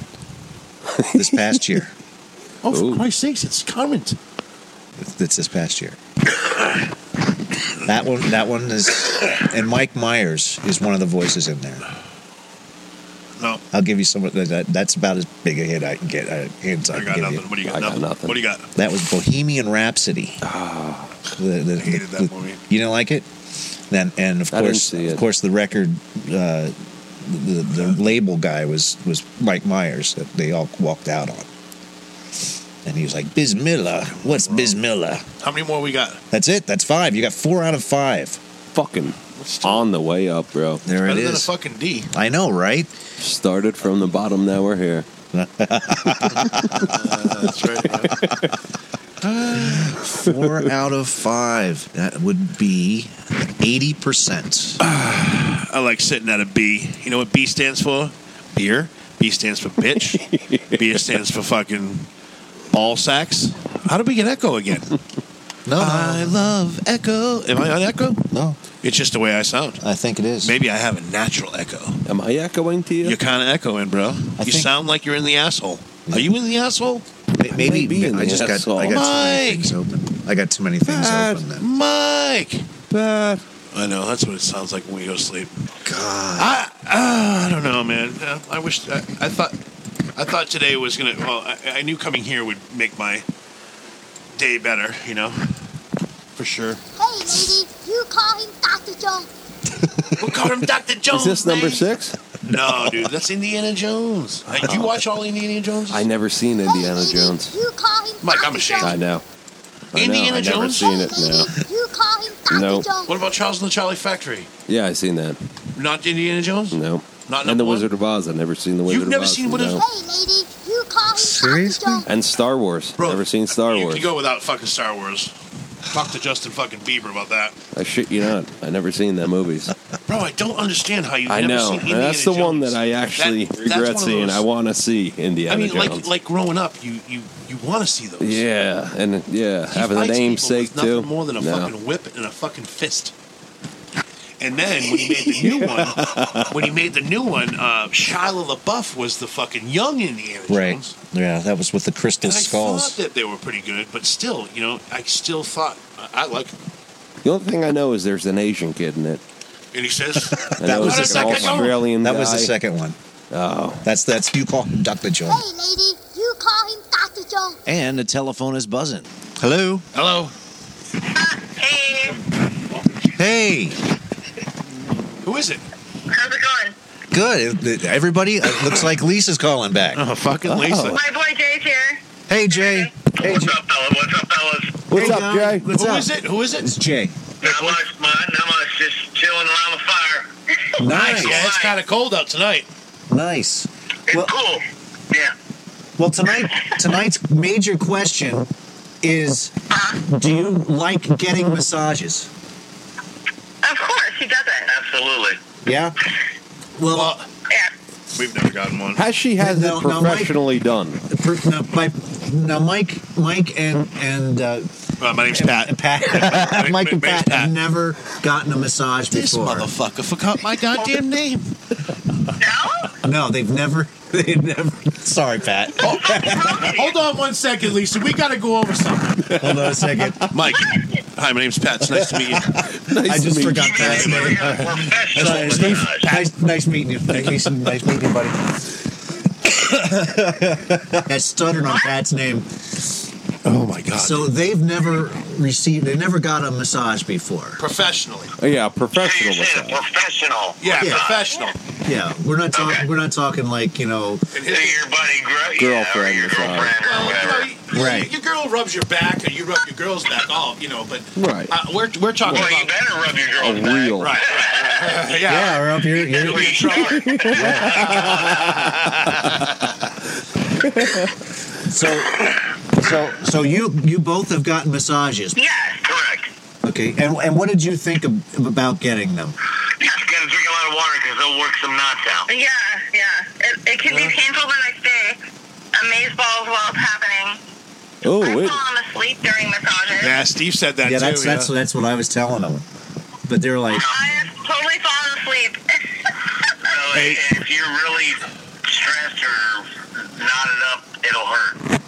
[SPEAKER 7] This past
[SPEAKER 3] <laughs>
[SPEAKER 7] year.
[SPEAKER 3] Oh,
[SPEAKER 4] Ooh.
[SPEAKER 3] for Christ's sakes, it's current.
[SPEAKER 7] That's this past year. That one. That one is. And Mike Myers is one of the voices in there.
[SPEAKER 3] No,
[SPEAKER 7] I'll give you some. That, that, that's about as big a hit I can get. Uh, hints I,
[SPEAKER 3] I
[SPEAKER 7] can
[SPEAKER 3] got
[SPEAKER 7] give
[SPEAKER 3] nothing.
[SPEAKER 7] you.
[SPEAKER 3] What do you got?
[SPEAKER 4] I got
[SPEAKER 3] nothing.
[SPEAKER 4] nothing.
[SPEAKER 3] What do you got?
[SPEAKER 7] That was Bohemian Rhapsody. Ah,
[SPEAKER 3] hated that
[SPEAKER 4] <laughs>
[SPEAKER 3] movie.
[SPEAKER 7] You didn't like it? Then and of
[SPEAKER 4] I didn't
[SPEAKER 7] course,
[SPEAKER 4] see
[SPEAKER 7] of
[SPEAKER 4] it.
[SPEAKER 7] course, the record, uh, the, the label guy was was Mike Myers that they all walked out on. And he was like, Bismillah. What's Bismillah?
[SPEAKER 3] How many more we got?
[SPEAKER 7] That's it. That's five. You got four out of five.
[SPEAKER 4] Fucking on the way up, bro.
[SPEAKER 7] There it
[SPEAKER 3] Better than a
[SPEAKER 7] is.
[SPEAKER 3] fucking D.
[SPEAKER 7] I know, right?
[SPEAKER 4] Started from the bottom. Now we're here.
[SPEAKER 3] That's <laughs> right.
[SPEAKER 7] Four <laughs> out of five. That would be 80%.
[SPEAKER 3] I like sitting at a B. You know what B stands for? Beer. B stands for
[SPEAKER 7] <laughs>
[SPEAKER 3] bitch. B stands for fucking ball sacks. How did we get echo again?
[SPEAKER 7] No, no,
[SPEAKER 3] I love echo. Am I on echo?
[SPEAKER 7] no.
[SPEAKER 3] It's just the way I sound.
[SPEAKER 7] I think it is.
[SPEAKER 3] Maybe I have a natural echo.
[SPEAKER 4] Am I echoing to you?
[SPEAKER 3] You're kind of echoing, bro.
[SPEAKER 7] I
[SPEAKER 3] you
[SPEAKER 7] think-
[SPEAKER 3] sound like you're in the asshole. Are you in the asshole?
[SPEAKER 7] May- Maybe,
[SPEAKER 4] Maybe in
[SPEAKER 7] I
[SPEAKER 4] the
[SPEAKER 7] just got
[SPEAKER 4] asshole.
[SPEAKER 7] I got
[SPEAKER 3] Mike!
[SPEAKER 7] too many things open. I got too many things
[SPEAKER 4] Dad.
[SPEAKER 7] open. Then.
[SPEAKER 3] Mike! I know. That's what it sounds like when we go to sleep.
[SPEAKER 7] God,
[SPEAKER 3] I uh, I don't know, man. Uh, I wish I, I thought I thought today was gonna. Well, I, I knew coming here would make my day better. You know, for sure.
[SPEAKER 5] Hey, lady, you call him Dr. Joe.
[SPEAKER 3] We'll call him Dr. Jones.
[SPEAKER 4] Is this number
[SPEAKER 3] man.
[SPEAKER 4] six?
[SPEAKER 3] No, dude, that's Indiana
[SPEAKER 4] <laughs>
[SPEAKER 3] Jones. Hey, you watch all Indiana Jones?
[SPEAKER 4] I never seen Indiana Jones.
[SPEAKER 5] You call him
[SPEAKER 3] Mike, I'm ashamed.
[SPEAKER 4] I know. I know.
[SPEAKER 3] Indiana
[SPEAKER 4] I never
[SPEAKER 3] Jones?
[SPEAKER 4] seen it. No.
[SPEAKER 5] You call him
[SPEAKER 4] No.
[SPEAKER 3] What about Charles and the Charlie Factory?
[SPEAKER 4] Yeah, I seen that.
[SPEAKER 3] Not Indiana Jones?
[SPEAKER 4] No.
[SPEAKER 3] Not
[SPEAKER 4] and the
[SPEAKER 3] one?
[SPEAKER 4] Wizard of Oz. I never seen the Wizard
[SPEAKER 3] You've
[SPEAKER 4] of
[SPEAKER 3] never
[SPEAKER 4] Oz.
[SPEAKER 3] seen what is?
[SPEAKER 4] no.
[SPEAKER 5] lady. You call him
[SPEAKER 4] Seriously? And Star Wars.
[SPEAKER 3] Bro,
[SPEAKER 4] never seen Star
[SPEAKER 3] You
[SPEAKER 4] Wars.
[SPEAKER 3] can go without fucking Star Wars. Talk to Justin fucking Bieber about that.
[SPEAKER 4] I shit you not. I never seen
[SPEAKER 3] <laughs>
[SPEAKER 4] that movies.
[SPEAKER 3] Bro, I don't understand how you've
[SPEAKER 4] I
[SPEAKER 3] never
[SPEAKER 4] know.
[SPEAKER 3] seen
[SPEAKER 4] And
[SPEAKER 3] Indiana
[SPEAKER 4] that's the
[SPEAKER 3] Jones.
[SPEAKER 4] one that I actually
[SPEAKER 3] That- that's one
[SPEAKER 4] regret
[SPEAKER 3] of
[SPEAKER 4] seeing.
[SPEAKER 3] those-
[SPEAKER 4] I want to see Indiana
[SPEAKER 3] I mean,
[SPEAKER 4] Jones.
[SPEAKER 3] like like growing up, you you you want to see those.
[SPEAKER 4] yeah, and yeah,
[SPEAKER 3] He
[SPEAKER 4] having a
[SPEAKER 3] fights
[SPEAKER 4] namesake
[SPEAKER 3] people with
[SPEAKER 4] too.
[SPEAKER 3] Nothing more than a
[SPEAKER 4] no.
[SPEAKER 3] fucking whip and a fucking fist. And then when he made the new one,
[SPEAKER 4] <laughs>
[SPEAKER 3] when he made the new one, uh, Shia LaBeouf was the fucking young Indiana Jones.
[SPEAKER 2] Right. Yeah, that was with the crystal
[SPEAKER 3] And I
[SPEAKER 2] skulls.
[SPEAKER 3] thought that they were pretty good, but still, you know, I still thought I, I like.
[SPEAKER 4] The only thing I know is there's an Asian kid in
[SPEAKER 3] <laughs>
[SPEAKER 4] it.
[SPEAKER 3] And he says
[SPEAKER 4] And that was
[SPEAKER 3] "What
[SPEAKER 4] like
[SPEAKER 3] is that
[SPEAKER 4] an
[SPEAKER 3] guy going?"
[SPEAKER 4] Australian
[SPEAKER 2] That was the
[SPEAKER 4] guy.
[SPEAKER 2] second one.
[SPEAKER 4] Oh.
[SPEAKER 2] That's that's you call him Dr. Jones.
[SPEAKER 5] Hey, lady. You call him Dr. Jones.
[SPEAKER 2] And the telephone is buzzing. Hello.
[SPEAKER 3] Hello.
[SPEAKER 2] Hey.
[SPEAKER 3] Who is it?
[SPEAKER 11] How's it going?
[SPEAKER 2] Good. Everybody, it looks like Lisa's calling back.
[SPEAKER 3] <laughs> Oh, fucking
[SPEAKER 11] My boy Jay's here.
[SPEAKER 2] Hey, Jay. Hey, Jay.
[SPEAKER 4] What's
[SPEAKER 2] Hey,
[SPEAKER 4] up,
[SPEAKER 2] John.
[SPEAKER 4] Jay?
[SPEAKER 2] What's up?
[SPEAKER 3] Who is it?
[SPEAKER 2] It's Jay.
[SPEAKER 11] Not much, man. Not much. Just chilling around the fire.
[SPEAKER 2] Nice.
[SPEAKER 3] Yeah, it's kind of cold out tonight.
[SPEAKER 2] Nice.
[SPEAKER 11] It's cool. Yeah.
[SPEAKER 2] Well, tonight tonight's major question is do you like getting massages?
[SPEAKER 11] Of course, he doesn't. Absolutely.
[SPEAKER 2] Yeah. Well,
[SPEAKER 3] We've never gotten one.
[SPEAKER 4] Has she has
[SPEAKER 2] No,
[SPEAKER 4] it
[SPEAKER 2] no, Mike.
[SPEAKER 3] <laughs>
[SPEAKER 4] professionally done?
[SPEAKER 2] per, now, my, now Mike, Mike and and uh,
[SPEAKER 3] Uh, my name's Pat.
[SPEAKER 2] Pat, <laughs> Mike and
[SPEAKER 3] My name's
[SPEAKER 2] Pat, have never gotten a massage
[SPEAKER 3] This
[SPEAKER 2] before.
[SPEAKER 3] motherfucker forgot my goddamn name.
[SPEAKER 2] No, they've never. They never. Sorry, Pat.
[SPEAKER 3] <laughs> Hold on one second, Lisa. We got to go over something.
[SPEAKER 2] Hold on a second.
[SPEAKER 3] Mike. Hi, my name's Pat. It's nice to meet you.
[SPEAKER 2] I just forgot Pat's name. Sorry, Steve. Nice, nice meeting you. Nice, meeting- nice meeting you, buddy. I stuttered on Pat's name.
[SPEAKER 3] Oh my god.
[SPEAKER 2] So they've never received. They never got a massage before.
[SPEAKER 3] Professionally.
[SPEAKER 4] Yeah, professional massage.
[SPEAKER 11] Professional.
[SPEAKER 3] Yeah,
[SPEAKER 2] Yeah.
[SPEAKER 3] professional.
[SPEAKER 2] Yeah, we're not talking. We're not talking like you know.
[SPEAKER 11] So your buddy, gro-
[SPEAKER 4] Girlfriend
[SPEAKER 11] yeah, or your
[SPEAKER 4] massage.
[SPEAKER 11] girlfriend or
[SPEAKER 3] Well, you
[SPEAKER 11] whatever.
[SPEAKER 3] know, you-
[SPEAKER 2] Right.
[SPEAKER 3] Your girl rubs your back, or you rub your girl's back. All you know, but
[SPEAKER 4] Right.
[SPEAKER 3] uh, we're we're talking
[SPEAKER 11] Well, you
[SPEAKER 3] about
[SPEAKER 11] better rub your
[SPEAKER 4] A
[SPEAKER 11] girl's <laughs> back.
[SPEAKER 4] real.
[SPEAKER 3] right. right, right. yeah.
[SPEAKER 2] Yeah, or up your.
[SPEAKER 11] You'll be
[SPEAKER 2] your
[SPEAKER 11] in trouble.
[SPEAKER 2] so, so, so you you both have gotten massages.
[SPEAKER 11] yeah, correct.
[SPEAKER 2] Okay, and and what did you think ab- about getting them?
[SPEAKER 11] Just gotta drink a lot of water because they'll work some knots out. Yeah, yeah. It, it can be painful the next day. Amaze balls while it's happening.
[SPEAKER 4] Oh,
[SPEAKER 11] I've
[SPEAKER 4] it,
[SPEAKER 11] fallen asleep during massages.
[SPEAKER 3] Yeah, Steve said that
[SPEAKER 2] yeah,
[SPEAKER 3] too.
[SPEAKER 2] that's that's that's what I was telling them. But they're like,
[SPEAKER 11] I have totally fallen asleep. <laughs> so
[SPEAKER 3] Hey.
[SPEAKER 11] if you're really stressed or knotted up, it'll hurt.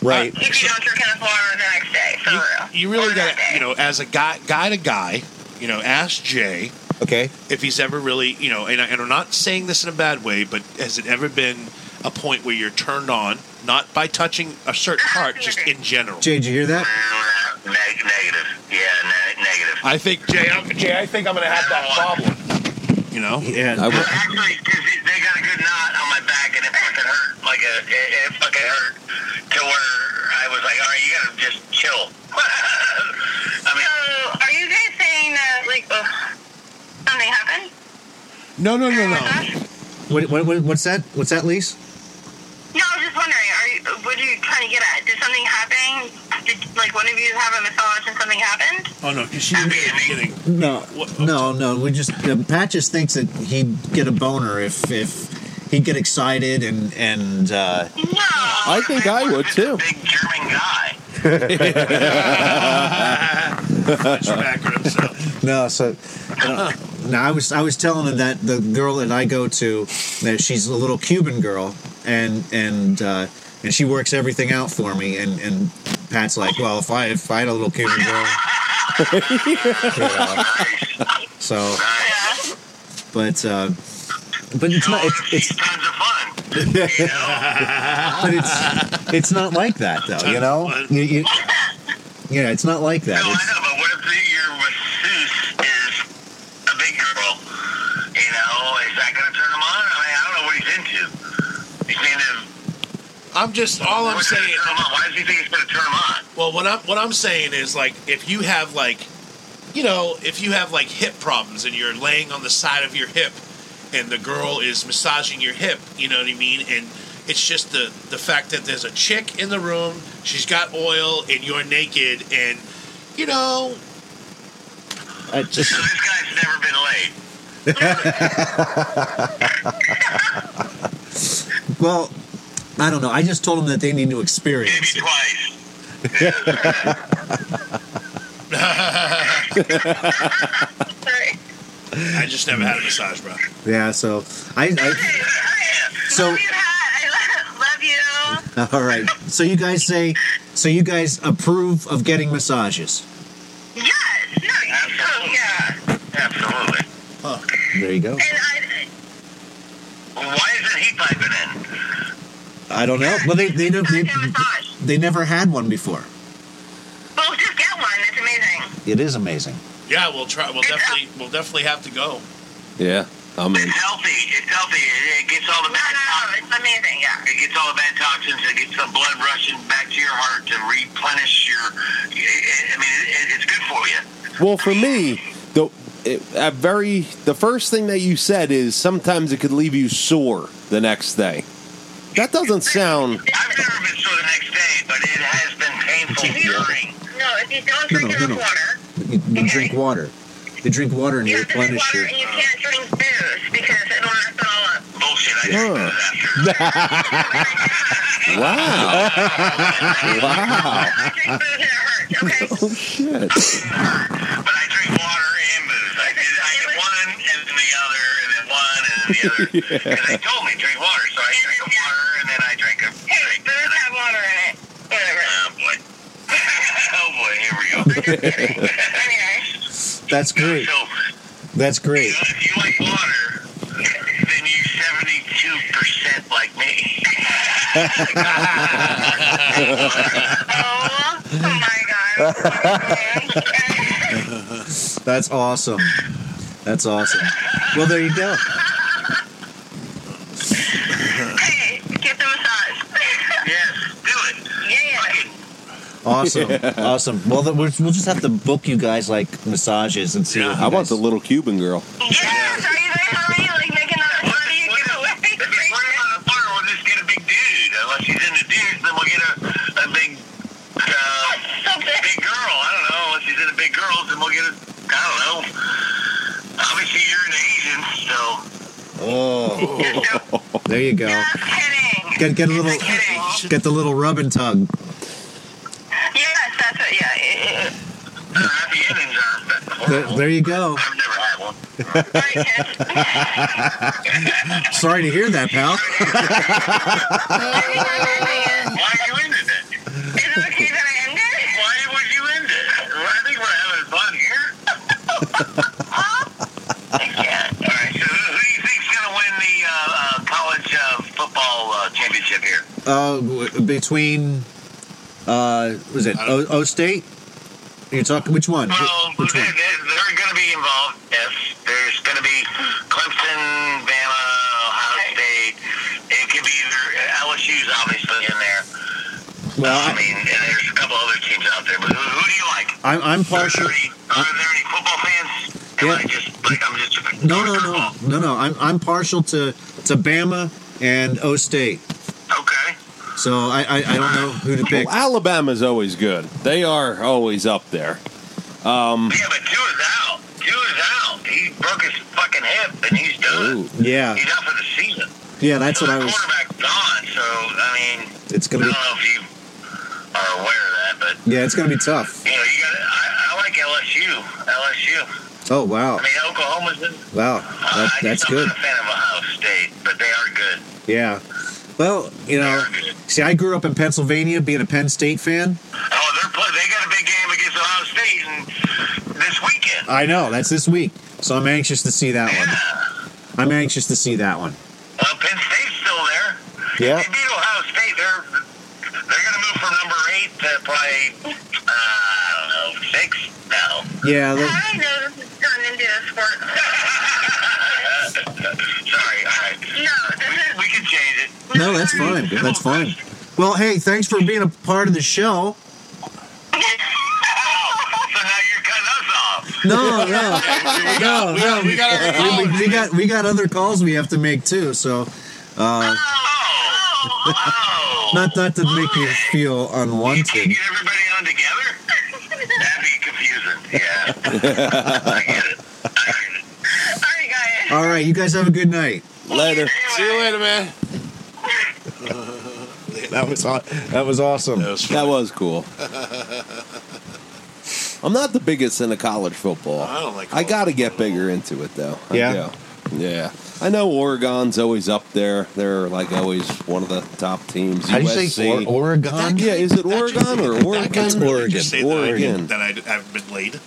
[SPEAKER 2] right,
[SPEAKER 11] If you don't drink enough water the next day. So
[SPEAKER 3] you, you really
[SPEAKER 11] or that
[SPEAKER 3] got to,
[SPEAKER 11] day.
[SPEAKER 3] you know, as a guy, guy to guy, you know, ask Jay
[SPEAKER 2] okay,
[SPEAKER 3] if he's ever really, you know, and, I, and I'm not saying this in a bad way, but has it ever been a point where you're turned on, not by touching a certain part, just in general?
[SPEAKER 2] Jay, did you hear that?
[SPEAKER 11] Mm, neg- negative. Yeah, ne- negative.
[SPEAKER 3] I think Jay, I'm, Jay, I think I'm gonna have that problem. You know,
[SPEAKER 2] Yeah,
[SPEAKER 4] I would,
[SPEAKER 11] Actually, 'cause it- they got a good knot on my back, and it fucking hurt. Like a, it, it fucking hurt to where I was like, all right, you gotta just chill. <laughs> I mean, so are you guys saying that like something happened?
[SPEAKER 3] no,
[SPEAKER 11] Oh
[SPEAKER 3] no, no, no.
[SPEAKER 2] What, what, what, what's that? What's that, Lise?
[SPEAKER 11] No, I was just wondering. Are you, what are you trying to get at? Did something happen? Did like one of you have a massage and something happened?
[SPEAKER 3] Oh no, because she didn't at the beginning.
[SPEAKER 2] No,
[SPEAKER 3] What-
[SPEAKER 2] no, no. We just um, Pat just thinks that he'd get a boner if if he'd get excited and and uh,
[SPEAKER 11] No.
[SPEAKER 4] I think I would too.
[SPEAKER 11] Big German guy.
[SPEAKER 3] That's from Akron, so.
[SPEAKER 2] no. So uh, no, I was I was telling him that the girl that I go to, that she's a little Cuban girl, and and uh, and she works everything out for me. And and Pat's like, well, if I if I had a little Cuban girl. you know. so,
[SPEAKER 11] Yeah.
[SPEAKER 2] but uh, but it's not it's, it's <laughs>
[SPEAKER 11] She's tons of fun. You know?
[SPEAKER 2] but it's it's not like that though you know you, you, yeah it's not like that
[SPEAKER 11] No, I
[SPEAKER 2] it's,
[SPEAKER 11] know, but what if your masseuse is a big girl that going to turn him on? I mean, I don't know what he's into. He's into.
[SPEAKER 3] I'm just all I'm
[SPEAKER 11] What's gonna
[SPEAKER 3] saying.
[SPEAKER 11] Turn him on? Why does he think it's going to turn him on?
[SPEAKER 3] Well, what I'm what I'm saying is like if you have like, you know, if you have like hip problems and you're laying on the side of your hip, and the girl is massaging your hip, you know what I mean? And it's just the the fact that there's a chick in the room, she's got oil, and you're naked, and you know,
[SPEAKER 11] I just... So this guy's never been laid.
[SPEAKER 7] well, I don't know. I just told them that they need to experience it.
[SPEAKER 3] I just never had a massage, bro.
[SPEAKER 7] yeah, so I, I so <laughs>
[SPEAKER 11] Love you.
[SPEAKER 7] all right. So you guys say so you guys approve of getting massages.
[SPEAKER 11] Yes. No, you Absolutely. Yeah. Absolutely.
[SPEAKER 7] There you go.
[SPEAKER 11] And I. Why isn't he piping in?
[SPEAKER 7] I don't know. Well, they they don't they, they never had one before.
[SPEAKER 11] Well, just get one. It's amazing.
[SPEAKER 2] It is amazing.
[SPEAKER 3] Yeah, we'll try. We'll definitely we'll definitely have to go.
[SPEAKER 4] Yeah, I'm in.
[SPEAKER 11] It's healthy. It, it gets all the bad. No, no, it's amazing. Yeah. It gets all the bad toxins. It gets the blood rushing back to your heart to replenish your. I mean, it, it's good for you.
[SPEAKER 4] Well, for me, the it, a very the first thing that you said is sometimes it could leave you sore the next day. That doesn't sound.
[SPEAKER 11] If you don't, no, if you don't
[SPEAKER 7] No,
[SPEAKER 11] drink
[SPEAKER 7] no,
[SPEAKER 11] enough
[SPEAKER 7] no, no.
[SPEAKER 11] water,
[SPEAKER 7] You, you drink water. You drink water and you replenish your.
[SPEAKER 11] you can't drink booze because it'll mess it all up. Bullshit. I
[SPEAKER 4] Oh,
[SPEAKER 7] Huh. wow!
[SPEAKER 11] Booze and
[SPEAKER 7] Oh shit!
[SPEAKER 11] it hurts. Okay. I did one and then the other and then one and then the other. Because they told me drink water, so I drink the water and then I drink a. Hey, booze have water in it. Whatever. Oh boy. <laughs> oh boy. Here we <laughs> go.
[SPEAKER 7] That's great. That's great.
[SPEAKER 11] <laughs> oh my Oh,
[SPEAKER 7] That's awesome. That's awesome. Well, there you go.
[SPEAKER 11] Hey, get the massage. <laughs> yes, do it. Yeah. Fucking
[SPEAKER 7] Awesome.
[SPEAKER 11] Yeah.
[SPEAKER 7] Awesome. Well, then we're, we'll just have to book you guys like massages and see. Yeah,
[SPEAKER 4] I want the little Cuban girl.
[SPEAKER 11] uh, big girl. I don't know. Unless she's into big girls, then we'll get a. I don't know. Obviously, you're an Asian, so.
[SPEAKER 7] Oh, there you go. Get get a little get the little rub and tug.
[SPEAKER 11] Yes, that's it. Yeah. yeah, yeah. Uh, Happy endings are.
[SPEAKER 7] There, there you go.
[SPEAKER 11] I've never had one.
[SPEAKER 7] Sorry to hear that, pal.
[SPEAKER 11] Why you ended it? Is it okay that I ended it? Why would you end it? Well, I think we're having fun <laughs> here. I can't. All right. So who, who do you think's gonna win the uh, uh, college uh, football uh, championship here?
[SPEAKER 7] Uh, w- between uh, was it O, o State? You're talking which one?
[SPEAKER 11] Well,
[SPEAKER 7] Which one?
[SPEAKER 11] They're going to be involved. Yes, there's going to be Clemson, Bama, Ohio State. It could be either uh, LSU's obviously in there.
[SPEAKER 7] Well,
[SPEAKER 11] I mean, and there's a couple other teams out there. But who, who do you like?
[SPEAKER 7] I'm I'm partial. Yeah. No, no, no, no, no. I'm I'm partial to to Bama and O State.
[SPEAKER 11] Okay.
[SPEAKER 7] So I, I I don't know who to pick.
[SPEAKER 4] Well, Alabama's always good. They are always up there.
[SPEAKER 7] Hmm.
[SPEAKER 4] Um,
[SPEAKER 11] Yeah, but two is out. Two is out. He broke his fucking hip, and he's done.
[SPEAKER 7] Yeah.
[SPEAKER 11] He's out for the season.
[SPEAKER 7] Yeah, Oh. that's what I was.
[SPEAKER 11] Quarterback's gone. So I mean,
[SPEAKER 7] It's gonna
[SPEAKER 11] I
[SPEAKER 7] be
[SPEAKER 11] don't know if you are aware of that, but
[SPEAKER 7] yeah, it's gonna be tough.
[SPEAKER 11] you know, you got. I, I like LSU. LSU.
[SPEAKER 7] Oh wow,
[SPEAKER 11] I mean, Oklahoma's. In,
[SPEAKER 7] wow, that,
[SPEAKER 11] I
[SPEAKER 7] that's
[SPEAKER 11] just, I'm
[SPEAKER 7] good.
[SPEAKER 11] not a fan of Ohio State, but they are good.
[SPEAKER 7] Yeah. Well, you know, see, I grew up in Pennsylvania, being a Penn State fan.
[SPEAKER 11] Oh, they're play, they got a big game against Ohio State and this weekend.
[SPEAKER 7] I know that's this week, so I'm anxious to see that one. I'm anxious to see that one.
[SPEAKER 11] Uh, Penn State's still there.
[SPEAKER 7] Yeah.
[SPEAKER 11] They beat Ohio State. They're they're gonna move from number eight to probably uh, I don't know six now.
[SPEAKER 7] Yeah. that-
[SPEAKER 11] <laughs> I know this has turned into a sport. so that's fine. That's fine. <laughs> Well, hey, thanks for being a part of the show. Oh, No, <laughs> no, no, no. We got, we, we got we got other calls we have to make too. So, uh, Oh, <laughs> not not to make you feel unwanted. <laughs> All right, you guys have a good night.
[SPEAKER 4] Later.
[SPEAKER 3] See you later, man.
[SPEAKER 11] That was aw- that was awesome.
[SPEAKER 4] That was cool. I'm not the biggest into college football.
[SPEAKER 3] I don't like
[SPEAKER 4] I got to get bigger into it though. I do.
[SPEAKER 11] Yeah?
[SPEAKER 4] Yeah. I know Oregon's always up there. They're like always one of the top teams.
[SPEAKER 11] How do you say
[SPEAKER 4] USC.
[SPEAKER 11] Or- Oregon?
[SPEAKER 4] Yeah, is it Oregon or
[SPEAKER 3] That
[SPEAKER 4] Oregon?
[SPEAKER 3] guy's Oregon. Just say
[SPEAKER 4] Oregon.
[SPEAKER 3] <laughs> That, I, that I, I've been laid.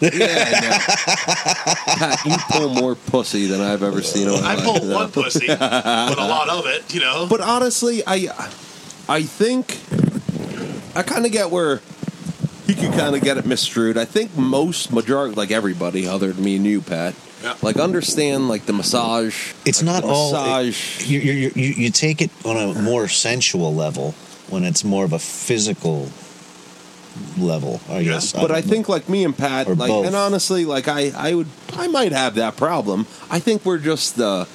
[SPEAKER 4] Yeah, I know. you pull more pussy than I've ever seen. in my
[SPEAKER 3] I
[SPEAKER 4] life,
[SPEAKER 3] pulled
[SPEAKER 4] you know?
[SPEAKER 3] one pussy, but a lot of it, you know.
[SPEAKER 4] But honestly, I I think I kind of get where you can kind of get it misstrued. I think most majority, like everybody, other than me and you, Pat, like understand like the massage.
[SPEAKER 7] It's
[SPEAKER 4] like,
[SPEAKER 7] not
[SPEAKER 4] the
[SPEAKER 7] all.
[SPEAKER 4] massage.
[SPEAKER 7] you, you, you, you you take it on a more sensual level when it's more of a physical level, I guess. Uh,
[SPEAKER 4] But I think like me and Pat,
[SPEAKER 7] Or
[SPEAKER 4] like,
[SPEAKER 7] both.
[SPEAKER 4] and honestly, like I, I would, I might have that problem. I think we're just the,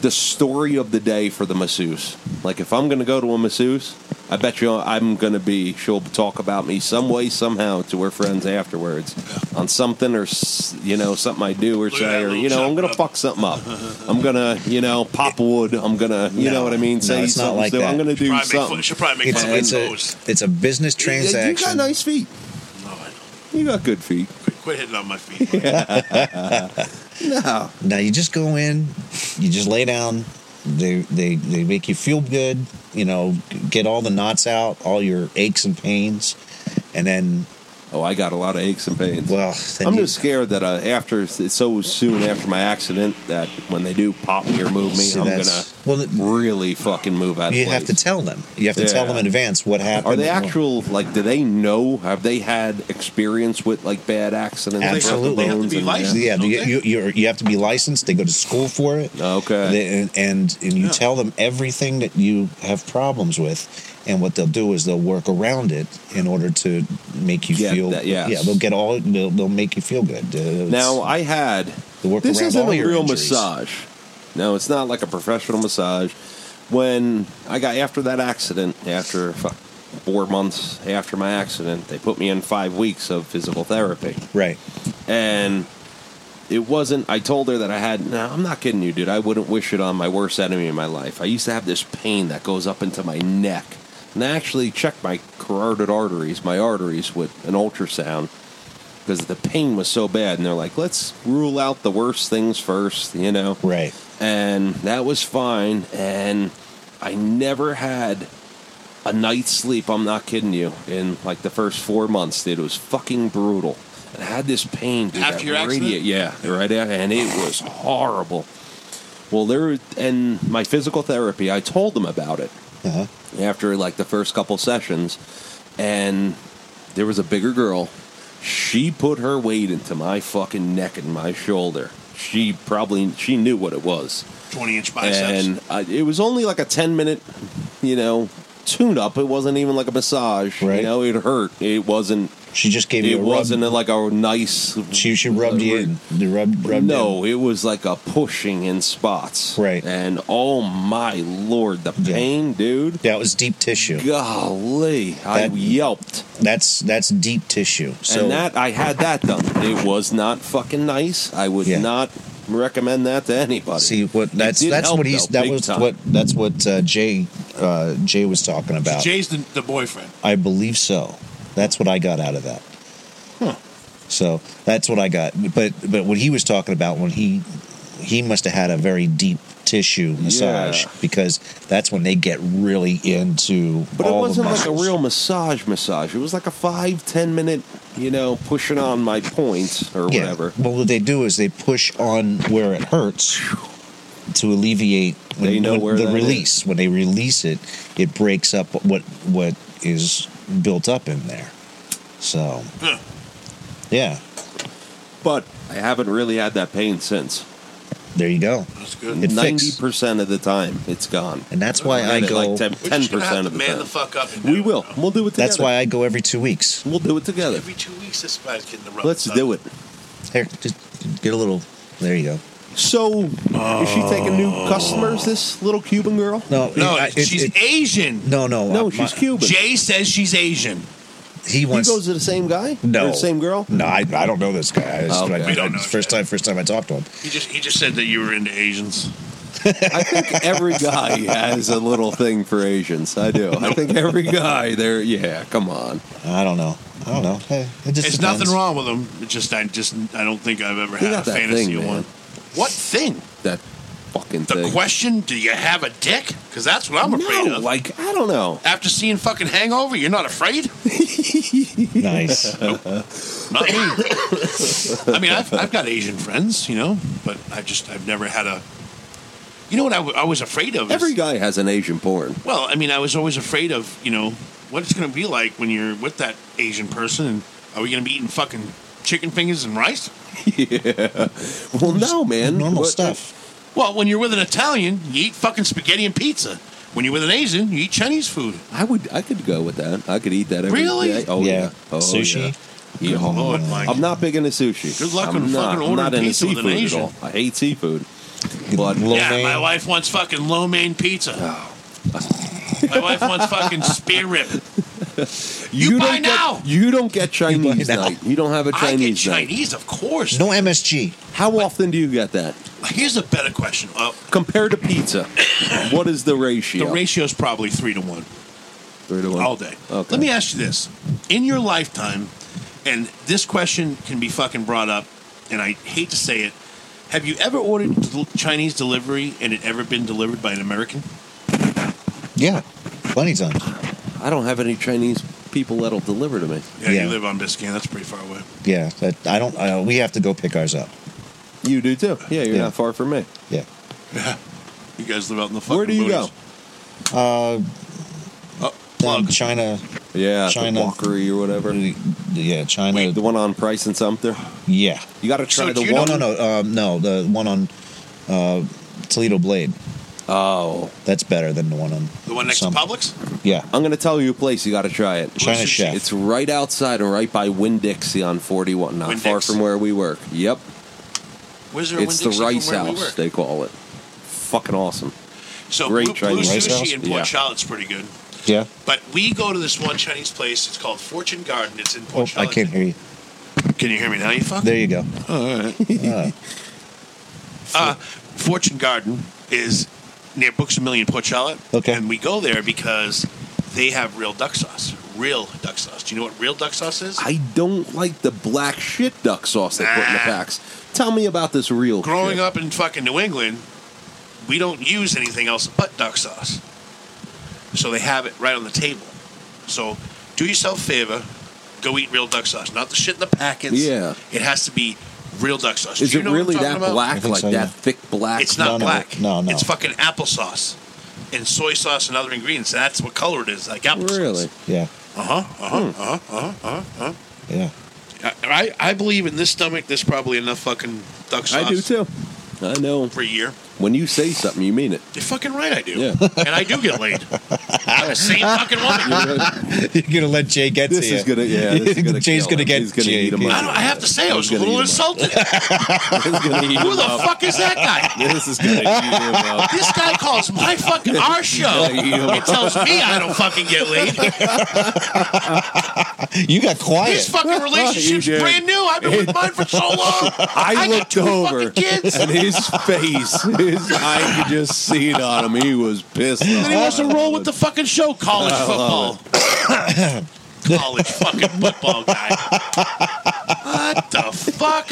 [SPEAKER 4] the story of the day for the masseuse. Like if I'm gonna go to a masseuse, I bet you I'm gonna be. She'll talk about me some way, somehow, to her friends afterwards, on something or s- you know something I do or
[SPEAKER 3] Look at
[SPEAKER 4] say
[SPEAKER 3] that
[SPEAKER 4] or
[SPEAKER 3] little
[SPEAKER 4] you know I'm gonna
[SPEAKER 3] chop
[SPEAKER 4] fuck something up. I'm gonna you know pop wood. I'm gonna you know what I mean.
[SPEAKER 7] No,
[SPEAKER 4] Say
[SPEAKER 7] it's not
[SPEAKER 4] something
[SPEAKER 7] like
[SPEAKER 4] to- I'm
[SPEAKER 7] that.
[SPEAKER 4] gonna do
[SPEAKER 3] She'll probably make
[SPEAKER 4] something.
[SPEAKER 3] fun- she'll probably make
[SPEAKER 7] it's,
[SPEAKER 3] fun of
[SPEAKER 7] it's
[SPEAKER 3] me.
[SPEAKER 7] a it's a business
[SPEAKER 4] Yeah, you
[SPEAKER 7] transaction.
[SPEAKER 4] got nice feet. You got good feet.
[SPEAKER 3] Quit hitting on my feet.
[SPEAKER 4] No.
[SPEAKER 7] Now you just go in, you just lay down. They they they make you feel good. You know, get all the knots out, all your aches and pains, and then.
[SPEAKER 4] Oh, I got a lot of aches and pains.
[SPEAKER 7] Well, then
[SPEAKER 4] I'm
[SPEAKER 7] you-
[SPEAKER 4] just scared that uh, after it's so soon after my accident that when they do pop me or move me,
[SPEAKER 7] See,
[SPEAKER 4] I'm gonna
[SPEAKER 7] that's-
[SPEAKER 4] really fucking move out.
[SPEAKER 7] you
[SPEAKER 4] of
[SPEAKER 7] have to
[SPEAKER 4] place.
[SPEAKER 7] tell them. You have to tell
[SPEAKER 4] Yeah.
[SPEAKER 7] them in advance what happened.
[SPEAKER 4] Are they actual? Like, do they know? Have they had experience with like bad accidents? and broken
[SPEAKER 7] Absolutely,
[SPEAKER 4] bones and-
[SPEAKER 7] Yeah, you, you, you're, you have to be licensed. They go to school for it.
[SPEAKER 4] Okay.
[SPEAKER 7] They- and, and and you
[SPEAKER 4] Yeah.
[SPEAKER 7] tell them everything that you have problems with, and what they'll do is they'll work around it in order to make you
[SPEAKER 4] Get
[SPEAKER 7] feel.
[SPEAKER 4] that- yes.
[SPEAKER 7] Yeah, they'll get all. They'll, they'll make you feel good. Uh, it's-
[SPEAKER 4] Now I had
[SPEAKER 7] They work
[SPEAKER 4] this
[SPEAKER 7] around
[SPEAKER 4] isn't a
[SPEAKER 7] all your
[SPEAKER 4] real
[SPEAKER 7] injuries.
[SPEAKER 4] massage. No, it's not like a professional massage. When I got after that accident, after f- four months after my accident, they put me in five weeks of physical therapy.
[SPEAKER 7] Right.
[SPEAKER 4] And it wasn't. I told her that I had. No, I'm not kidding you, dude. I wouldn't wish it on my worst enemy in my life. I used to have this pain that goes up into my neck, and I actually checked my carotid arteries, my arteries, with an ultrasound because the pain was so bad. And they're like, let's rule out the worst things first, you know?
[SPEAKER 7] Right.
[SPEAKER 4] And that was fine. And I never had a night's sleep. I'm not kidding you. In like the first four months, dude, it was fucking brutal. And I had this pain. Dude,
[SPEAKER 3] After
[SPEAKER 4] that
[SPEAKER 3] your accident?
[SPEAKER 4] radiate- Yeah, right. after- And it was horrible. Well, there and my physical therapy, I told them about it
[SPEAKER 7] Uh-huh.
[SPEAKER 4] after like the first couple sessions, and there was a bigger girl. She put her weight into my fucking neck and my shoulder. She probably she knew what it was,
[SPEAKER 3] 20 inch biceps.
[SPEAKER 4] and I, it was only like a ten minute, you know, tune up. It wasn't even like a massage.
[SPEAKER 7] Right.
[SPEAKER 4] You know, it hurt. It wasn't.
[SPEAKER 7] She just gave you.
[SPEAKER 4] It
[SPEAKER 7] a
[SPEAKER 4] wasn't
[SPEAKER 7] Rub.
[SPEAKER 4] like a nice.
[SPEAKER 7] She she rubbed you in. They rubbed, rubbed
[SPEAKER 4] No, it was like a pushing in spots.
[SPEAKER 7] Right.
[SPEAKER 4] And oh my lord, the pain, dude.
[SPEAKER 7] That was deep tissue.
[SPEAKER 4] Golly, I
[SPEAKER 7] That-
[SPEAKER 4] yelped.
[SPEAKER 7] in. That's that's deep tissue. So
[SPEAKER 4] and that I had that done. It was not fucking nice. I would
[SPEAKER 7] Yeah.
[SPEAKER 4] not recommend that to anybody.
[SPEAKER 7] See what that's
[SPEAKER 4] did
[SPEAKER 7] that's
[SPEAKER 4] help,
[SPEAKER 7] what he's
[SPEAKER 4] though,
[SPEAKER 7] that
[SPEAKER 4] big
[SPEAKER 7] was
[SPEAKER 4] time.
[SPEAKER 7] what that's what uh, Jay uh, Jay was talking about.
[SPEAKER 3] Jay's the, the boyfriend.
[SPEAKER 7] I believe so. That's what I got out of that. So that's what I got. But but what he was talking about when he he must have had a very deep tissue massage
[SPEAKER 4] Yeah.
[SPEAKER 7] because that's when they get really into
[SPEAKER 4] but it
[SPEAKER 7] all
[SPEAKER 4] wasn't
[SPEAKER 7] the
[SPEAKER 4] like a
[SPEAKER 7] muscles.
[SPEAKER 4] real massage massage. It was like a five, ten minute, you know, pushing on my points or
[SPEAKER 7] Yeah.
[SPEAKER 4] whatever.
[SPEAKER 7] Well, what they do is they push on where it hurts to alleviate when,
[SPEAKER 4] They know
[SPEAKER 7] when
[SPEAKER 4] where
[SPEAKER 7] the
[SPEAKER 4] that
[SPEAKER 7] release. When they release it, it breaks up what what is built up in there. So,
[SPEAKER 3] Huh.
[SPEAKER 7] yeah,
[SPEAKER 4] But I haven't really had that pain since.
[SPEAKER 2] There you go.
[SPEAKER 3] That's good.
[SPEAKER 4] Ninety
[SPEAKER 2] fixed.
[SPEAKER 4] percent of the time, it's gone,
[SPEAKER 2] and that's why I go.
[SPEAKER 4] ten percent of the
[SPEAKER 3] man
[SPEAKER 4] time.
[SPEAKER 3] the fuck up. And
[SPEAKER 4] we will. We'll do it. Together.
[SPEAKER 2] That's why I go every two weeks.
[SPEAKER 4] We'll do it together.
[SPEAKER 3] every two weeks, this guy's getting the rub.
[SPEAKER 4] Let's do it.
[SPEAKER 2] Here, just get a little. There you go.
[SPEAKER 4] So, is she taking new
[SPEAKER 3] Oh.
[SPEAKER 4] customers? This little Cuban girl?
[SPEAKER 2] No,
[SPEAKER 3] No,
[SPEAKER 2] it- I- it-
[SPEAKER 3] she's
[SPEAKER 2] it-
[SPEAKER 3] Asian.
[SPEAKER 2] no, no,
[SPEAKER 4] No,
[SPEAKER 2] uh,
[SPEAKER 4] she's
[SPEAKER 2] my-
[SPEAKER 4] Cuban.
[SPEAKER 3] Jay says she's Asian.
[SPEAKER 2] He
[SPEAKER 4] He
[SPEAKER 2] wants
[SPEAKER 4] goes to the same guy? Or
[SPEAKER 2] no
[SPEAKER 4] the same girl?
[SPEAKER 2] No, I, I don't know this guy. It's
[SPEAKER 4] Oh, okay.
[SPEAKER 2] like-
[SPEAKER 4] We
[SPEAKER 3] don't know
[SPEAKER 2] first time, first time I talked to him.
[SPEAKER 3] He just he just said that you were into Asians.
[SPEAKER 4] I think every guy has a little thing for Asians. I do. I think every guy there. Yeah, come on.
[SPEAKER 2] I don't know. I don't know. Hey, it just
[SPEAKER 3] There's
[SPEAKER 2] depends.
[SPEAKER 3] nothing wrong with them. It just I just I don't think I've ever
[SPEAKER 4] You
[SPEAKER 3] had a
[SPEAKER 4] got that
[SPEAKER 3] fantasy
[SPEAKER 4] thing,
[SPEAKER 3] of
[SPEAKER 4] man.
[SPEAKER 3] one. What thing?
[SPEAKER 4] That fucking
[SPEAKER 3] The
[SPEAKER 4] thing.
[SPEAKER 3] question: Do you have a dick? Because that's what I'm afraid
[SPEAKER 4] no,
[SPEAKER 3] of.
[SPEAKER 4] like I don't know.
[SPEAKER 3] After seeing fucking Hangover, you're not afraid? <laughs>
[SPEAKER 2] Nice.
[SPEAKER 3] Not
[SPEAKER 4] <laughs>
[SPEAKER 3] me. I mean, I've, I've got Asian friends, you know, but I just I've never had a. You know what I, w- I was afraid of? is-
[SPEAKER 4] Every guy has an Asian porn.
[SPEAKER 3] Well, I mean, I was always afraid of you know what it's going to be like when you're with that Asian person, and are we going to be eating fucking chicken fingers and rice?
[SPEAKER 4] yeah. Well, no, man.
[SPEAKER 2] Normal
[SPEAKER 4] What-
[SPEAKER 2] stuff.
[SPEAKER 3] Well, when you're with an Italian, you eat fucking spaghetti and pizza. When you're with an Asian, you eat Chinese food.
[SPEAKER 4] I would. I could go with that. I could eat that every day.
[SPEAKER 3] Really?
[SPEAKER 4] Oh yeah.
[SPEAKER 2] Yeah.
[SPEAKER 4] Oh,
[SPEAKER 2] Sushi?
[SPEAKER 4] yeah. Yeah.
[SPEAKER 3] Lord, Mike.
[SPEAKER 4] I'm not big into sushi.
[SPEAKER 3] Good luck
[SPEAKER 4] I'm
[SPEAKER 3] with
[SPEAKER 4] not,
[SPEAKER 3] fucking
[SPEAKER 4] I'm not
[SPEAKER 3] ordering
[SPEAKER 4] into
[SPEAKER 3] pizza with
[SPEAKER 4] seafood
[SPEAKER 3] an
[SPEAKER 4] at
[SPEAKER 3] Asian.
[SPEAKER 4] all. I hate seafood. But
[SPEAKER 3] yeah, my wife wants fucking lo mein pizza.
[SPEAKER 4] Oh.
[SPEAKER 3] my wife wants fucking spear rib. You, buy
[SPEAKER 4] don't
[SPEAKER 3] now.
[SPEAKER 4] Get, you don't get Chinese
[SPEAKER 2] now.
[SPEAKER 4] night. You don't have a
[SPEAKER 3] I get
[SPEAKER 4] Chinese night.
[SPEAKER 3] Chinese, of course.
[SPEAKER 2] No MSG.
[SPEAKER 4] How often do you get that?
[SPEAKER 3] Here's a better question. Uh,
[SPEAKER 4] Compared to pizza, what is the
[SPEAKER 3] the
[SPEAKER 4] ratio?
[SPEAKER 3] ratio is probably three to one.
[SPEAKER 4] Three to one.
[SPEAKER 3] all day.
[SPEAKER 4] Oh. Okay.
[SPEAKER 3] Let me ask you this: in your lifetime, and this question can be fucking brought up, and I hate to say it, have you ever ordered del- Chinese delivery and it ever been delivered by an American?
[SPEAKER 2] Yeah, plenty times.
[SPEAKER 4] I don't have any Chinese people that'll deliver to me.
[SPEAKER 3] Yeah,
[SPEAKER 2] Yeah.
[SPEAKER 3] you live on Biscayne. That's pretty far away.
[SPEAKER 2] Yeah, that, I don't. Uh, we have to go pick ours up.
[SPEAKER 4] You do too. Yeah, you're
[SPEAKER 2] Yeah.
[SPEAKER 4] not far from me.
[SPEAKER 2] Yeah.
[SPEAKER 3] You guys live out in the fucking.
[SPEAKER 4] Where do you
[SPEAKER 3] boonies.
[SPEAKER 4] go?
[SPEAKER 2] Uh, down
[SPEAKER 3] Uh, Plug.
[SPEAKER 2] China.
[SPEAKER 4] Yeah,
[SPEAKER 2] China.
[SPEAKER 4] the Walkery or whatever.
[SPEAKER 2] Yeah, China.
[SPEAKER 4] the one on Price and Sumter.
[SPEAKER 2] yeah.
[SPEAKER 4] You got to try
[SPEAKER 3] So do
[SPEAKER 4] the
[SPEAKER 3] you
[SPEAKER 2] No, no,
[SPEAKER 4] one.
[SPEAKER 2] no, um, no. The one on uh, Toledo Blade.
[SPEAKER 4] Oh,
[SPEAKER 2] That's better than the one on
[SPEAKER 3] The one next
[SPEAKER 2] some-
[SPEAKER 3] to Publix.
[SPEAKER 2] Yeah, <laughs>
[SPEAKER 4] I'm gonna tell you a place you got to try it.
[SPEAKER 2] China
[SPEAKER 3] Sushi.
[SPEAKER 2] Chef.
[SPEAKER 4] It's right outside and right by Winn Dixie on 41, not far
[SPEAKER 3] Winn-Dixie.
[SPEAKER 4] from where we work. Yep,
[SPEAKER 3] Where's there a
[SPEAKER 4] it's the
[SPEAKER 3] Winn-Dixie from
[SPEAKER 4] Rice
[SPEAKER 3] where we
[SPEAKER 4] House
[SPEAKER 3] work?
[SPEAKER 4] they call it. Fucking awesome.
[SPEAKER 3] So
[SPEAKER 4] Great
[SPEAKER 3] blue, blue
[SPEAKER 4] Chinese.
[SPEAKER 2] Rice House?
[SPEAKER 3] sushi in Port
[SPEAKER 4] Yeah.
[SPEAKER 3] Charlotte's pretty good.
[SPEAKER 2] yeah.
[SPEAKER 3] But we go to this one Chinese place. It's called Fortune Garden. It's in
[SPEAKER 2] Oh,
[SPEAKER 3] Port
[SPEAKER 2] I
[SPEAKER 3] Charlotte.
[SPEAKER 2] can't hear you.
[SPEAKER 3] Can you hear me now? You fuck.
[SPEAKER 2] There you go. <laughs> Ah,
[SPEAKER 3] Uh, Fortune Garden is near Books a Million, Port Charlotte.
[SPEAKER 2] Okay.
[SPEAKER 3] And we go there because they have real duck sauce. Real duck sauce. Do you know what real duck sauce is?
[SPEAKER 4] I don't like the black shit duck sauce they put in the
[SPEAKER 3] Ah.
[SPEAKER 4] packs. Tell me about this real.
[SPEAKER 3] Growing
[SPEAKER 4] shit.
[SPEAKER 3] up in fucking New England, we don't use anything else but duck sauce. So they have it right on the table. So do yourself a favor, go eat real duck sauce. Not the shit in the packets.
[SPEAKER 4] Yeah.
[SPEAKER 3] It has to be real duck sauce.
[SPEAKER 4] is
[SPEAKER 3] Do you
[SPEAKER 4] it
[SPEAKER 3] know what I'm
[SPEAKER 4] really
[SPEAKER 3] talking
[SPEAKER 4] that
[SPEAKER 3] about?
[SPEAKER 2] I
[SPEAKER 4] black,
[SPEAKER 2] think
[SPEAKER 4] like
[SPEAKER 2] so, yeah.
[SPEAKER 4] that thick black?
[SPEAKER 3] It's not
[SPEAKER 2] no,
[SPEAKER 3] black.
[SPEAKER 2] no, no.
[SPEAKER 3] It's fucking applesauce and soy sauce and other ingredients. That's what color it is, like applesauce.
[SPEAKER 4] really. Hmm.
[SPEAKER 2] yeah,
[SPEAKER 3] Uh huh. Uh huh. Uh huh. Uh huh. Uh-huh.
[SPEAKER 2] yeah.
[SPEAKER 3] I, I I believe in this stomach. There's probably enough fucking duck sauce.
[SPEAKER 4] I do too. I know.
[SPEAKER 3] For a year.
[SPEAKER 4] When you say something, you mean it. <laughs>
[SPEAKER 3] You're fucking right. I do.
[SPEAKER 4] Yeah.
[SPEAKER 3] And I do get laid. I'm the same fucking woman.
[SPEAKER 2] You're gonna let Jay get
[SPEAKER 4] This
[SPEAKER 2] to
[SPEAKER 4] is
[SPEAKER 2] you.
[SPEAKER 4] gonna- yeah, this is gonna
[SPEAKER 2] <laughs> Jay's
[SPEAKER 4] kill
[SPEAKER 2] gonna
[SPEAKER 4] him.
[SPEAKER 2] get
[SPEAKER 4] He's gonna
[SPEAKER 2] Jay.
[SPEAKER 4] eat him
[SPEAKER 3] I
[SPEAKER 4] up.
[SPEAKER 3] don't. I have to say, I was a
[SPEAKER 4] Gonna
[SPEAKER 3] little
[SPEAKER 4] eat 'em
[SPEAKER 3] insulted.
[SPEAKER 4] This is gonna eat
[SPEAKER 3] Who
[SPEAKER 4] him <laughs>
[SPEAKER 3] the
[SPEAKER 4] up.
[SPEAKER 3] fuck is that guy?
[SPEAKER 4] This is gonna eat him up.
[SPEAKER 3] This guy calls my fucking our show
[SPEAKER 4] you know.
[SPEAKER 3] and tells me I don't fucking get laid.
[SPEAKER 2] <laughs> You got
[SPEAKER 3] His
[SPEAKER 2] quiet.
[SPEAKER 4] <laughs>
[SPEAKER 3] fucking relationship's
[SPEAKER 4] did.
[SPEAKER 3] brand new. I've been
[SPEAKER 4] <laughs>
[SPEAKER 3] with mine for so long.
[SPEAKER 4] I,
[SPEAKER 3] got
[SPEAKER 4] looked
[SPEAKER 3] two
[SPEAKER 4] over,
[SPEAKER 3] fucking kids.
[SPEAKER 4] and his face, his, I could just see it on him. He was pissed.
[SPEAKER 3] Then he wants to roll with the fucking show, college football. <coughs> college fucking football guy. What the fuck?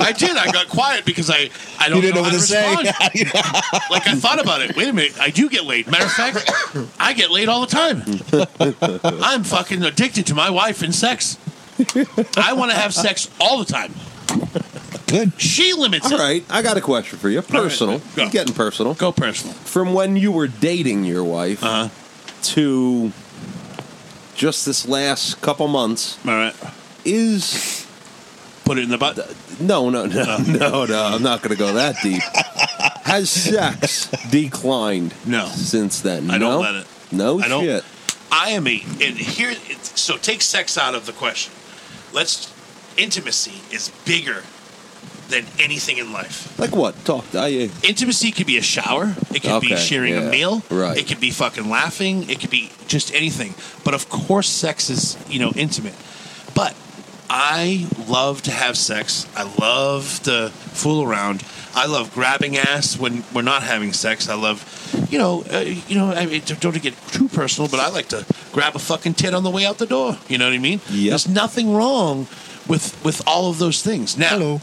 [SPEAKER 3] I did. I got quiet because I I don't
[SPEAKER 2] You didn't
[SPEAKER 3] know,
[SPEAKER 2] know
[SPEAKER 3] how
[SPEAKER 2] what to <laughs>
[SPEAKER 3] respond. like I thought about it. Wait a minute. I do get laid. Matter of fact, I get laid all the time. I'm fucking addicted to my wife and sex. I want to have sex all the time.
[SPEAKER 2] Good.
[SPEAKER 3] She limits
[SPEAKER 4] All
[SPEAKER 3] it.
[SPEAKER 4] right, I got a question for you. Personal,
[SPEAKER 3] go.
[SPEAKER 4] getting personal.
[SPEAKER 3] Go personal.
[SPEAKER 4] From when you were dating your wife
[SPEAKER 3] Uh
[SPEAKER 4] to just this last couple months,
[SPEAKER 3] huh. All right.
[SPEAKER 4] is
[SPEAKER 3] Put it in the butt.
[SPEAKER 4] No, no, no, <laughs> no, no. I'm not going to go that deep. Has
[SPEAKER 3] <laughs>
[SPEAKER 4] sex declined? No. Since then,
[SPEAKER 3] I don't
[SPEAKER 4] No?
[SPEAKER 3] let it.
[SPEAKER 4] No
[SPEAKER 3] I don't-
[SPEAKER 4] shit.
[SPEAKER 3] I am a and here. It, so take sex out of the question. Let's intimacy is bigger than anything in life.
[SPEAKER 4] Like what? Talk. I,
[SPEAKER 3] Intimacy could be a shower. It could be
[SPEAKER 4] Okay,
[SPEAKER 3] sharing
[SPEAKER 4] yeah,
[SPEAKER 3] a meal.
[SPEAKER 4] right.
[SPEAKER 3] It could be fucking laughing. It could be just anything. But of course, sex is you know intimate. But I love to have sex. I love to fool around. I love grabbing ass when we're not having sex. I love, you know, uh, you know. I mean, don't to get too personal, but I like to grab a fucking tit on the way out the door. You know what I mean? There's nothing wrong with with all of those things. Now,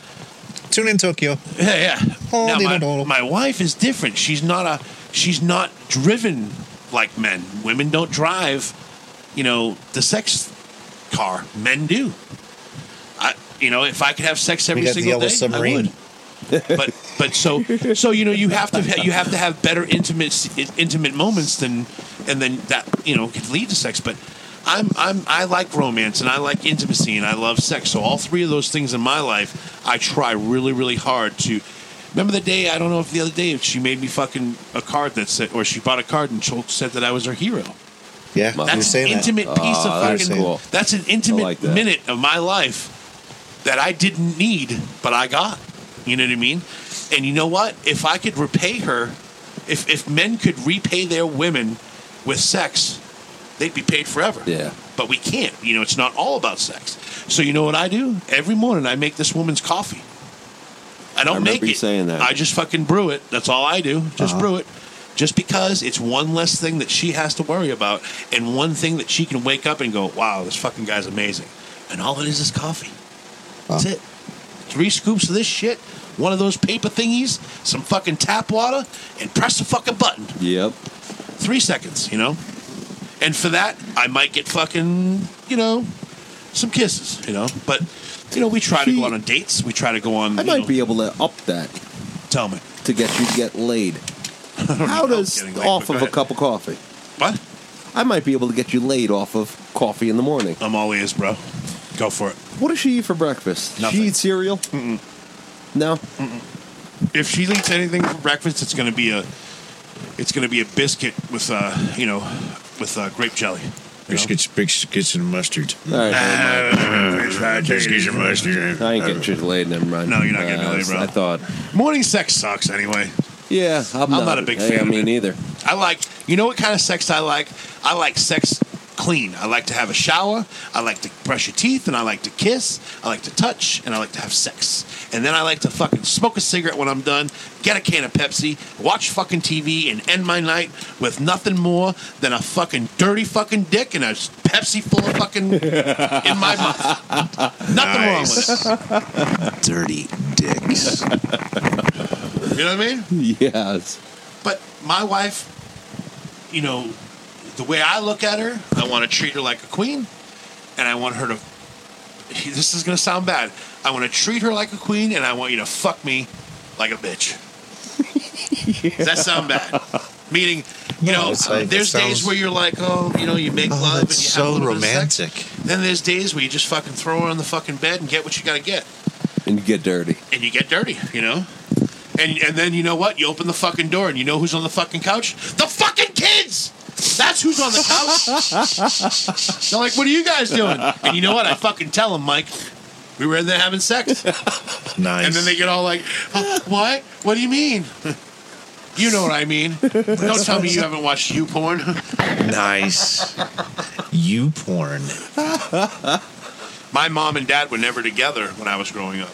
[SPEAKER 2] Tune in Tokyo.
[SPEAKER 3] yeah, yeah.
[SPEAKER 2] Oh,
[SPEAKER 3] now,
[SPEAKER 2] they
[SPEAKER 3] my,
[SPEAKER 2] don't know.
[SPEAKER 3] my wife is different. She's not a she's not driven like men. Women don't drive, you know, the sex car. Men do. I you know, if I could have sex every
[SPEAKER 2] We got the
[SPEAKER 3] single
[SPEAKER 2] yellow
[SPEAKER 3] day, I
[SPEAKER 2] submarine.
[SPEAKER 3] would but but so so you know you have to you have to have better intimate intimate moments than and then that you know could lead to sex but I'm I'm I like romance and I like intimacy and I love sex so all three of those things in my life I try really really hard to remember the day I don't know if the other day if she made me fucking a card that said or she bought a card and told, said that I was her hero
[SPEAKER 2] Yeah, you were
[SPEAKER 3] that's an
[SPEAKER 2] saying that.
[SPEAKER 3] intimate piece
[SPEAKER 2] Ah,
[SPEAKER 3] of
[SPEAKER 2] that's
[SPEAKER 3] fucking
[SPEAKER 2] cool.
[SPEAKER 3] that's an
[SPEAKER 2] I
[SPEAKER 3] intimate
[SPEAKER 2] like that.
[SPEAKER 3] minute of my life that I didn't need but I got. You know what I mean? And you know what? If I could repay her, if if men could repay their women with sex, they'd be paid forever.
[SPEAKER 4] Yeah.
[SPEAKER 3] But we can't. You know, it's not all about sex. So you know what I do? Every morning I make this woman's coffee. I don't
[SPEAKER 4] I
[SPEAKER 3] make
[SPEAKER 4] remember you
[SPEAKER 3] it.
[SPEAKER 4] saying that. Uh-huh.
[SPEAKER 3] I just fucking brew it. That's all I do. Just brew it. Just because it's one less thing that she has to worry about and one thing that she can wake up and go, wow, this fucking guy's amazing. And all it is is coffee. That's
[SPEAKER 4] Uh-huh.
[SPEAKER 3] it. Three scoops of this shit, one of those paper thingies, some fucking tap water, and press the fucking button.
[SPEAKER 4] Yep.
[SPEAKER 3] Three seconds, you know? And for that, I might get fucking, you know, some kisses, you know? But, you know, we try to go out on dates. We try to go on.
[SPEAKER 4] I
[SPEAKER 3] you
[SPEAKER 4] might
[SPEAKER 3] know-
[SPEAKER 4] be able to up that.
[SPEAKER 3] Tell me
[SPEAKER 4] to get you to
[SPEAKER 3] <laughs>
[SPEAKER 4] get laid. How does
[SPEAKER 3] getting laid,
[SPEAKER 4] off
[SPEAKER 3] but go
[SPEAKER 4] of a
[SPEAKER 3] ahead.
[SPEAKER 4] cup of coffee?
[SPEAKER 3] What?
[SPEAKER 4] I might be able to get you laid off of coffee in the morning.
[SPEAKER 3] I'm all ears, bro. Go for it.
[SPEAKER 4] What does she eat for breakfast? Nothing. She eats cereal. Mm-mm. No.
[SPEAKER 3] if she eats anything for breakfast, it's gonna be a it's gonna be a biscuit with uh you know with uh, grape jelly.
[SPEAKER 2] Just get your big skits and mustard.
[SPEAKER 3] Just get your mustard.
[SPEAKER 4] I ain't getting
[SPEAKER 3] <laughs>
[SPEAKER 4] you laid. Never mind.
[SPEAKER 3] No, you're not getting
[SPEAKER 4] Uh,
[SPEAKER 3] laid, bro.
[SPEAKER 4] I thought.
[SPEAKER 3] Morning sex sucks anyway.
[SPEAKER 4] Yeah, I'm,
[SPEAKER 3] I'm not a big
[SPEAKER 4] hey,
[SPEAKER 3] fan
[SPEAKER 4] I
[SPEAKER 3] of
[SPEAKER 4] mean, either.
[SPEAKER 3] I like you know what kind of sex I like. I like sex clean. I like to have a shower. I like to brush your teeth, and I like to kiss. I like to touch, and I like to have sex. And then I like to fucking smoke a cigarette when I'm done, get a can of Pepsi, watch fucking TV, and end my night with nothing more than a fucking dirty fucking dick and a Pepsi full of fucking in my mouth. Nothing wrong with it.
[SPEAKER 2] Dirty dicks.
[SPEAKER 3] You know what I mean?
[SPEAKER 4] <laughs> Yes.
[SPEAKER 3] But my wife, you know, the way I look at her, I want to treat her like a queen, and I want her to. <laughs> This is gonna sound bad. I want to treat her like a queen, and I want you to fuck me like
[SPEAKER 2] <laughs>
[SPEAKER 3] a bitch. Does that sound bad? Meaning, you know,
[SPEAKER 2] it's like-
[SPEAKER 3] there's
[SPEAKER 2] it sounds-
[SPEAKER 3] days where you're like, oh, you know, you make love and you
[SPEAKER 2] It's
[SPEAKER 3] have a
[SPEAKER 2] so
[SPEAKER 3] little bit of sex.
[SPEAKER 2] romantic.
[SPEAKER 3] Then there's days where you just fucking throw her on the fucking bed and get what you gotta get
[SPEAKER 4] And you get dirty.
[SPEAKER 3] and you get dirty, you know? And and then you know what? You open the fucking door and you know who's on the fucking couch? The fucking kids! That's who's on the couch. They're like, what are you guys doing? And you know what? I fucking tell them, Mike, we were in there having sex.
[SPEAKER 2] Nice.
[SPEAKER 3] And then they get all like, "Oh, what? What do you mean? You know what I mean. Don't tell me you haven't watched you <laughs> porn.
[SPEAKER 2] nice. You porn.
[SPEAKER 3] My mom and dad were never together when I was growing up.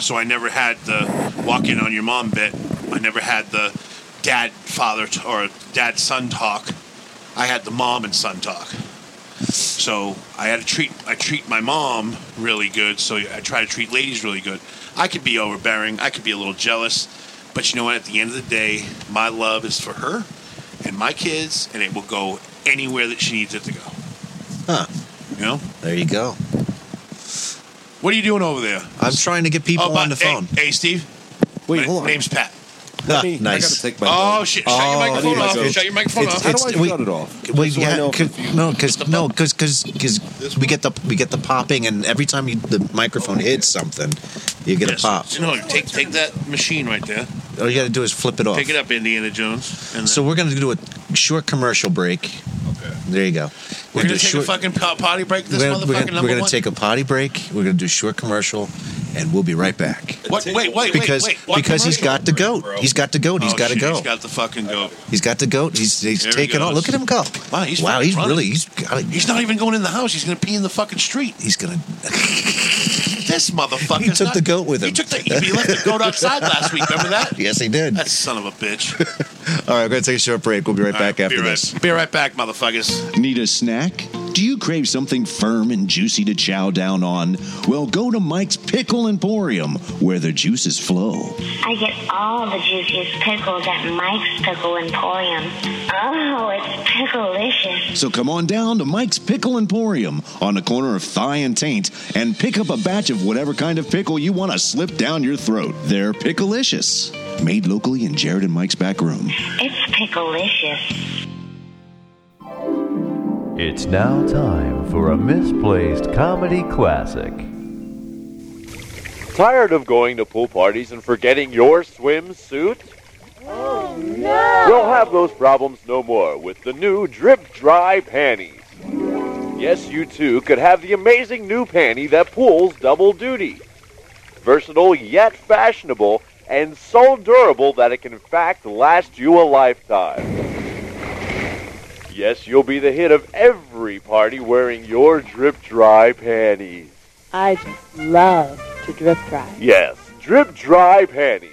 [SPEAKER 3] So I never had the walk in on your mom bit. I never had the dad father t- or dad son talk. I had the mom and son talk. So I had to treat I treat my mom really good. So I try to treat ladies really good. I could be overbearing. I could be a little jealous, but you know what? At the end of the day, my love is for her and my kids, and it will go anywhere that she needs it to go.
[SPEAKER 2] Huh.
[SPEAKER 3] You know?
[SPEAKER 2] There you go.
[SPEAKER 3] What are you doing over there?
[SPEAKER 2] I'm trying to get people
[SPEAKER 3] Oh, but-
[SPEAKER 2] on the phone.
[SPEAKER 3] Hey, hey Steve.
[SPEAKER 2] Wait,
[SPEAKER 3] My
[SPEAKER 2] hold on.
[SPEAKER 3] Name's Pat.
[SPEAKER 4] Let me- I
[SPEAKER 2] nice.
[SPEAKER 4] gotta take my-
[SPEAKER 3] Oh shit! Shut your
[SPEAKER 4] Oh,
[SPEAKER 3] microphone
[SPEAKER 4] there you
[SPEAKER 3] off.
[SPEAKER 4] go.
[SPEAKER 3] Shut your microphone
[SPEAKER 4] It's-
[SPEAKER 3] off.
[SPEAKER 4] it's- How do I shut it off?
[SPEAKER 7] Well,
[SPEAKER 4] So I
[SPEAKER 7] yeah,
[SPEAKER 4] know if
[SPEAKER 7] cause, no, because no, because we get the we get the popping, and every time you, the microphone hits something, you get
[SPEAKER 3] Oh, Yes.
[SPEAKER 7] a pop.
[SPEAKER 3] No, take take that machine right there.
[SPEAKER 7] All you got to do is flip it off.
[SPEAKER 3] Pick it up, Indiana Jones. And
[SPEAKER 7] So we're going to do a short commercial break. There you go.
[SPEAKER 3] we're gonna
[SPEAKER 7] gonna do
[SPEAKER 3] take
[SPEAKER 7] short-
[SPEAKER 3] a fucking po- potty break. This
[SPEAKER 7] we're gonna-
[SPEAKER 3] motherfucking
[SPEAKER 7] we're gonna-
[SPEAKER 3] number
[SPEAKER 7] We're going
[SPEAKER 3] one.
[SPEAKER 7] to take a potty break. We're going to do a short commercial, and we'll be right back.
[SPEAKER 3] What? Wait, wait, wait,
[SPEAKER 7] because
[SPEAKER 3] wait. What
[SPEAKER 7] because he's
[SPEAKER 3] commercial?
[SPEAKER 7] got the goat. He's got the goat. He's
[SPEAKER 3] Oh,
[SPEAKER 7] got to
[SPEAKER 3] shit,
[SPEAKER 7] go.
[SPEAKER 3] He's got the fucking goat.
[SPEAKER 7] He's got the goat. He's he's
[SPEAKER 3] There he
[SPEAKER 7] taking off.
[SPEAKER 3] goes.
[SPEAKER 7] Look at him go.
[SPEAKER 3] Wow, he's
[SPEAKER 7] wow.
[SPEAKER 3] fucking
[SPEAKER 7] He's
[SPEAKER 3] running.
[SPEAKER 7] really he's got it.
[SPEAKER 3] He's not even going in the house. He's gonna pee in the fucking street.
[SPEAKER 7] He's gonna.
[SPEAKER 3] <laughs> This motherfucker.
[SPEAKER 7] He took the goat with him.
[SPEAKER 3] He took the. He left the goat outside last week. Remember that?
[SPEAKER 7] Yes, he did.
[SPEAKER 3] That son of a bitch.
[SPEAKER 7] All right, we're going to take a short break. We'll be right
[SPEAKER 3] All
[SPEAKER 7] back
[SPEAKER 3] right,
[SPEAKER 7] after
[SPEAKER 3] be right,
[SPEAKER 7] this.
[SPEAKER 3] Be right back, motherfuckers.
[SPEAKER 13] Need a snack? Do you crave something firm and juicy to chow down on? Well, go to Mike's Pickle Emporium, where the juices flow.
[SPEAKER 5] I get all the juiciest pickles at Mike's Pickle Emporium. Oh, it's picklelicious.
[SPEAKER 13] So come on down to Mike's Pickle Emporium on the corner of Thigh and Taint and pick up a batch of whatever kind of pickle you want to slip down your throat. They're picklelicious. Made locally in Jared and Mike's back room.
[SPEAKER 5] It's picklelicious.
[SPEAKER 14] It's now time for a misplaced comedy classic. Tired of going to pool parties and forgetting your swimsuit?
[SPEAKER 15] No!
[SPEAKER 14] We'll have those problems no more with the new Drip Dry panties. Yes, you too could have the amazing new panty that pulls double duty. Versatile yet fashionable, and so durable that it can in fact last you a lifetime. Yes, you'll be the hit of every party wearing your Drip Dry panties.
[SPEAKER 15] I love to drip dry.
[SPEAKER 14] Yes, Drip Dry Panties.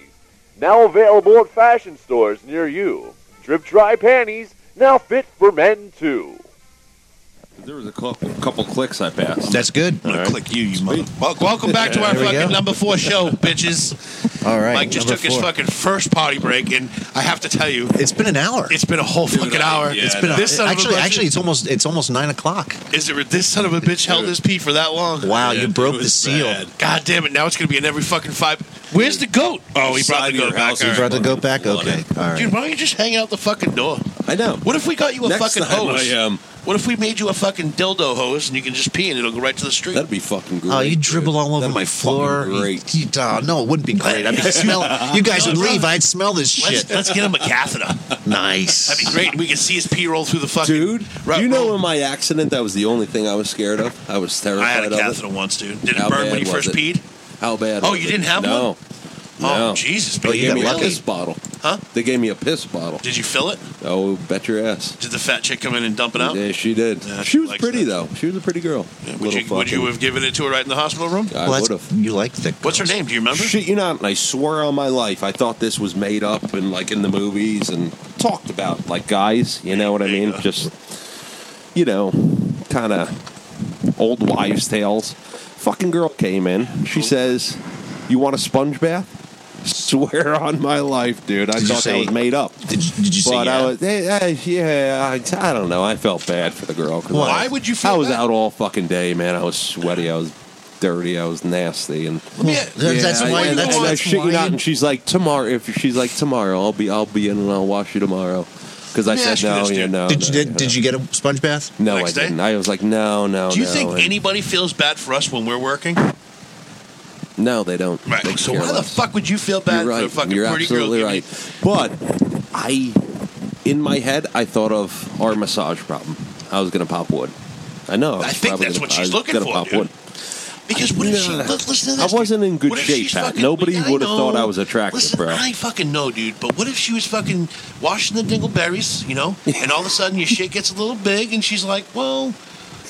[SPEAKER 14] Now available at fashion stores near you. Drip Dry Panties, now fit for men too.
[SPEAKER 4] There was a couple, couple clicks I passed.
[SPEAKER 7] That's good.
[SPEAKER 4] All right.
[SPEAKER 2] Click you, you
[SPEAKER 3] Well, welcome back to our
[SPEAKER 4] There we
[SPEAKER 3] fucking
[SPEAKER 4] go.
[SPEAKER 3] number four show, bitches.
[SPEAKER 7] All right,
[SPEAKER 3] Mike just
[SPEAKER 7] number
[SPEAKER 3] took his
[SPEAKER 7] four.
[SPEAKER 3] fucking first potty break, and I have to tell you,
[SPEAKER 7] it's been an hour.
[SPEAKER 3] It's been a whole fucking hour.
[SPEAKER 7] it's been a,
[SPEAKER 3] this son
[SPEAKER 7] actually
[SPEAKER 3] of a bitch,
[SPEAKER 7] actually it's almost it's almost nine o'clock.
[SPEAKER 3] Is it this son of a bitch held his pee for that long?
[SPEAKER 7] Wow, you broke the seal.
[SPEAKER 3] God damn it! Now it's gonna be in every fucking five. Where's the goat? Oh, he brought the goat back.
[SPEAKER 7] You
[SPEAKER 3] all
[SPEAKER 7] brought the
[SPEAKER 3] right.
[SPEAKER 7] goat back. Okay, all right.
[SPEAKER 3] Dude, why don't you just hang out the fucking door?
[SPEAKER 4] I know.
[SPEAKER 3] What if we got you a
[SPEAKER 4] Next
[SPEAKER 3] fucking
[SPEAKER 4] time
[SPEAKER 3] hose?
[SPEAKER 4] I, um,
[SPEAKER 3] what if we made you a fucking dildo hose and you can just pee and it'll go right to the street?
[SPEAKER 4] That'd be fucking great.
[SPEAKER 7] Oh, you dribble all over my floor. You- you- oh, no, it
[SPEAKER 4] <laughs>
[SPEAKER 7] wouldn't be great. I'd be smell. You guys would leave. I'd smell this
[SPEAKER 3] Let's,
[SPEAKER 7] shit.
[SPEAKER 3] let's get him a catheter.
[SPEAKER 7] <laughs> nice.
[SPEAKER 3] That'd be great. We can see his pee roll through the fucking.
[SPEAKER 4] Dude, you know in my accident that was the only thing I was scared of. I was terrified
[SPEAKER 3] I had a
[SPEAKER 4] of it.
[SPEAKER 3] catheter once, dude. Did it
[SPEAKER 4] How
[SPEAKER 3] burn when
[SPEAKER 4] bad
[SPEAKER 3] you
[SPEAKER 4] was
[SPEAKER 3] first
[SPEAKER 4] it?
[SPEAKER 3] peed?
[SPEAKER 4] How bad?
[SPEAKER 3] Oh,
[SPEAKER 4] was
[SPEAKER 3] you
[SPEAKER 4] it?
[SPEAKER 3] didn't have
[SPEAKER 4] no.
[SPEAKER 3] one?
[SPEAKER 4] No.
[SPEAKER 3] Oh, Jesus,
[SPEAKER 4] They
[SPEAKER 3] but you
[SPEAKER 4] gave me
[SPEAKER 3] got
[SPEAKER 4] a
[SPEAKER 3] lucky.
[SPEAKER 4] piss bottle.
[SPEAKER 3] Huh?
[SPEAKER 4] They gave me a piss bottle.
[SPEAKER 3] Did you fill it?
[SPEAKER 4] Oh, bet your ass.
[SPEAKER 3] Did the fat chick come in and dump it out?
[SPEAKER 4] Yeah, she did.
[SPEAKER 3] Yeah,
[SPEAKER 4] she was
[SPEAKER 3] likes
[SPEAKER 4] pretty though. She was a pretty girl.
[SPEAKER 3] Would you, would you have given it to her right in the hospital room?
[SPEAKER 4] I would have.
[SPEAKER 7] You like the?
[SPEAKER 3] What's her name? Do you remember?
[SPEAKER 4] Shit, you not. And I swear on my life, I thought this was made up and like in the movies and talked about like guys. You know what I mean? Just you know, kind of old wives' tales. Fucking girl came in. She says, "You want a sponge bath?" <laughs> Swear on my life, dude. I
[SPEAKER 7] Did you
[SPEAKER 4] thought
[SPEAKER 7] say-
[SPEAKER 4] that was made up.
[SPEAKER 7] Did, did you uh, say
[SPEAKER 4] but I
[SPEAKER 7] yeah?
[SPEAKER 4] was, eh, eh, yeah, I, I don't know. I felt bad for the girl. 'cause
[SPEAKER 7] Why
[SPEAKER 4] I,
[SPEAKER 7] would you feel
[SPEAKER 4] I was
[SPEAKER 7] bad?
[SPEAKER 4] out all fucking day, man. I was sweaty. I was dirty. I was nasty. And
[SPEAKER 7] That's- that's why-
[SPEAKER 4] and-
[SPEAKER 7] that's-
[SPEAKER 4] and I
[SPEAKER 7] that's
[SPEAKER 4] shit you
[SPEAKER 7] why
[SPEAKER 4] not.
[SPEAKER 7] you-
[SPEAKER 4] And she's like, tomorrow. If she's like, tomorrow, I'll be, I'll be in, and I'll wash you tomorrow. Because I
[SPEAKER 3] Let me ask
[SPEAKER 4] said
[SPEAKER 3] you
[SPEAKER 4] no,
[SPEAKER 3] this,
[SPEAKER 4] you
[SPEAKER 3] dude.
[SPEAKER 4] know.
[SPEAKER 7] Did you did, did you get a sponge bath?
[SPEAKER 4] No, I
[SPEAKER 3] Next day?
[SPEAKER 4] didn't. I was like, no, no,
[SPEAKER 3] Do you
[SPEAKER 4] no.
[SPEAKER 3] think
[SPEAKER 4] and-
[SPEAKER 3] anybody feels bad for us when we're working?
[SPEAKER 4] No, they don't.
[SPEAKER 3] Right.
[SPEAKER 4] They
[SPEAKER 3] so
[SPEAKER 4] care
[SPEAKER 3] why the
[SPEAKER 4] less.
[SPEAKER 3] fuck would you feel bad
[SPEAKER 4] You're right.
[SPEAKER 3] for a fucking
[SPEAKER 4] You're
[SPEAKER 3] pretty girl?
[SPEAKER 4] absolutely right. But I, in my head, I thought of our massage problem. I was going to pop wood. I know. was
[SPEAKER 3] I think
[SPEAKER 4] probably
[SPEAKER 3] that's
[SPEAKER 4] gonna-
[SPEAKER 3] what
[SPEAKER 4] I
[SPEAKER 3] she's
[SPEAKER 4] was
[SPEAKER 3] looking
[SPEAKER 4] gonna
[SPEAKER 3] for,
[SPEAKER 4] Pop
[SPEAKER 3] dude.
[SPEAKER 4] wood.
[SPEAKER 3] Because what if she?
[SPEAKER 4] No.
[SPEAKER 3] Let, listen to
[SPEAKER 4] I
[SPEAKER 3] this.
[SPEAKER 4] wasn't in good
[SPEAKER 3] What if
[SPEAKER 4] shape,
[SPEAKER 3] she's
[SPEAKER 4] Pat.
[SPEAKER 3] fucking-
[SPEAKER 4] Nobody
[SPEAKER 3] Yeah, I
[SPEAKER 4] would have thought
[SPEAKER 3] know.
[SPEAKER 4] I was attractive,
[SPEAKER 3] Listen,
[SPEAKER 4] bro.
[SPEAKER 3] I fucking know, dude. But what if she was fucking washing the dingleberries, you
[SPEAKER 4] <laughs>
[SPEAKER 3] know, and all of a sudden your shit gets a little big, and she's like, "Well,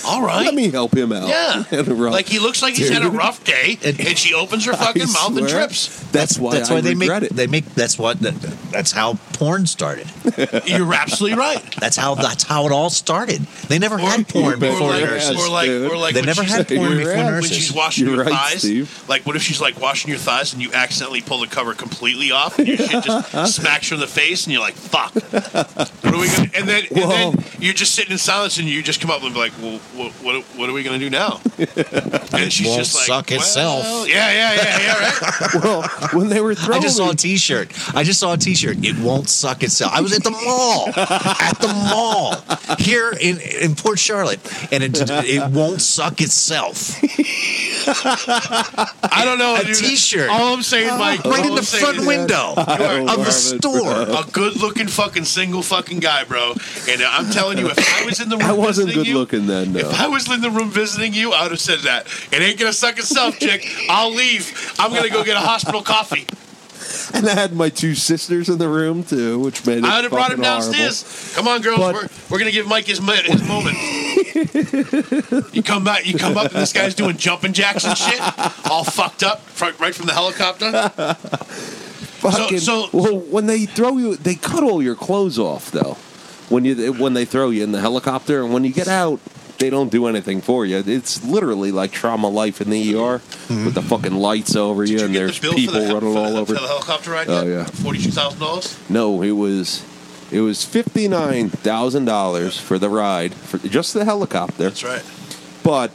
[SPEAKER 3] all right."
[SPEAKER 4] Let me help him out. <laughs>
[SPEAKER 3] Yeah.
[SPEAKER 4] Had a rough-
[SPEAKER 3] Like he looks like he's had a
[SPEAKER 4] Dude.
[SPEAKER 3] rough
[SPEAKER 4] <laughs>
[SPEAKER 3] day, and she opens her
[SPEAKER 4] I
[SPEAKER 3] fucking mouth and
[SPEAKER 4] swear,
[SPEAKER 3] trips.
[SPEAKER 4] That's why.
[SPEAKER 7] that's why
[SPEAKER 4] I
[SPEAKER 7] they make
[SPEAKER 4] regret it.
[SPEAKER 7] they make that's what that, that's how porn started.
[SPEAKER 3] You're absolutely
[SPEAKER 7] <laughs>
[SPEAKER 3] right.
[SPEAKER 7] That's how that's how it all started. They never had porn before
[SPEAKER 3] or like,
[SPEAKER 7] nurses.
[SPEAKER 3] Or like, or like
[SPEAKER 7] they
[SPEAKER 3] when
[SPEAKER 7] never
[SPEAKER 3] she's-
[SPEAKER 7] had porn before
[SPEAKER 3] When
[SPEAKER 7] nurses.
[SPEAKER 3] she's washing
[SPEAKER 7] You're
[SPEAKER 3] your
[SPEAKER 7] right,
[SPEAKER 3] thighs,
[SPEAKER 7] Steve.
[SPEAKER 3] like what if she's like washing your thighs and you accidentally pull the cover completely off
[SPEAKER 7] <laughs>
[SPEAKER 3] and your shit just smacks her in the face and you're like, fuck. What are we gonna, and then, and then you're just sitting in silence and you just come up and be like, well, what, what, what are we going to do
[SPEAKER 7] <laughs>
[SPEAKER 3] now?
[SPEAKER 2] it
[SPEAKER 3] she's
[SPEAKER 2] won't
[SPEAKER 3] just like,
[SPEAKER 2] suck
[SPEAKER 3] Well,
[SPEAKER 2] itself.
[SPEAKER 3] yeah, yeah, yeah, yeah, right.
[SPEAKER 4] <laughs> well, when they were
[SPEAKER 2] I just saw a T-shirt. I just saw a T-shirt. It won't suck itself. I was at the mall, at the mall here in in Port Charlotte, and it it won't suck itself.
[SPEAKER 3] I don't know.
[SPEAKER 2] <laughs> A
[SPEAKER 3] dude.
[SPEAKER 2] T-shirt.
[SPEAKER 3] All I'm saying, Mike,
[SPEAKER 2] Right
[SPEAKER 3] all
[SPEAKER 2] in the
[SPEAKER 3] I'm saying
[SPEAKER 2] front
[SPEAKER 3] is-
[SPEAKER 2] window
[SPEAKER 3] You
[SPEAKER 4] Oh,
[SPEAKER 3] are-
[SPEAKER 2] of the store.
[SPEAKER 3] A good-looking fucking single fucking guy, bro. And I'm telling you, if I was in
[SPEAKER 7] <laughs>
[SPEAKER 3] the room,
[SPEAKER 4] <laughs> I wasn't
[SPEAKER 3] visiting
[SPEAKER 4] good
[SPEAKER 3] you,
[SPEAKER 4] looking then, no.
[SPEAKER 3] If I was in the room visiting you, I would have said that. It ain't gonna suck itself, chick. I'll leave. I'm gonna go get a hospital
[SPEAKER 4] <laughs>
[SPEAKER 3] coffee.
[SPEAKER 4] and I had my two sisters in the room too, which made it.
[SPEAKER 3] I would have brought him
[SPEAKER 4] fucking horrible.
[SPEAKER 3] downstairs. Come on, girls.
[SPEAKER 4] But-
[SPEAKER 3] we're we're gonna give Mike his, mo- his
[SPEAKER 4] <laughs>
[SPEAKER 3] moment. you come back. You come up, and this guy's doing jumping jacks and shit, all fucked up, fr- right from the helicopter.
[SPEAKER 4] Fucking, well, when they throw you, they cut all your clothes off though. When you when they throw you in the helicopter, and when you get out, they don't do anything for you. It's literally like trauma life in the ER
[SPEAKER 3] Mm-hmm.
[SPEAKER 4] with the fucking lights over you, and there's
[SPEAKER 3] Bill
[SPEAKER 4] people
[SPEAKER 3] for the,
[SPEAKER 4] running
[SPEAKER 3] for
[SPEAKER 4] all
[SPEAKER 3] the,
[SPEAKER 4] over.
[SPEAKER 3] for the helicopter ride.
[SPEAKER 4] Oh yeah.
[SPEAKER 3] forty-two thousand dollars.
[SPEAKER 4] No, it was it was fifty nine thousand dollars for the ride for just the helicopter. That's
[SPEAKER 3] right.
[SPEAKER 4] But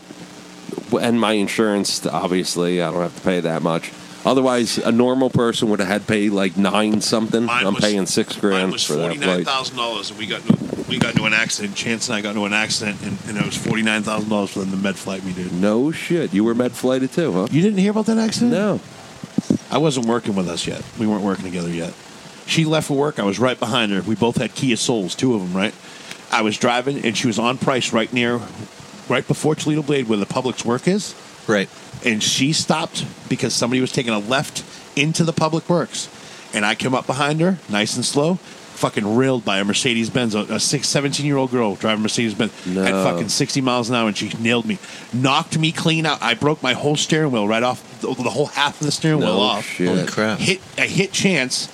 [SPEAKER 4] and my insurance, obviously, I don't have to pay that much. Otherwise, a normal person would have had to pay like nine something. I'm
[SPEAKER 3] was-
[SPEAKER 4] paying six grand
[SPEAKER 3] It was
[SPEAKER 4] for that
[SPEAKER 3] forty-nine
[SPEAKER 4] flight.
[SPEAKER 3] thousand dollars, and we got into, we got into an accident. Chance and I got into an accident, and, and it was forty-nine thousand dollars for the med flight we did.
[SPEAKER 4] No shit, you were med flighted too, huh?
[SPEAKER 3] You didn't hear about that accident?
[SPEAKER 4] No.
[SPEAKER 3] I wasn't working with us yet. We weren't working together yet. She left for work. I was right behind her. We both had Kia Souls, two of them, right? I was driving, and she was on Price right near, right before Toledo Blade, where the Publix work is.
[SPEAKER 2] Right.
[SPEAKER 3] And she stopped because somebody was taking a left into the Public Works, and I came up behind her, nice and slow, fucking railed by a Mercedes Benz, a, a six, 17 year old girl driving Mercedes Benz at
[SPEAKER 4] No.
[SPEAKER 3] fucking 60 miles an hour, and she nailed me, knocked me clean out. I broke my whole steering wheel right off, the, the whole half of the steering
[SPEAKER 4] No
[SPEAKER 3] wheel off.
[SPEAKER 4] shit. Holy crap.
[SPEAKER 3] Hit I hit Chance,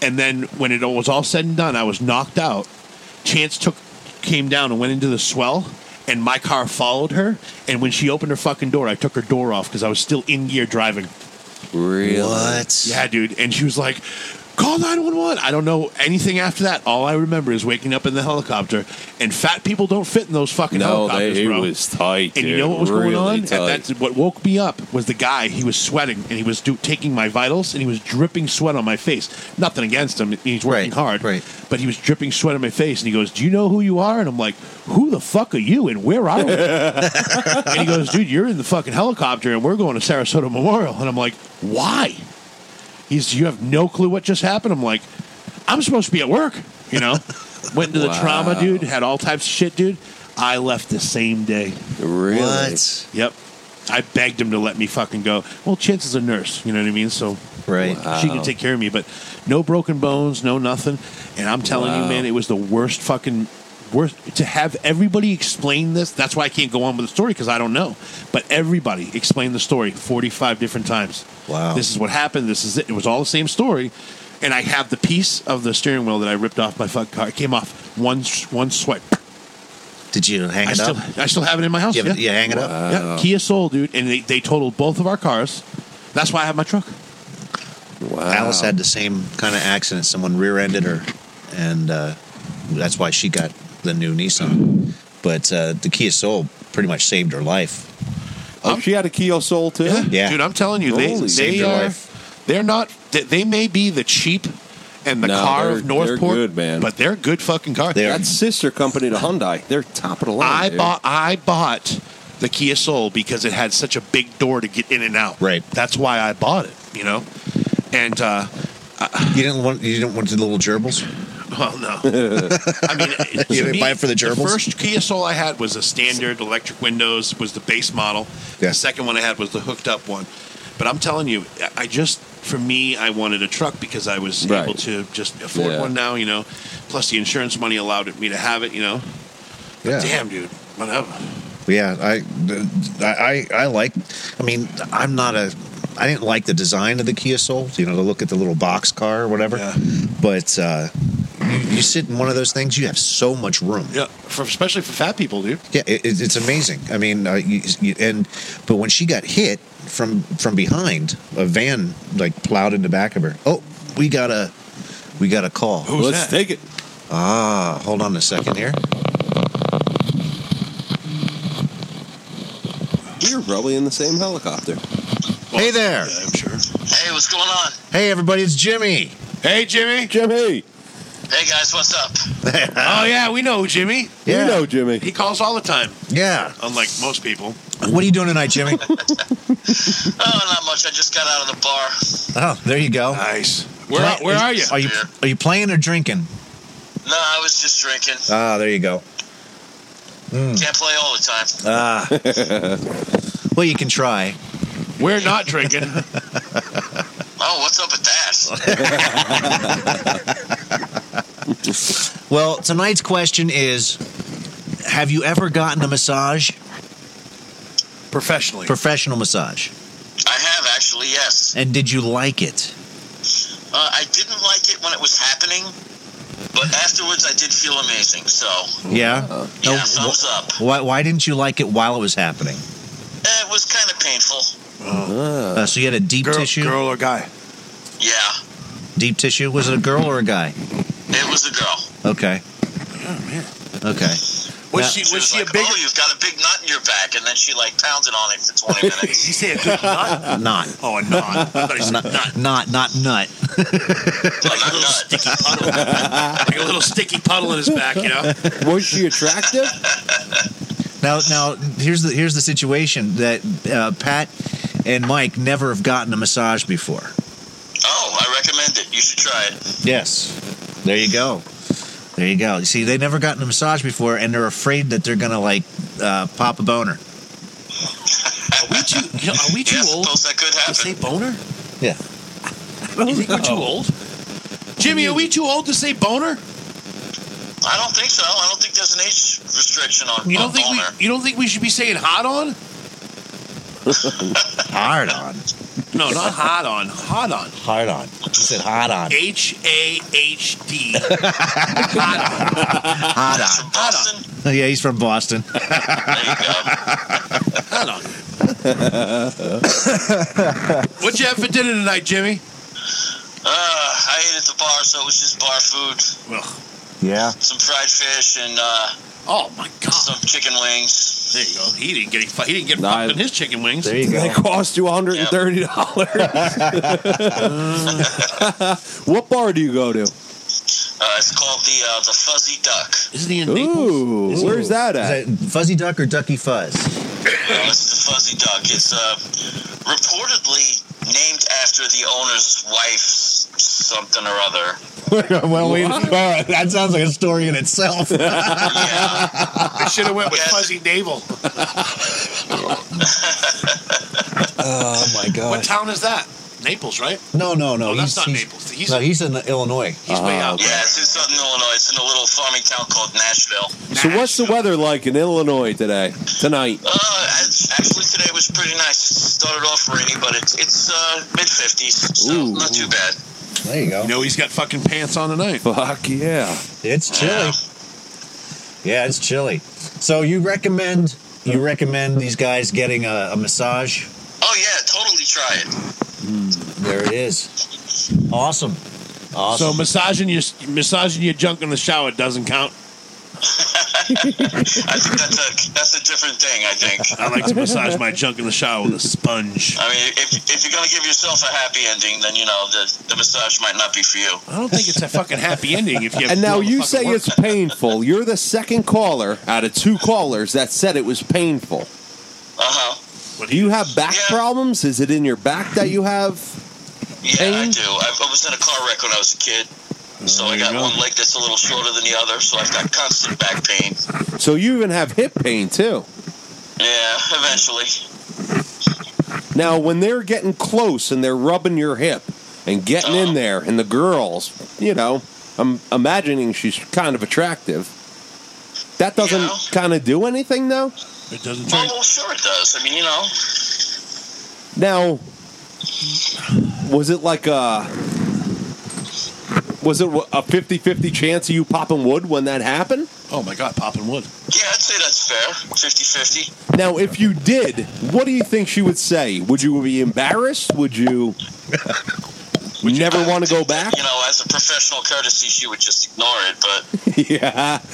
[SPEAKER 3] and then when it was all said and done, I was knocked out. Chance took came down and went into the swell, and my car followed her. And when she opened her fucking door, I took her door off because I was still in gear driving.
[SPEAKER 4] Really?
[SPEAKER 2] What?
[SPEAKER 3] Yeah, dude. And she was like, call 911. I don't know anything after that. All I remember is waking up in the helicopter, and fat people don't fit in those fucking
[SPEAKER 4] No,
[SPEAKER 3] helicopters,
[SPEAKER 4] they, it
[SPEAKER 3] bro.
[SPEAKER 4] was tight.
[SPEAKER 3] And you
[SPEAKER 4] dude,
[SPEAKER 3] know what was going
[SPEAKER 4] really
[SPEAKER 3] on? And
[SPEAKER 4] Tight.
[SPEAKER 3] that's what woke me up was the guy. He was sweating and he was do- taking my vitals and he was dripping sweat on my face. Nothing against him. He's working hard. Right. But he was dripping sweat on my face and he goes, Do you know who you are? And I'm like, Who the fuck are you and where are
[SPEAKER 4] <laughs>
[SPEAKER 3] we? and he goes, Dude, you're in the fucking helicopter and we're going to Sarasota Memorial. And I'm like, Why? He's, You have no clue what just happened? I'm like, I'm supposed to be at work, you
[SPEAKER 4] <laughs>
[SPEAKER 3] know? Went into the trauma,
[SPEAKER 4] Wow.
[SPEAKER 3] dude, had all types of shit, dude. I left the same day.
[SPEAKER 4] Really?
[SPEAKER 3] Yep. I begged him to let me fucking go. Well, Chance is a nurse, you know what I mean? So
[SPEAKER 2] Right.
[SPEAKER 3] she can
[SPEAKER 2] Wow.
[SPEAKER 3] take care of me, but no broken bones, no nothing. And I'm telling you,
[SPEAKER 2] Wow.
[SPEAKER 3] man, it was the worst fucking worst to have everybody explain this. That's why I can't go on with the story because I don't know. But everybody explained the story 45 different times.
[SPEAKER 2] Wow.
[SPEAKER 3] This is what happened. This is it. It was all the same story. And I have the piece of the steering wheel that I ripped off my fuck car. It came off one one swipe.
[SPEAKER 2] Did you hang
[SPEAKER 3] I
[SPEAKER 2] it
[SPEAKER 3] still,
[SPEAKER 2] up?
[SPEAKER 3] I still have it in my house.
[SPEAKER 2] You
[SPEAKER 3] yeah,
[SPEAKER 2] have it- you hang it up?
[SPEAKER 3] Yeah,
[SPEAKER 2] Wow.
[SPEAKER 3] Kia Soul, dude, and they, they totaled both of our cars. That's why I have my truck.
[SPEAKER 4] Wow.
[SPEAKER 2] Alice had the same kind of accident. Someone rear-ended her, and uh, that's why she got the new Nissan. But uh, the Kia Soul pretty much saved her life.
[SPEAKER 4] Oh, she had a Kia Soul too.
[SPEAKER 2] Yeah.
[SPEAKER 3] dude, I'm telling you, they
[SPEAKER 2] Holy
[SPEAKER 3] they
[SPEAKER 2] saved your
[SPEAKER 3] are
[SPEAKER 2] life.
[SPEAKER 3] they're not they, they may be the cheap and the
[SPEAKER 4] No,
[SPEAKER 3] car
[SPEAKER 4] they're-
[SPEAKER 3] of Northport,
[SPEAKER 4] they're good, man.
[SPEAKER 3] but they're good fucking cars.
[SPEAKER 4] That sister company to Hyundai, they're top of the line.
[SPEAKER 3] I
[SPEAKER 4] dude.
[SPEAKER 3] bought I bought the Kia Soul because it had such a big door to get in and out. Right. That's why I bought it. You know, and uh,
[SPEAKER 2] You didn't want you didn't want the little gerbils.
[SPEAKER 3] well,
[SPEAKER 2] <laughs>
[SPEAKER 3] no. I mean,
[SPEAKER 2] You
[SPEAKER 3] to
[SPEAKER 2] didn't
[SPEAKER 3] me,
[SPEAKER 2] buy it for the gerbils?
[SPEAKER 3] first Kia Soul I had was a standard electric windows, was the base model.
[SPEAKER 2] Yeah.
[SPEAKER 3] The second one I had was the hooked up one. But I'm telling you, I- I just, for me, I wanted a truck because I was
[SPEAKER 4] Right.
[SPEAKER 3] able to just afford
[SPEAKER 4] Yeah.
[SPEAKER 3] one now, you know. Plus, the insurance money allowed me to have it, you know. But
[SPEAKER 2] Yeah.
[SPEAKER 3] damn, dude. Whatever.
[SPEAKER 2] Yeah, I, I, I like. I mean, I'm not a. I didn't like the design of the Kia Soul. You know, to look at the little box car or whatever. But uh, you, you sit in one of those things, you have so much room.
[SPEAKER 3] Yeah, for, especially for fat people, dude.
[SPEAKER 2] Yeah, it, it- it's amazing. I mean, uh, you, you, and but when she got hit from from behind, a van like plowed in the back of her. Oh, we got a we got a call.
[SPEAKER 3] Who's Let's that? take
[SPEAKER 2] it. Ah, hold on a second here.
[SPEAKER 4] we were probably in the same helicopter.
[SPEAKER 7] hey there.
[SPEAKER 3] I'm sure.
[SPEAKER 11] Hey, what's going on?
[SPEAKER 7] Hey, everybody, it's Jimmy.
[SPEAKER 3] Hey, Jimmy.
[SPEAKER 4] Jimmy.
[SPEAKER 11] Hey guys, what's up?
[SPEAKER 3] oh yeah, we know Jimmy.
[SPEAKER 7] Yeah.
[SPEAKER 4] know Jimmy.
[SPEAKER 3] He calls all the time,
[SPEAKER 7] Yeah.
[SPEAKER 3] unlike most people.
[SPEAKER 7] What are you doing tonight, Jimmy?
[SPEAKER 11] oh, not much. I just got out of the bar.
[SPEAKER 7] oh, there you go.
[SPEAKER 3] Nice. Where are- where are you?
[SPEAKER 7] Are you are you playing or drinking?
[SPEAKER 11] No, I was just drinking.
[SPEAKER 7] Ah, there you go.
[SPEAKER 11] Can't play all the time.
[SPEAKER 3] Uh.
[SPEAKER 7] Ah. well, you can try.
[SPEAKER 3] <laughs> We're not drinking.
[SPEAKER 11] Oh, what's up with
[SPEAKER 3] <laughs>
[SPEAKER 11] that?
[SPEAKER 7] Well, tonight's question is: Have you ever gotten a massage,
[SPEAKER 3] Professionally.
[SPEAKER 7] professional massage,
[SPEAKER 11] I have actually, yes.
[SPEAKER 7] and did you like it?
[SPEAKER 11] Uh, I didn't like it when it was happening, but afterwards I did feel amazing. So,
[SPEAKER 7] Yeah.
[SPEAKER 11] yeah, thumbs up.
[SPEAKER 7] Why Why didn't you like it while it was happening?
[SPEAKER 11] Eh, it was kind of painful.
[SPEAKER 7] Uh, so you had a deep tissue.
[SPEAKER 3] Girl or guy?
[SPEAKER 11] Yeah,
[SPEAKER 7] Deep tissue. Was it a girl or a guy?
[SPEAKER 11] it was a girl.
[SPEAKER 7] Okay.
[SPEAKER 3] Oh man.
[SPEAKER 7] Okay.
[SPEAKER 3] Was
[SPEAKER 7] Now-
[SPEAKER 3] she
[SPEAKER 11] She
[SPEAKER 3] was
[SPEAKER 11] was
[SPEAKER 3] she a
[SPEAKER 11] like,
[SPEAKER 3] big?
[SPEAKER 11] "Oh, you've got a big nut in your back," and then she like pounded on it for twenty
[SPEAKER 3] <laughs> Did
[SPEAKER 11] minutes.
[SPEAKER 3] you say a good nut?
[SPEAKER 7] Not.
[SPEAKER 3] Oh, a knot. I thought <laughs> he said
[SPEAKER 7] Not.
[SPEAKER 3] nut.
[SPEAKER 7] Not. Not nut.
[SPEAKER 3] Like a little sticky puddle. like a little sticky puddle in his back, you know?
[SPEAKER 4] Was she attractive?
[SPEAKER 7] Now, now here's the here's the situation that uh, Pat and Mike never have gotten a massage before.
[SPEAKER 11] Oh, I recommend it. You should try it.
[SPEAKER 7] Yes, there you go, there you go. You see, they never gotten a massage before, and they're afraid that they're gonna like uh, pop a boner.
[SPEAKER 3] Are we too, you know, are we too old
[SPEAKER 11] Suppose that could
[SPEAKER 3] to say
[SPEAKER 11] happen.
[SPEAKER 3] boner?
[SPEAKER 7] Yeah.
[SPEAKER 3] You think we're too
[SPEAKER 7] Oh.
[SPEAKER 3] old? Jimmy, are we too old to say boner?
[SPEAKER 11] I don't think so. I don't think there's an age restriction on,
[SPEAKER 3] You
[SPEAKER 11] on
[SPEAKER 3] don't think
[SPEAKER 11] boner.
[SPEAKER 3] we you don't think we should be saying hot on?
[SPEAKER 7] Hard on,
[SPEAKER 3] No, not hot on. Hot on.
[SPEAKER 7] hard on. You said hard on,
[SPEAKER 3] H A H D. Hot on.
[SPEAKER 7] hard on.
[SPEAKER 11] That's from Boston.
[SPEAKER 3] Oh,
[SPEAKER 7] Yeah, he's from Boston.
[SPEAKER 11] There you go.
[SPEAKER 3] Hot on. <laughs> What'd you have for dinner tonight, Jimmy?
[SPEAKER 11] Uh, I ate at the bar, so it was just bar food.
[SPEAKER 3] Well,
[SPEAKER 7] Yeah.
[SPEAKER 11] Some fried fish and uh,
[SPEAKER 3] oh my God!
[SPEAKER 11] some chicken wings.
[SPEAKER 3] There you go. He didn't get he didn't get
[SPEAKER 4] Nah,
[SPEAKER 3] popped in his chicken wings.
[SPEAKER 7] There you
[SPEAKER 4] That
[SPEAKER 7] go.
[SPEAKER 4] cost you $130. <laughs> what bar do you go to?
[SPEAKER 11] Uh, it's called the uh, the fuzzy duck.
[SPEAKER 3] Isn't he in Naples?
[SPEAKER 4] Ooh, where's that at?
[SPEAKER 7] Is that fuzzy duck or ducky fuzz?
[SPEAKER 11] Uh, it's the fuzzy duck. It's uh, reportedly named after the owner's wife, something or other.
[SPEAKER 7] <laughs> well, we, that sounds like a story in
[SPEAKER 3] <laughs>
[SPEAKER 7] itself.
[SPEAKER 11] Yeah,
[SPEAKER 3] I should have went with
[SPEAKER 11] Yes.
[SPEAKER 3] Fuzzy Navel.
[SPEAKER 7] oh my
[SPEAKER 3] What
[SPEAKER 7] god.
[SPEAKER 3] town is that? Naples, right?
[SPEAKER 7] No, no, no.
[SPEAKER 3] Oh, that's
[SPEAKER 7] he's,
[SPEAKER 3] not
[SPEAKER 7] he's,
[SPEAKER 3] Naples. He's-
[SPEAKER 7] no, he's in Illinois.
[SPEAKER 3] He's way out.
[SPEAKER 11] yeah. It's in southern Illinois. It's in a little farming town called Nashville.
[SPEAKER 4] So what's the weather like in Illinois today? Tonight.
[SPEAKER 11] Uh, it's- actually, today was pretty nice. Started off rainy, but it's it's uh, mid fifties, so
[SPEAKER 4] Ooh.
[SPEAKER 11] not too bad.
[SPEAKER 7] There you go.
[SPEAKER 3] You know he's got fucking pants on tonight.
[SPEAKER 4] Fuck yeah.
[SPEAKER 7] It's chilly. Yeah, it's chilly. So you recommend you recommend these guys getting a, a massage?
[SPEAKER 11] Oh yeah, totally try it.
[SPEAKER 7] There it is. Awesome.
[SPEAKER 3] So
[SPEAKER 7] Awesome.
[SPEAKER 3] massaging your massaging your junk in the shower doesn't count.
[SPEAKER 11] I think that's a that's a different thing. I think.
[SPEAKER 3] I like to massage my junk in Oh, the shower with a sponge.
[SPEAKER 11] I mean, if if you're gonna give yourself a happy ending, then you know the the massage might not be for you.
[SPEAKER 3] I don't think it's a fucking happy ending if you. Have
[SPEAKER 4] And
[SPEAKER 3] to do
[SPEAKER 4] now
[SPEAKER 3] all the
[SPEAKER 4] you
[SPEAKER 3] fucking
[SPEAKER 4] say
[SPEAKER 3] work.
[SPEAKER 4] it's painful. You're the second caller out of two callers that said it was painful.
[SPEAKER 11] Uh huh.
[SPEAKER 3] What
[SPEAKER 4] Do you have back
[SPEAKER 11] Yeah.
[SPEAKER 4] problems? Is it in your back that you have?
[SPEAKER 11] Yeah, I
[SPEAKER 4] Pain?
[SPEAKER 11] do. I, I was in a car wreck when I was a kid, so I
[SPEAKER 3] you
[SPEAKER 11] got
[SPEAKER 3] go.
[SPEAKER 11] one leg that's a little shorter than the other, so I've got constant back pain.
[SPEAKER 4] So you even have hip pain too.
[SPEAKER 11] Yeah, <laughs> eventually.
[SPEAKER 4] Now, when they're getting close and they're rubbing your hip and getting in there, and the girls, you know, I'm imagining she's kind of attractive. That doesn't
[SPEAKER 11] Yeah.
[SPEAKER 4] kind of do anything though.
[SPEAKER 3] It doesn't
[SPEAKER 11] Oh
[SPEAKER 3] turn.
[SPEAKER 11] well, sure it does. I mean, you know,
[SPEAKER 4] Now, was it like a was it a 50-50 chance of you popping wood when that happened?
[SPEAKER 3] Oh my god, popping wood.
[SPEAKER 11] yeah, I'd say that's fair. 50-50.
[SPEAKER 4] Now, if you did, what do you think she <laughs> would say? Would you be embarrassed? Would you? Never want to go back?
[SPEAKER 11] You know, as a professional courtesy, she would just ignore it, but
[SPEAKER 4] yeah. <laughs>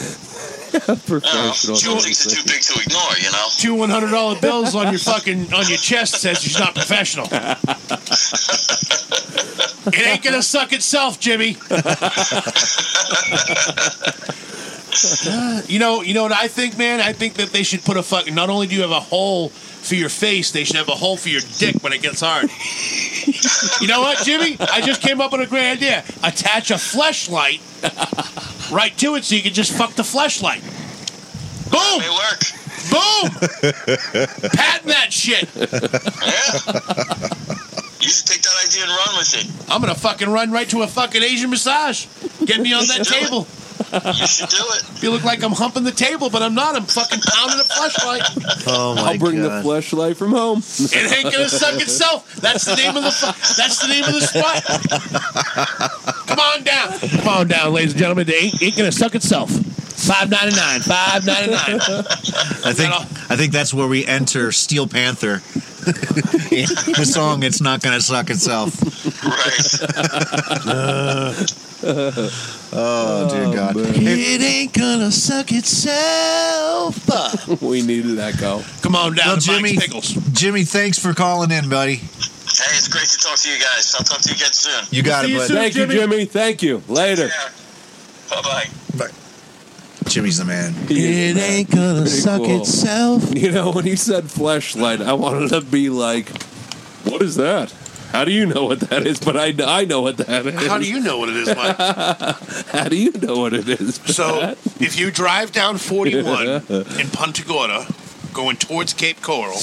[SPEAKER 11] Professional. Two things are too big to ignore, you know.
[SPEAKER 3] Two one hundred dollar bills on your fucking on your chest says she's not professional. it ain't gonna suck itself, Jimmy. Uh, you know, you know what I think, man. I think that they should put a fucking. Not only do you have a hole for your face, they should have a hole for your dick when it gets hard. you know what, Jimmy? I just came up with a great idea. Attach a fleshlight right to it, so you can just fuck the fleshlight. Boom! It
[SPEAKER 11] work.
[SPEAKER 3] Boom! Patent that shit.
[SPEAKER 11] You should take that idea and run with it.
[SPEAKER 3] I'm gonna fucking run right to a fucking Asian massage. Get me on that table.
[SPEAKER 11] You should do it. <laughs>
[SPEAKER 3] You look like I'm humping the table, but I'm not. I'm fucking pounding a flashlight.
[SPEAKER 4] Oh my I'll bring the flashlight from home. <laughs>
[SPEAKER 3] It ain't gonna suck itself. That's the name of the. fu- That's the name of the spot. Come on down. Come on down, ladies and gentlemen. It ain't, ain't gonna suck itself. Five ninety nine. Five ninety nine.
[SPEAKER 7] I think I think that's where we enter Steel <laughs> Panther. the song "It's Not Gonna Suck Itself." oh dear God!
[SPEAKER 3] It ain't gonna suck itself.
[SPEAKER 4] we needed that go.
[SPEAKER 3] Come on down,
[SPEAKER 7] well,
[SPEAKER 3] to Mike's
[SPEAKER 7] Jimmy. Jimmy, thanks for calling in, buddy.
[SPEAKER 11] Hey, it's great to talk to you guys. I'll talk to you again soon.
[SPEAKER 7] You got it, bud.
[SPEAKER 4] Thank you, Jimmy. Thank you. Later.
[SPEAKER 11] Bye bye.
[SPEAKER 7] Jimmy's the man.
[SPEAKER 4] It
[SPEAKER 7] ain't gonna suck
[SPEAKER 4] itself. You know, when you said flashlight, I wanted to be like, "What is that? How do you know what that is?" But I, I know what that is.
[SPEAKER 3] How do you know what it is, Mike?
[SPEAKER 4] How do you know what it is? <laughs>
[SPEAKER 3] So
[SPEAKER 4] Pat?
[SPEAKER 3] if you drive down 41 in Punta Gorda, going towards Cape Coral,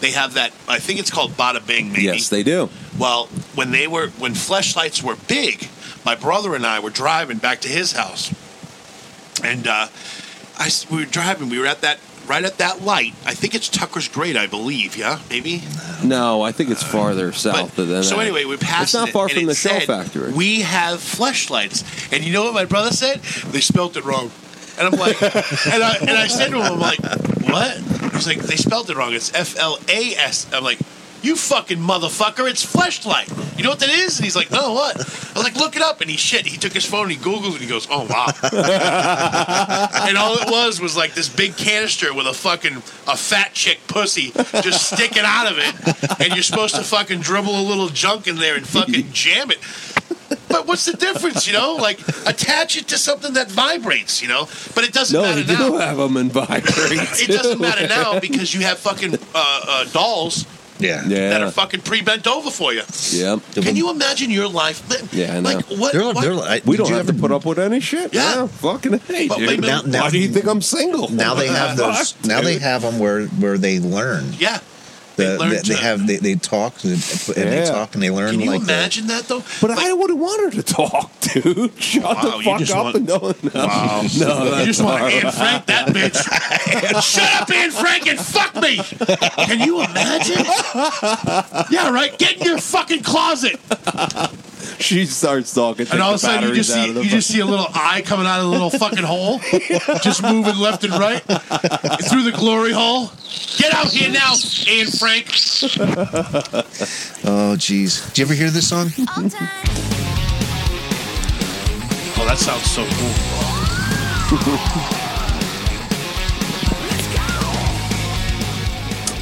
[SPEAKER 3] they have that. I think it's called Bada Bing, maybe.
[SPEAKER 4] yes, they do.
[SPEAKER 3] Well, when they were when fleshlights were big, my brother and I were driving back to his house, and uh, I s- we were driving. We were at that right at that light. I think it's Tucker's Grade, I believe. Yeah, maybe.
[SPEAKER 4] No, I think it's farther south than that.
[SPEAKER 3] So anyway, we
[SPEAKER 4] It's
[SPEAKER 3] passed.
[SPEAKER 4] not
[SPEAKER 3] it,
[SPEAKER 4] far
[SPEAKER 3] and
[SPEAKER 4] from
[SPEAKER 3] it
[SPEAKER 4] the shell
[SPEAKER 3] said,
[SPEAKER 4] factory.
[SPEAKER 3] We have fleshlights, and you know what my brother said? They spelt it wrong, and I'm like, <laughs> and I and I said to him, I'm like, what? He's like, they spelled it wrong. It's F L A S. I'm like. You fucking motherfucker! It's fleshlight. You know what that is? And he's like, "No, what?" I was like, "Look it up." And he shit. He took his phone and he googled it. And he goes, "Oh wow!" and all it was was like this big canister with a fucking a fat chick pussy just sticking out of it, and you're supposed to fucking dribble a little junk in there and fucking jam it. But what's the difference, you know? Like attach it to something that vibrates, you know. But it doesn't
[SPEAKER 4] no,
[SPEAKER 3] matter
[SPEAKER 4] they do
[SPEAKER 3] now.
[SPEAKER 4] have them in vibrate.
[SPEAKER 3] <laughs>
[SPEAKER 4] <laughs>
[SPEAKER 3] It doesn't matter now because you have fucking uh, uh, dolls
[SPEAKER 7] Yeah,
[SPEAKER 4] yeah,
[SPEAKER 3] that are fucking pre bent over for you.
[SPEAKER 4] yeah.
[SPEAKER 3] Can you imagine your life? li-
[SPEAKER 4] Yeah, I know.
[SPEAKER 3] Like what? what-
[SPEAKER 4] we don't have to put up with any shit.
[SPEAKER 3] Yeah.
[SPEAKER 4] fucking hey,
[SPEAKER 7] But
[SPEAKER 4] dude.
[SPEAKER 7] wait a minute. Now-
[SPEAKER 4] Why do you think I'm single?
[SPEAKER 7] Now they have those.
[SPEAKER 4] Fuck,
[SPEAKER 7] Now they
[SPEAKER 4] dude.
[SPEAKER 7] have them where where they learn.
[SPEAKER 3] Yeah.
[SPEAKER 7] The,
[SPEAKER 3] learn
[SPEAKER 7] they, they
[SPEAKER 3] to-
[SPEAKER 7] have they, they talk and, and they
[SPEAKER 4] Yeah.
[SPEAKER 7] talk and they learn
[SPEAKER 3] Can you
[SPEAKER 7] like the-
[SPEAKER 3] imagine that though?
[SPEAKER 4] But I wouldn't want her to talk, <laughs> dude. Shut
[SPEAKER 3] Wow,
[SPEAKER 4] the
[SPEAKER 3] you
[SPEAKER 4] fuck
[SPEAKER 3] just
[SPEAKER 4] up
[SPEAKER 3] want-
[SPEAKER 4] and no, no,
[SPEAKER 3] Wow.
[SPEAKER 4] no.
[SPEAKER 3] you
[SPEAKER 4] that's
[SPEAKER 3] just want
[SPEAKER 4] all
[SPEAKER 3] to Anne
[SPEAKER 4] right.
[SPEAKER 3] Frank that bitch. Shut up, Anne Frank, and fuck me. Can you imagine? Yeah, right. Get in your fucking closet.
[SPEAKER 4] <laughs> She starts talking.
[SPEAKER 3] And all of a sudden, you just see
[SPEAKER 4] out
[SPEAKER 3] you just see a little eye coming out of the little fucking hole, just moving left and right through the glory hole. Get out here now, Anne Frank.
[SPEAKER 7] Oh jeez. Do you ever hear this song?
[SPEAKER 3] Oh, that sounds so cool.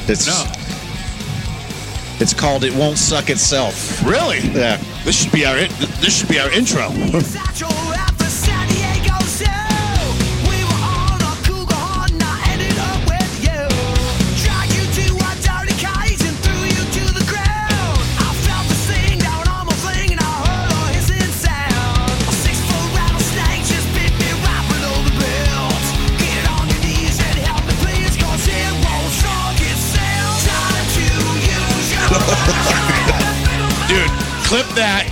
[SPEAKER 7] It's it's called "It Won't Suck Itself."
[SPEAKER 3] Really?
[SPEAKER 7] Yeah.
[SPEAKER 3] This should be our in- this should be our intro. Dude, clip that.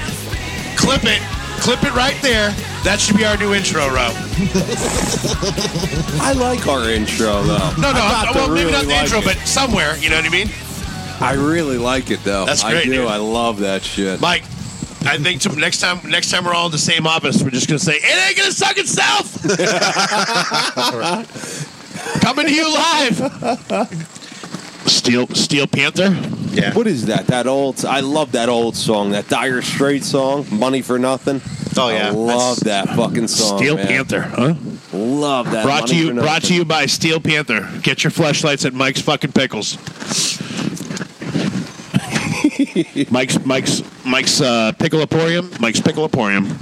[SPEAKER 3] Clip it. Clip it right there. That should be our new intro, Rob.
[SPEAKER 4] I like our intro though.
[SPEAKER 3] No, no,
[SPEAKER 4] I
[SPEAKER 3] I'm,
[SPEAKER 4] got
[SPEAKER 3] well,
[SPEAKER 4] to
[SPEAKER 3] maybe
[SPEAKER 4] really
[SPEAKER 3] not the
[SPEAKER 4] like
[SPEAKER 3] intro,
[SPEAKER 4] it.
[SPEAKER 3] but somewhere. You know what I mean?
[SPEAKER 4] I really like it though.
[SPEAKER 3] That's
[SPEAKER 4] I
[SPEAKER 3] great,
[SPEAKER 4] do.
[SPEAKER 3] dude.
[SPEAKER 4] I love that shit.
[SPEAKER 3] Mike, I think to, next time, next time we're all in the same office, we're just gonna say it ain't gonna suck
[SPEAKER 4] <laughs>
[SPEAKER 3] itself. Coming to you live. Steel Steel Panther.
[SPEAKER 7] Yeah.
[SPEAKER 4] What is that? That old. I love that old song. That Dire Straits song, "Money for Nothing."
[SPEAKER 7] Oh yeah,
[SPEAKER 4] I love that fucking song.
[SPEAKER 3] Steel
[SPEAKER 4] Oh, man.
[SPEAKER 3] Panther, huh?
[SPEAKER 4] Love that.
[SPEAKER 3] brought to
[SPEAKER 4] Money
[SPEAKER 3] you
[SPEAKER 4] for
[SPEAKER 3] brought to
[SPEAKER 4] Nothing.
[SPEAKER 3] you by Steel Panther. Get your flashlights at Mike's fucking pickles.
[SPEAKER 4] <laughs>
[SPEAKER 3] Mike's Mike's Mike's uh, pickle emporium. Mike's pickle emporium.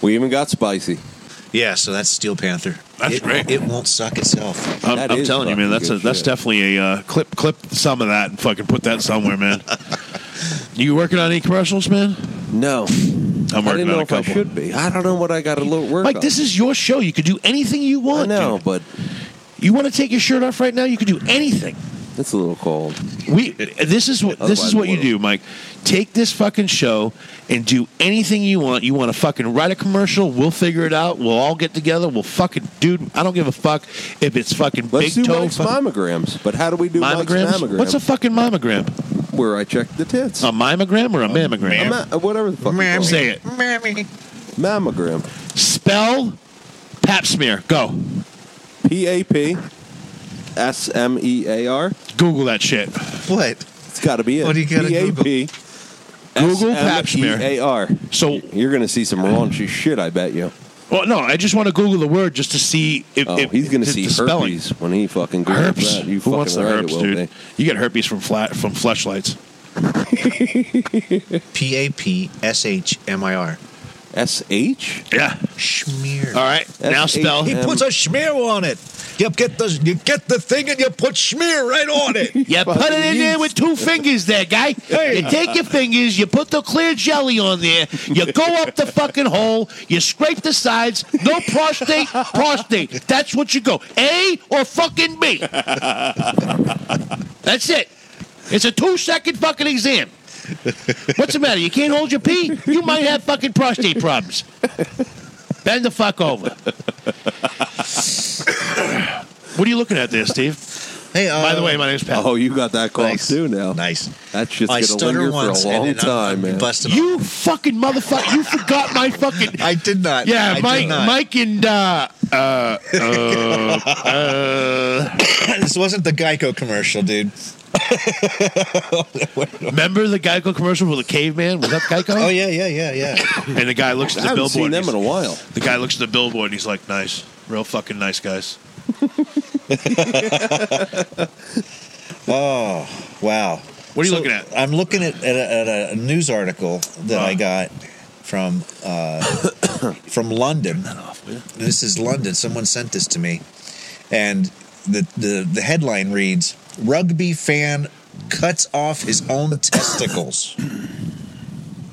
[SPEAKER 4] We even got spicy.
[SPEAKER 7] Yeah, so that's Steel Panther.
[SPEAKER 3] That's
[SPEAKER 7] it,
[SPEAKER 3] great.
[SPEAKER 7] It won't suck itself.
[SPEAKER 3] I'm, I'm telling you, man. That's a, that's definitely a uh, clip clip some of that and fucking put that somewhere, man. <laughs> you working on any commercials, man? I'm
[SPEAKER 4] No, I
[SPEAKER 3] working
[SPEAKER 4] didn't know
[SPEAKER 3] on a
[SPEAKER 4] if I
[SPEAKER 3] couple.
[SPEAKER 4] should be. I don't know what I got to work.
[SPEAKER 3] Mike, this is your show. You could do anything you want.
[SPEAKER 4] No,
[SPEAKER 3] dude.
[SPEAKER 4] but
[SPEAKER 3] You want to take your shirt off right now? You could do anything.
[SPEAKER 4] it's a little cold.
[SPEAKER 3] We this is what this
[SPEAKER 4] Otherwise,
[SPEAKER 3] is what you
[SPEAKER 4] what-
[SPEAKER 3] do, Mike. Take this fucking show and do anything you want. You want to fucking write a commercial? We'll figure it out. We'll all get together. We'll fucking dude. I don't give a fuck if it's fucking
[SPEAKER 4] Let's
[SPEAKER 3] big
[SPEAKER 4] do
[SPEAKER 3] toe.
[SPEAKER 4] Mike's
[SPEAKER 3] fuck-
[SPEAKER 4] mammograms. But how do we do
[SPEAKER 3] Mammograms?
[SPEAKER 4] Mike's mammogram?
[SPEAKER 3] What's Oh, a fucking mammogram?
[SPEAKER 4] Where I check the tits.
[SPEAKER 3] A mimogram or a mammogram?
[SPEAKER 4] A ma- uh, whatever the fuck. you
[SPEAKER 3] Mam-
[SPEAKER 4] call
[SPEAKER 3] Say it.
[SPEAKER 7] Mammy.
[SPEAKER 4] Mammogram.
[SPEAKER 3] Spell pap smear. Go.
[SPEAKER 4] P A P S M E A R.
[SPEAKER 3] Google that shit.
[SPEAKER 7] What?
[SPEAKER 4] It's got to be it.
[SPEAKER 7] What do you gotta Google?
[SPEAKER 4] P-A-P
[SPEAKER 3] Google pap smear.
[SPEAKER 4] S-M-E-A-R.
[SPEAKER 3] So
[SPEAKER 4] E You're going to see some raunchy shit, I bet you.
[SPEAKER 3] Well, no, I just want to Google the word just to see if,
[SPEAKER 4] Oh,
[SPEAKER 3] if
[SPEAKER 4] he's going to see
[SPEAKER 3] the spelling.
[SPEAKER 4] herpes when he fucking googles
[SPEAKER 3] Herpes.
[SPEAKER 4] that. You
[SPEAKER 3] Who
[SPEAKER 4] fucking
[SPEAKER 3] wants the
[SPEAKER 4] right, it
[SPEAKER 3] herpes,
[SPEAKER 4] will
[SPEAKER 3] dude?
[SPEAKER 4] be.
[SPEAKER 3] You get herpes from flat from fleshlights.
[SPEAKER 7] P A P S H M I R.
[SPEAKER 4] S-H?
[SPEAKER 3] Yeah.
[SPEAKER 7] Schmear.
[SPEAKER 3] All right. now spell.
[SPEAKER 4] E
[SPEAKER 7] He puts a schmear on it. You get the you get the thing and you put schmear right on it.
[SPEAKER 3] <laughs> You put it in there with two fingers, there, guy. You take your fingers, you put the clear jelly on there, you go up the fucking hole, you scrape the sides. No prostate, prostate. That's what you go. A or fucking B. That's it. It's a two second fucking exam. What's the matter? You can't hold your pee? You might have fucking prostate problems. Bend the fuck over. what are you looking at there, Steve?
[SPEAKER 7] Hey, uh,
[SPEAKER 3] By the way, my name's Pat.
[SPEAKER 4] Oh, you got that cough too now.
[SPEAKER 7] Nice.
[SPEAKER 4] That's just
[SPEAKER 7] I
[SPEAKER 4] going to
[SPEAKER 7] stutter
[SPEAKER 4] linger
[SPEAKER 7] once
[SPEAKER 4] for a long
[SPEAKER 7] and then I'm-
[SPEAKER 4] time,
[SPEAKER 7] I'm
[SPEAKER 4] man.
[SPEAKER 7] busting up.
[SPEAKER 3] You fucking motherfucker! You forgot my fucking.
[SPEAKER 7] I did not. I
[SPEAKER 3] Yeah,
[SPEAKER 7] did
[SPEAKER 3] Mike,
[SPEAKER 7] not.
[SPEAKER 3] Mike, and uh, uh, uh, uh,
[SPEAKER 7] this wasn't the Geico commercial, dude.
[SPEAKER 3] remember the Geico commercial with the caveman? Was that Geico?
[SPEAKER 7] Oh yeah, yeah, yeah, yeah.
[SPEAKER 3] And the guy looks
[SPEAKER 4] Oh, I
[SPEAKER 3] at the
[SPEAKER 4] haven't
[SPEAKER 3] billboard.
[SPEAKER 4] seen
[SPEAKER 3] and
[SPEAKER 4] them in
[SPEAKER 3] he's-
[SPEAKER 4] a while.
[SPEAKER 3] the guy looks at the billboard and he's like, "Nice, real fucking nice guys."
[SPEAKER 7] Oh, wow.
[SPEAKER 3] What are you
[SPEAKER 7] So,
[SPEAKER 3] looking at? Uh-huh.
[SPEAKER 7] I'm looking at, at, a, at a news article that I got from uh, <coughs> from London. This is London. Someone sent this to me, and the the, the headline reads: "Rugby fan cuts off his own <coughs> testicles."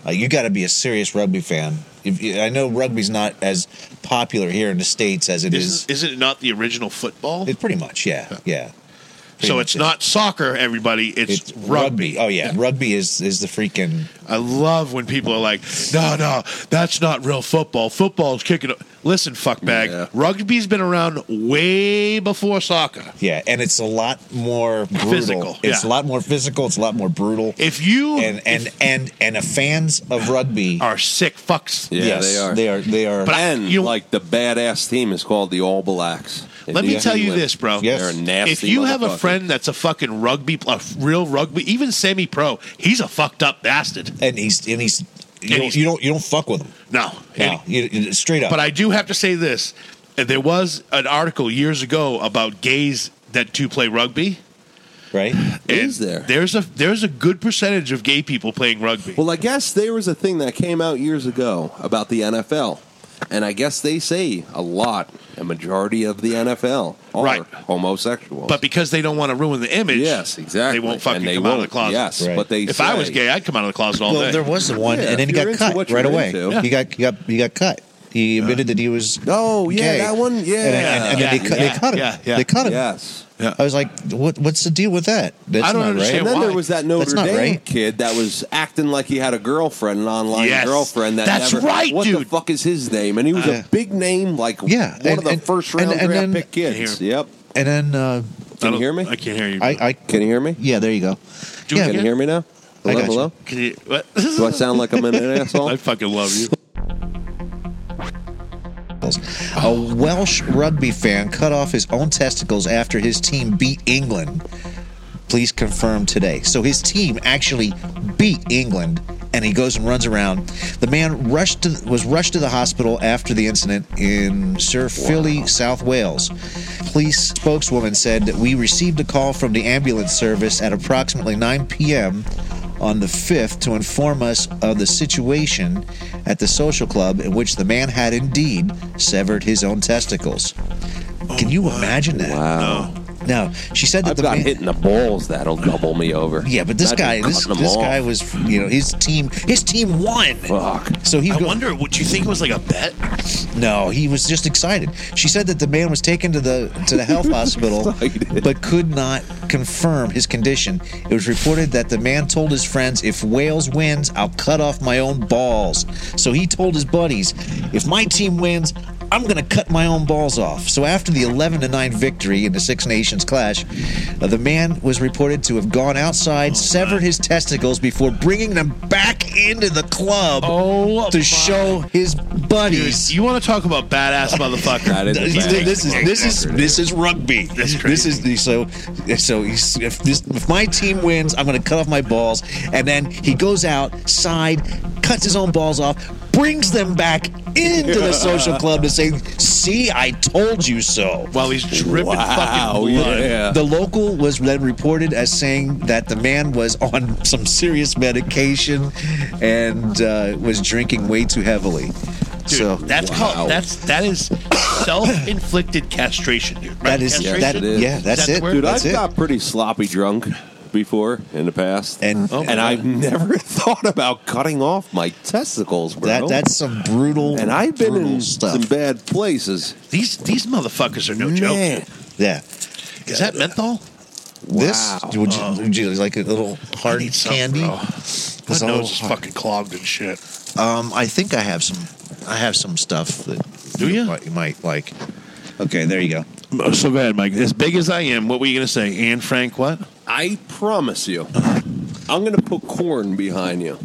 [SPEAKER 7] Uh, you got to be a serious rugby fan. If you, I know rugby's not as popular here in the states as it is.
[SPEAKER 3] Isn't, isn't it not the original football?
[SPEAKER 7] It pretty much, yeah, yeah.
[SPEAKER 3] so
[SPEAKER 7] pretty
[SPEAKER 3] it's
[SPEAKER 7] much it.
[SPEAKER 3] not soccer, everybody. It's,
[SPEAKER 7] It's
[SPEAKER 3] rugby.
[SPEAKER 7] rugby. Oh yeah, rugby is is the freaking
[SPEAKER 3] I love when people are like, "No, no, that's not real football. Football's kicking." Up. Listen, fuckbag.
[SPEAKER 4] Yeah.
[SPEAKER 3] Rugby's been around way before soccer.
[SPEAKER 7] Yeah, and it's a lot more brutal.
[SPEAKER 3] Physical,
[SPEAKER 7] It's
[SPEAKER 3] yeah.
[SPEAKER 7] a lot more physical. It's a lot more brutal.
[SPEAKER 3] If you
[SPEAKER 7] and and and and a fans of rugby.
[SPEAKER 3] are sick fucks,
[SPEAKER 4] Yeah,
[SPEAKER 7] yes,
[SPEAKER 4] they are.
[SPEAKER 7] They are. They are.
[SPEAKER 3] But I-
[SPEAKER 4] and
[SPEAKER 3] you know-
[SPEAKER 4] like the badass team is called the All Blacks. in
[SPEAKER 3] Let me
[SPEAKER 4] New
[SPEAKER 3] tell you
[SPEAKER 4] Zealand.
[SPEAKER 3] this, bro.
[SPEAKER 7] Yes.
[SPEAKER 4] They're a nasty.
[SPEAKER 3] if you have a
[SPEAKER 4] motherfucker.
[SPEAKER 3] friend that's a fucking rugby, pl- a real rugby, even semi-pro, he's a fucked up bastard.
[SPEAKER 7] and he's and he's you,
[SPEAKER 3] And
[SPEAKER 7] don't,
[SPEAKER 3] he's-
[SPEAKER 7] you don't you don't fuck with them.
[SPEAKER 3] No,
[SPEAKER 7] No,
[SPEAKER 3] And-
[SPEAKER 7] you, you- straight up.
[SPEAKER 3] but I do have to say this: Uh, there was an article years ago about gays that do play rugby.
[SPEAKER 7] right.
[SPEAKER 4] Is
[SPEAKER 3] and
[SPEAKER 4] there?
[SPEAKER 3] There's a there's a good percentage of gay people playing rugby.
[SPEAKER 4] Well, I guess there was a thing that came out years ago about the NFL, and I guess they say a lot, a majority of the NFL are
[SPEAKER 3] Right.
[SPEAKER 4] homosexual.
[SPEAKER 3] But because they don't want to ruin the image,
[SPEAKER 4] yes,
[SPEAKER 3] They
[SPEAKER 4] exactly.
[SPEAKER 3] won't
[SPEAKER 4] And
[SPEAKER 3] fucking
[SPEAKER 4] they
[SPEAKER 3] come out of the
[SPEAKER 4] won't.
[SPEAKER 3] closet.
[SPEAKER 4] Yes,
[SPEAKER 7] Right.
[SPEAKER 4] but they.
[SPEAKER 3] If I was
[SPEAKER 4] say-
[SPEAKER 3] gay, I'd come out of the closet all
[SPEAKER 7] Well,
[SPEAKER 3] day.
[SPEAKER 7] there was the one,
[SPEAKER 4] Yeah,
[SPEAKER 7] and then he
[SPEAKER 4] if you're
[SPEAKER 7] got
[SPEAKER 4] into
[SPEAKER 7] cut
[SPEAKER 4] what
[SPEAKER 7] right
[SPEAKER 4] you're
[SPEAKER 7] away.
[SPEAKER 4] into.
[SPEAKER 7] He got he got he got cut. He admitted that he was.
[SPEAKER 4] Oh yeah,
[SPEAKER 7] gay.
[SPEAKER 4] that one. Yeah,
[SPEAKER 7] And, and, and then
[SPEAKER 3] Yeah,
[SPEAKER 7] they cut,
[SPEAKER 3] yeah,
[SPEAKER 7] they cut him.
[SPEAKER 3] yeah, yeah.
[SPEAKER 7] They cut him.
[SPEAKER 4] yes.
[SPEAKER 3] yeah.
[SPEAKER 7] I was like, what? What's the deal with that? That's
[SPEAKER 3] I don't
[SPEAKER 7] not
[SPEAKER 3] understand
[SPEAKER 4] And
[SPEAKER 7] Right.
[SPEAKER 4] then
[SPEAKER 3] why?
[SPEAKER 4] there was that Notre
[SPEAKER 7] That's not
[SPEAKER 4] Dame
[SPEAKER 7] right.
[SPEAKER 4] kid that was acting like he had a girlfriend, an online
[SPEAKER 3] Yes.
[SPEAKER 4] girlfriend. That
[SPEAKER 3] That's
[SPEAKER 4] never,
[SPEAKER 3] right,
[SPEAKER 4] what the
[SPEAKER 3] dude.
[SPEAKER 4] fuck is his name? And he was
[SPEAKER 7] Yeah.
[SPEAKER 4] a big name, like
[SPEAKER 7] Uh, Yeah,
[SPEAKER 4] one
[SPEAKER 7] and-
[SPEAKER 4] of the
[SPEAKER 7] and-
[SPEAKER 4] first round
[SPEAKER 7] and- and
[SPEAKER 4] draft
[SPEAKER 7] then-
[SPEAKER 4] pick kids.
[SPEAKER 3] Here.
[SPEAKER 4] Yep.
[SPEAKER 7] And then uh,
[SPEAKER 3] I
[SPEAKER 4] Can you
[SPEAKER 3] don't-
[SPEAKER 4] hear me?
[SPEAKER 3] I can't hear you.
[SPEAKER 7] I, I
[SPEAKER 4] Can you hear me?
[SPEAKER 7] yeah, there you
[SPEAKER 3] Do
[SPEAKER 7] go.
[SPEAKER 3] it
[SPEAKER 4] Can
[SPEAKER 7] yeah,
[SPEAKER 4] you
[SPEAKER 3] again.
[SPEAKER 4] hear me now?
[SPEAKER 7] I
[SPEAKER 4] Hello,
[SPEAKER 7] got you.
[SPEAKER 4] hello.
[SPEAKER 3] Can you,
[SPEAKER 7] <laughs>
[SPEAKER 3] what?
[SPEAKER 4] Do I sound like I'm an asshole?
[SPEAKER 3] I fucking love you.
[SPEAKER 7] A Welsh rugby fan cut off his own testicles after his team beat England Please confirm today. So his team actually beat England, and he goes and runs around. The man rushed to, was rushed to the hospital after the incident in Sir Philly, South Wales. Police spokeswoman said that we received a call from the ambulance service at approximately 9 p.m. on the 5th to inform us of the situation at the social club in which the man had indeed severed his own testicles. Can you imagine that? Wow. No, she said that
[SPEAKER 4] I've
[SPEAKER 7] the
[SPEAKER 4] got
[SPEAKER 7] man,
[SPEAKER 4] hit in the balls. That'll double me over.
[SPEAKER 7] yeah, but this
[SPEAKER 4] Not
[SPEAKER 7] guy,
[SPEAKER 4] even
[SPEAKER 7] this,
[SPEAKER 4] cutting them
[SPEAKER 7] this
[SPEAKER 4] off.
[SPEAKER 7] guy was, you know, his team, his team won. Fuck. So he. I
[SPEAKER 3] wonder. Would you think it was like a bet?
[SPEAKER 7] No, he was just excited. She said that the man was taken to the to
[SPEAKER 3] <laughs>
[SPEAKER 7] the health hospital, but could not confirm his condition. It was reported that the man told his friends, "If Wales wins, I'll cut off my own balls." So he told his buddies, "If my team wins, I'm going to cut my own balls off." So after the 11 to 9 victory in the Six Nations clash, uh, the man was reported to have gone
[SPEAKER 3] Oh,
[SPEAKER 7] outside, severed his testicles before bringing them back into the club
[SPEAKER 3] Oh,
[SPEAKER 7] to show his buddies.
[SPEAKER 3] you want to talk about
[SPEAKER 4] <laughs>
[SPEAKER 3] badass motherfucker?
[SPEAKER 7] <laughs> Th- this is this is this is rugby. This is the so so. He's, if this if my team wins, I'm going to cut off my balls, and then he goes outside, cuts his own balls off, brings them back into
[SPEAKER 3] <laughs>
[SPEAKER 7] the social club to say, "See, I told you so."
[SPEAKER 3] While he's dripping fucking blood.
[SPEAKER 7] The local was then reported as saying that the man was on some serious medication and uh, was drinking way too heavily.
[SPEAKER 3] Dude,
[SPEAKER 7] so
[SPEAKER 3] that's called that's that is self-inflicted castration, dude. Right?
[SPEAKER 7] That is-
[SPEAKER 3] castration?
[SPEAKER 7] that is. Yeah, that's
[SPEAKER 3] Is that the word?
[SPEAKER 4] Dude, I've got pretty sloppy drunk before in the past,
[SPEAKER 7] and
[SPEAKER 4] and I've never <laughs> thought about cutting off my testicles, bro.
[SPEAKER 7] That- that's some brutal.
[SPEAKER 4] And I've been
[SPEAKER 7] brutal
[SPEAKER 4] in
[SPEAKER 7] stuff.
[SPEAKER 4] some bad places.
[SPEAKER 3] These these motherfuckers are no joke.
[SPEAKER 7] Yeah.
[SPEAKER 3] Is that menthol?
[SPEAKER 7] This would, you, would you like a little hard candy?
[SPEAKER 3] My
[SPEAKER 7] This
[SPEAKER 3] nose
[SPEAKER 7] little
[SPEAKER 3] is
[SPEAKER 7] hard-
[SPEAKER 3] fucking clogged and shit.
[SPEAKER 7] Um, I think I have some. I have some stuff that
[SPEAKER 3] Do you?
[SPEAKER 7] might, you might like. Okay, there you
[SPEAKER 3] go. So go ahead, Mike. As big as I am, what were you gonna say, Anne Frank? What?
[SPEAKER 4] I promise you, I'm going to put corn behind you.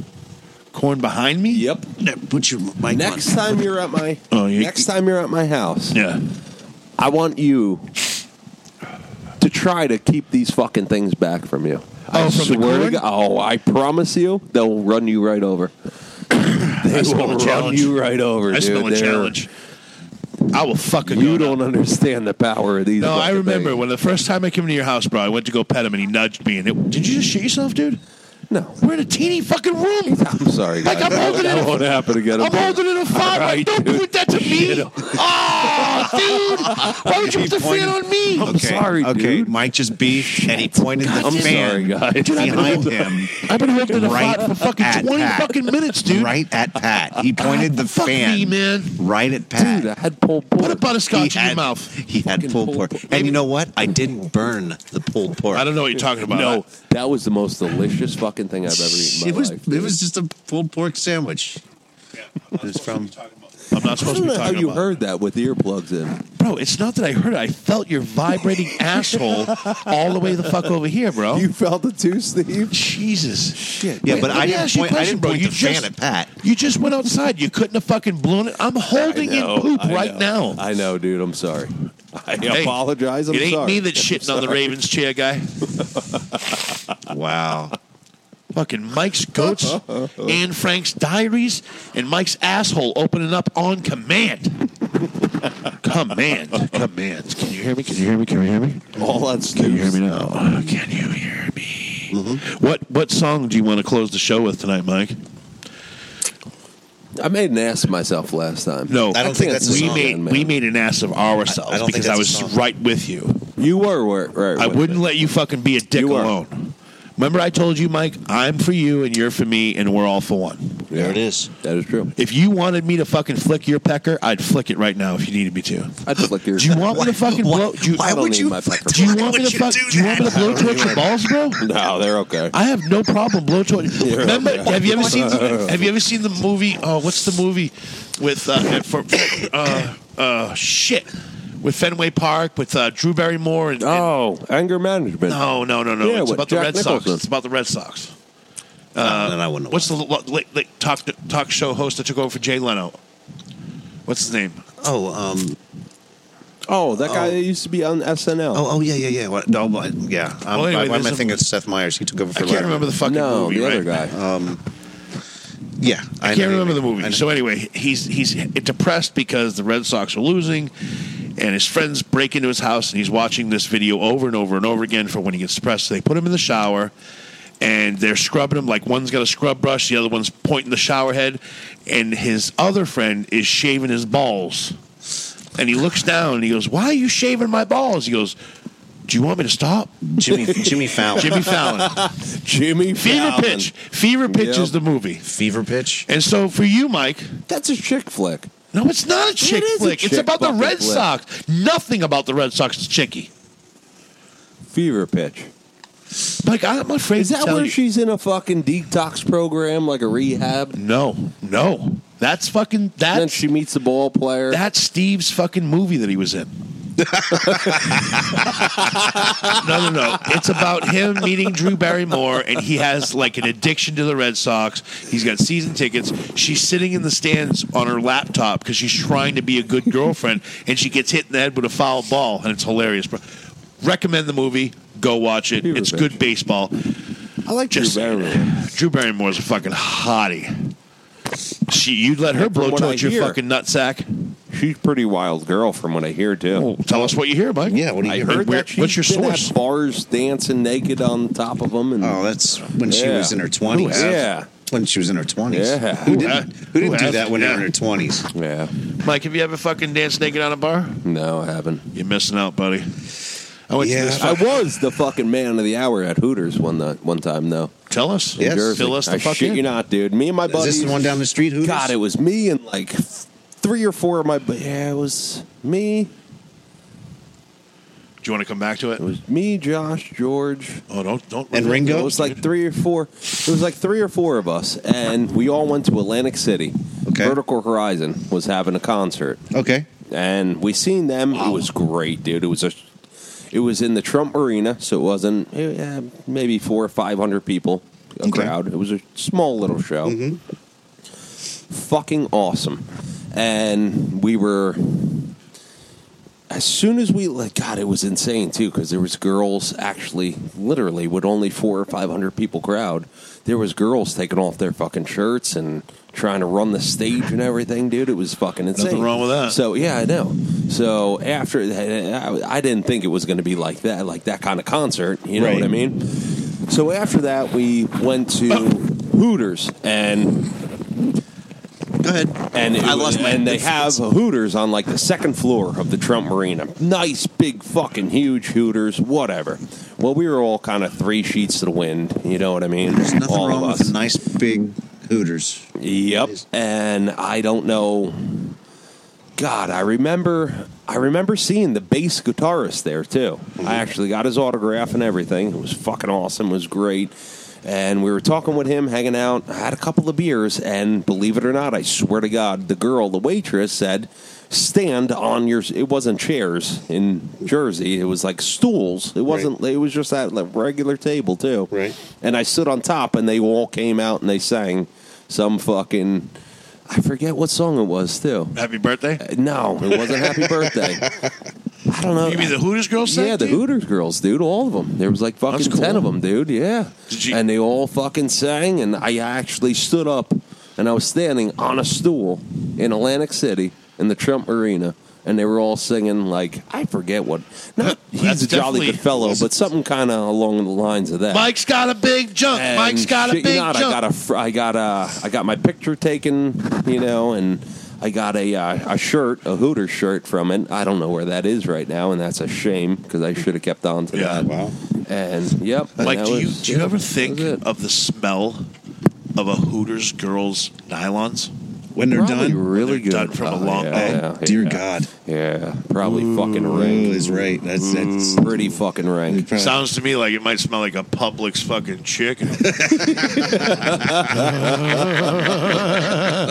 [SPEAKER 3] Corn behind me?
[SPEAKER 4] Yep.
[SPEAKER 7] Put your mic
[SPEAKER 4] next time you're at my
[SPEAKER 3] Oh, you-
[SPEAKER 4] next time you're at my house.
[SPEAKER 3] Yeah.
[SPEAKER 4] I want you to try to keep these fucking things back from you. I
[SPEAKER 3] Oh, from the
[SPEAKER 4] swear to
[SPEAKER 3] corn?
[SPEAKER 4] God. Oh, I promise you, they'll run you
[SPEAKER 3] <coughs>
[SPEAKER 4] right over. They
[SPEAKER 3] smell
[SPEAKER 4] will
[SPEAKER 3] a
[SPEAKER 4] run
[SPEAKER 3] challenge.
[SPEAKER 4] you right over.
[SPEAKER 3] I
[SPEAKER 4] dude.
[SPEAKER 3] smell a
[SPEAKER 4] They're-
[SPEAKER 3] challenge. I will fucking.
[SPEAKER 4] You don't understand the power of these.
[SPEAKER 3] No, I
[SPEAKER 4] fucking
[SPEAKER 3] remember
[SPEAKER 4] things.
[SPEAKER 3] when the first time I came into your house, bro. I went to go pet him, and he nudged me. And it, did you just shit yourself, dude?
[SPEAKER 4] No,
[SPEAKER 3] we're in a teeny fucking room.
[SPEAKER 4] I'm sorry,
[SPEAKER 3] Like,
[SPEAKER 4] guys.
[SPEAKER 3] I'm holding
[SPEAKER 4] that
[SPEAKER 3] it-
[SPEAKER 4] won't happen again.
[SPEAKER 3] I'm holding it a five.
[SPEAKER 4] All
[SPEAKER 3] Like,
[SPEAKER 4] right,
[SPEAKER 3] don't
[SPEAKER 4] dude.
[SPEAKER 3] put that to me. Ah, dude. Why would you put the fan on me?
[SPEAKER 4] I'm sorry,
[SPEAKER 7] okay.
[SPEAKER 4] dude.
[SPEAKER 7] Mike just beefed, and he pointed
[SPEAKER 3] God
[SPEAKER 7] the
[SPEAKER 3] damn it.
[SPEAKER 7] fan
[SPEAKER 4] Sorry, guys. Dude, I've been
[SPEAKER 7] behind
[SPEAKER 4] holding-
[SPEAKER 7] him.
[SPEAKER 3] I've been holding the
[SPEAKER 7] Right
[SPEAKER 3] right for fucking
[SPEAKER 7] at
[SPEAKER 3] 20
[SPEAKER 7] Pat.
[SPEAKER 3] fucking minutes, dude.
[SPEAKER 7] Right at Pat. He pointed the
[SPEAKER 3] fuck
[SPEAKER 7] fan
[SPEAKER 3] me, man.
[SPEAKER 7] right at Pat.
[SPEAKER 4] Dude, I had pulled pork.
[SPEAKER 3] Put a butterscotch
[SPEAKER 7] He
[SPEAKER 3] in
[SPEAKER 7] had-
[SPEAKER 3] your mouth.
[SPEAKER 7] He had pulled pork. And you know what? I didn't burn the pulled pork.
[SPEAKER 3] I don't know what you're talking about.
[SPEAKER 4] No, that was the most delicious fucking thing I've ever eaten. In
[SPEAKER 7] it
[SPEAKER 4] my
[SPEAKER 7] was
[SPEAKER 4] life,
[SPEAKER 7] it
[SPEAKER 4] dude.
[SPEAKER 7] was just a pulled pork sandwich. it was from
[SPEAKER 3] I'm not supposed to be
[SPEAKER 4] I don't know how
[SPEAKER 3] talking
[SPEAKER 4] you
[SPEAKER 3] about.
[SPEAKER 4] heard that with earplugs in.
[SPEAKER 3] Bro, it's not that I heard it. I felt your
[SPEAKER 4] <laughs>
[SPEAKER 3] vibrating asshole all the way the fuck over here, bro.
[SPEAKER 4] You felt it too, Steve.
[SPEAKER 3] Jesus. Shit.
[SPEAKER 7] Yeah, but I didn't point- I didn't
[SPEAKER 3] bro.
[SPEAKER 7] point
[SPEAKER 3] you
[SPEAKER 7] the
[SPEAKER 3] just,
[SPEAKER 7] fan at Pat.
[SPEAKER 3] You just went outside. You couldn't have fucking blown it. I'm holding in poop
[SPEAKER 4] I
[SPEAKER 3] right
[SPEAKER 4] know.
[SPEAKER 3] now.
[SPEAKER 4] I know, dude. I'm sorry. <laughs> I
[SPEAKER 3] Hey,
[SPEAKER 4] apologize. I'm
[SPEAKER 3] it ain't
[SPEAKER 4] sorry.
[SPEAKER 3] me that's shitting on the Ravens chair
[SPEAKER 4] <laughs>
[SPEAKER 3] guy.
[SPEAKER 7] Wow.
[SPEAKER 3] Fucking Mike's
[SPEAKER 4] <laughs>
[SPEAKER 3] goats and Frank's diaries and Mike's asshole opening up on
[SPEAKER 4] <laughs>
[SPEAKER 3] command. command. Command. Can you hear me? Can you hear me? Can you hear me?
[SPEAKER 4] All that's
[SPEAKER 3] Can you hear
[SPEAKER 4] news.
[SPEAKER 3] me now? Can you hear me?
[SPEAKER 7] Mm-hmm.
[SPEAKER 3] What what song do you want to close the show with tonight, Mike?
[SPEAKER 4] I made an ass of myself last time.
[SPEAKER 3] No,
[SPEAKER 7] I don't think that's a
[SPEAKER 3] we
[SPEAKER 7] song,
[SPEAKER 3] made
[SPEAKER 4] man.
[SPEAKER 3] we made an ass of ourselves
[SPEAKER 7] I- I don't think
[SPEAKER 3] because
[SPEAKER 7] that's
[SPEAKER 3] I
[SPEAKER 7] a
[SPEAKER 3] was
[SPEAKER 7] song.
[SPEAKER 3] right with you.
[SPEAKER 4] You were right. right
[SPEAKER 3] I
[SPEAKER 4] with
[SPEAKER 3] wouldn't
[SPEAKER 4] it.
[SPEAKER 3] let you fucking be a dick
[SPEAKER 4] You were.
[SPEAKER 3] alone. Remember, I told you, Mike, I'm for you and you're for me and we're all for one.
[SPEAKER 7] There it is.
[SPEAKER 4] That is true.
[SPEAKER 3] If you wanted me to fucking flick your pecker, I'd flick it right now if you needed me to.
[SPEAKER 4] I'd flick your.
[SPEAKER 3] Do you want me to fucking
[SPEAKER 7] Why-
[SPEAKER 3] blow? Do you,
[SPEAKER 7] why
[SPEAKER 4] I don't
[SPEAKER 7] would
[SPEAKER 4] need
[SPEAKER 7] you?
[SPEAKER 4] my
[SPEAKER 3] <laughs>
[SPEAKER 4] pepper.
[SPEAKER 3] do you want
[SPEAKER 4] <laughs>
[SPEAKER 3] me to fuck? Do, you want me to blow torch your balls, bro?
[SPEAKER 4] No, Oh, they're okay.
[SPEAKER 3] I have no problem blow torch.
[SPEAKER 4] <laughs> Yeah.
[SPEAKER 3] Remember? Have you ever seen?
[SPEAKER 4] <laughs>
[SPEAKER 3] Have you ever seen the movie? Oh, what's the movie with uh, for, uh, uh, shit with Fenway Park with uh, Drew Barrymore and, and
[SPEAKER 4] Oh, anger management.
[SPEAKER 3] no, no, no, no.
[SPEAKER 4] Yeah,
[SPEAKER 3] it's
[SPEAKER 4] with
[SPEAKER 3] about the
[SPEAKER 4] Jack
[SPEAKER 3] Red Sox.
[SPEAKER 4] Nicholson.
[SPEAKER 3] It's about the Red Sox. Uh,
[SPEAKER 7] then I wouldn't.
[SPEAKER 3] What's the lo- late, late talk talk show host that took over for Jay Leno? What's his name?
[SPEAKER 7] Oh, um,
[SPEAKER 4] Oh, that guy that used to be on SNL.
[SPEAKER 2] Oh, oh yeah, yeah, yeah. What, no, but, yeah. Um,
[SPEAKER 4] Well, anyway,
[SPEAKER 2] why am I
[SPEAKER 4] there's a-
[SPEAKER 2] thinking it's Seth Meyers? He took over for.
[SPEAKER 3] I can't
[SPEAKER 2] Letterman.
[SPEAKER 3] remember the fucking
[SPEAKER 2] no,
[SPEAKER 3] movie.
[SPEAKER 2] The
[SPEAKER 3] right?
[SPEAKER 2] other guy. Um, yeah,
[SPEAKER 3] I,
[SPEAKER 2] know
[SPEAKER 3] can't
[SPEAKER 2] you
[SPEAKER 3] remember the
[SPEAKER 2] mean.
[SPEAKER 3] movie. So anyway, he's he's depressed because the Red Sox are losing, and his friends break into his house, and he's watching this video over and over and over again for when he gets depressed. So they put him in the shower, and they're scrubbing him like one's got a scrub brush, the other one's pointing the shower head, and his other friend is shaving his balls, and he looks down and he goes, "Why are you shaving my balls?" He goes. Do you want me to stop?
[SPEAKER 2] Jimmy- Jimmy Fallon. <laughs>
[SPEAKER 3] Jimmy Fallon.
[SPEAKER 4] Jimmy
[SPEAKER 3] Fever
[SPEAKER 2] Fallon.
[SPEAKER 3] Pitch. Fever Pitch
[SPEAKER 2] Yep.
[SPEAKER 3] is the movie.
[SPEAKER 2] Fever Pitch.
[SPEAKER 3] And so for you, Mike,
[SPEAKER 4] that's a chick flick.
[SPEAKER 3] No, it's not a chick
[SPEAKER 4] is a
[SPEAKER 3] flick. it's
[SPEAKER 4] chick
[SPEAKER 3] about the
[SPEAKER 4] fucking
[SPEAKER 3] Red
[SPEAKER 4] flick.
[SPEAKER 3] Sox. Nothing about the Red Sox is chicky.
[SPEAKER 4] Fever pitch.
[SPEAKER 3] Like I'm afraid.
[SPEAKER 4] Is
[SPEAKER 3] to
[SPEAKER 4] that
[SPEAKER 3] tell
[SPEAKER 4] where
[SPEAKER 3] you.
[SPEAKER 4] she's in a fucking detox program, like a rehab?
[SPEAKER 3] No, no. That's fucking. That's
[SPEAKER 4] then she meets the ball player.
[SPEAKER 3] That's Steve's fucking movie that he was in. no, no, no. It's about him meeting Drew Barrymore, and he has like an addiction to the Red Sox. He's got season tickets. She's sitting in the stands on her laptop because she's trying to be a good girlfriend, and she gets hit in the head with a foul ball, and it's hilarious. Bro. Recommend the movie. Go watch it. It's good baseball.
[SPEAKER 4] I like
[SPEAKER 3] Just Drew Barrymore. Drew Barrymore's a fucking hottie. She, you'd let her
[SPEAKER 4] And from what I
[SPEAKER 3] blowtorch your
[SPEAKER 4] hear-
[SPEAKER 3] fucking nutsack.
[SPEAKER 4] She's a pretty wild girl, from what I hear too.
[SPEAKER 3] tell us what Oh, you hear, Mike.
[SPEAKER 2] Yeah, what do you
[SPEAKER 4] I
[SPEAKER 2] hear?
[SPEAKER 4] heard
[SPEAKER 2] Where-
[SPEAKER 4] that she's
[SPEAKER 2] what's your
[SPEAKER 4] been at
[SPEAKER 2] source?
[SPEAKER 4] bars dancing naked on top of them, and
[SPEAKER 2] Oh, that's when she
[SPEAKER 4] Yeah.
[SPEAKER 2] was in her twenties.
[SPEAKER 4] Who has-
[SPEAKER 2] when she was in her twenties.
[SPEAKER 4] Yeah.
[SPEAKER 2] Who
[SPEAKER 4] Who
[SPEAKER 2] didn't?
[SPEAKER 4] has-
[SPEAKER 2] Who
[SPEAKER 4] who
[SPEAKER 2] didn't do
[SPEAKER 4] has-
[SPEAKER 2] that when they were in
[SPEAKER 4] yeah.
[SPEAKER 2] their twenties?
[SPEAKER 4] Yeah.
[SPEAKER 3] Mike, have you ever fucking danced naked on a bar?
[SPEAKER 4] No, I haven't.
[SPEAKER 3] You're missing out, buddy. I went to this.
[SPEAKER 4] I was the fucking man of the hour at Hooters one night, one time though.
[SPEAKER 3] Tell us,
[SPEAKER 4] In
[SPEAKER 3] Yes.
[SPEAKER 4] Jersey.
[SPEAKER 3] Fill us the
[SPEAKER 4] I
[SPEAKER 3] fuck
[SPEAKER 4] shit
[SPEAKER 3] in.
[SPEAKER 4] you not, dude. Me and my
[SPEAKER 3] Is this
[SPEAKER 4] buddies.
[SPEAKER 3] the one
[SPEAKER 2] down the street? Hooters.
[SPEAKER 4] God, it was me and like three or four of my. bu- Yeah, it was me.
[SPEAKER 3] Do you want to come back to it?
[SPEAKER 4] Me, Josh, George.
[SPEAKER 3] Oh, don't don't.
[SPEAKER 4] And Ringo. It was like three or four. It was like three or four of us, and we all went to Atlantic City. Okay. Vertical Horizon was having a concert.
[SPEAKER 2] Okay.
[SPEAKER 4] And we seen them. It was great, dude. It was a. It was in the Trump Arena, so it wasn't eh, maybe four or five hundred people a crowd. It was a small little show. Fucking awesome, and we were as soon as we like god it was insane too because there was girls actually literally with only four or five hundred people crowd there was girls taking off their fucking shirts and trying to run the stage and everything dude it was fucking insane
[SPEAKER 3] Nothing wrong with that.
[SPEAKER 4] so yeah i know so after that i I didn't think it was going to be like that like that kind of concert you know
[SPEAKER 2] Right.
[SPEAKER 4] what i mean so after that we went to hooters and
[SPEAKER 2] Go ahead.
[SPEAKER 4] and it
[SPEAKER 2] I
[SPEAKER 4] was-
[SPEAKER 2] lost my-
[SPEAKER 4] and they have Hooters on like the second floor of the Trump Arena. Nice big fucking huge Hooters, whatever. Well, we were all kind of three sheets to the wind. You know what I mean? There's
[SPEAKER 2] nothing
[SPEAKER 4] all
[SPEAKER 2] wrong
[SPEAKER 4] of
[SPEAKER 2] with
[SPEAKER 4] us.
[SPEAKER 2] a nice big Hooters.
[SPEAKER 4] Yep. And I don't know. God, I remember. I remember seeing the bass guitarist there too. I actually got his autograph and everything. It was fucking awesome. It was great. And we were talking with him, hanging out. I had a couple of beers, and believe it or not, I swear to God, the girl, the waitress, said, "Stand on your." It wasn't chairs in Jersey. It was like stools. It wasn't. It was just that like regular table too. Right. And I stood on top, and they all came out and they sang some fucking. I forget what song it was too. Uh,
[SPEAKER 3] Happy birthday?
[SPEAKER 4] No, it wasn't happy
[SPEAKER 3] <laughs>
[SPEAKER 4] birthday. I don't know.
[SPEAKER 3] You mean the Hooters girls sang
[SPEAKER 4] Yeah, the
[SPEAKER 3] to you?
[SPEAKER 4] Hooters girls, dude. All of them. There was like fucking ten of them, dude. Yeah. and they all fucking sang, and I actually stood up, and I was standing on a stool in Atlantic City in the Trump Arena. And they were all singing like I forget what. Not he's
[SPEAKER 3] That's
[SPEAKER 4] a jolly
[SPEAKER 3] definitely-
[SPEAKER 4] good fellow, but something kind of along the lines of that.
[SPEAKER 3] Mike's got a big jump. <laughs>
[SPEAKER 4] And
[SPEAKER 3] Mike's got a
[SPEAKER 4] shit you
[SPEAKER 3] big
[SPEAKER 4] not, I
[SPEAKER 3] jump.
[SPEAKER 4] got a, fr- I got a, I got my picture taken, you know, and I got a uh, a shirt, a Hooters shirt from it. I don't know where that is right now, and that's a shame because I should have kept on to that. Wow. And yep. and
[SPEAKER 3] Like,
[SPEAKER 4] that
[SPEAKER 3] do you
[SPEAKER 4] was-
[SPEAKER 3] do you ever think of the smell of a Hooters girls nylons
[SPEAKER 2] when
[SPEAKER 4] they're Probably done? really Oh,
[SPEAKER 3] When they're done from a long day?
[SPEAKER 2] Dear God.
[SPEAKER 4] Yeah, probably fucking rank.
[SPEAKER 2] is right. That's that's
[SPEAKER 4] pretty fucking rank.
[SPEAKER 3] Sounds to me like it might smell like a Publix fucking
[SPEAKER 4] <laughs>
[SPEAKER 3] chicken.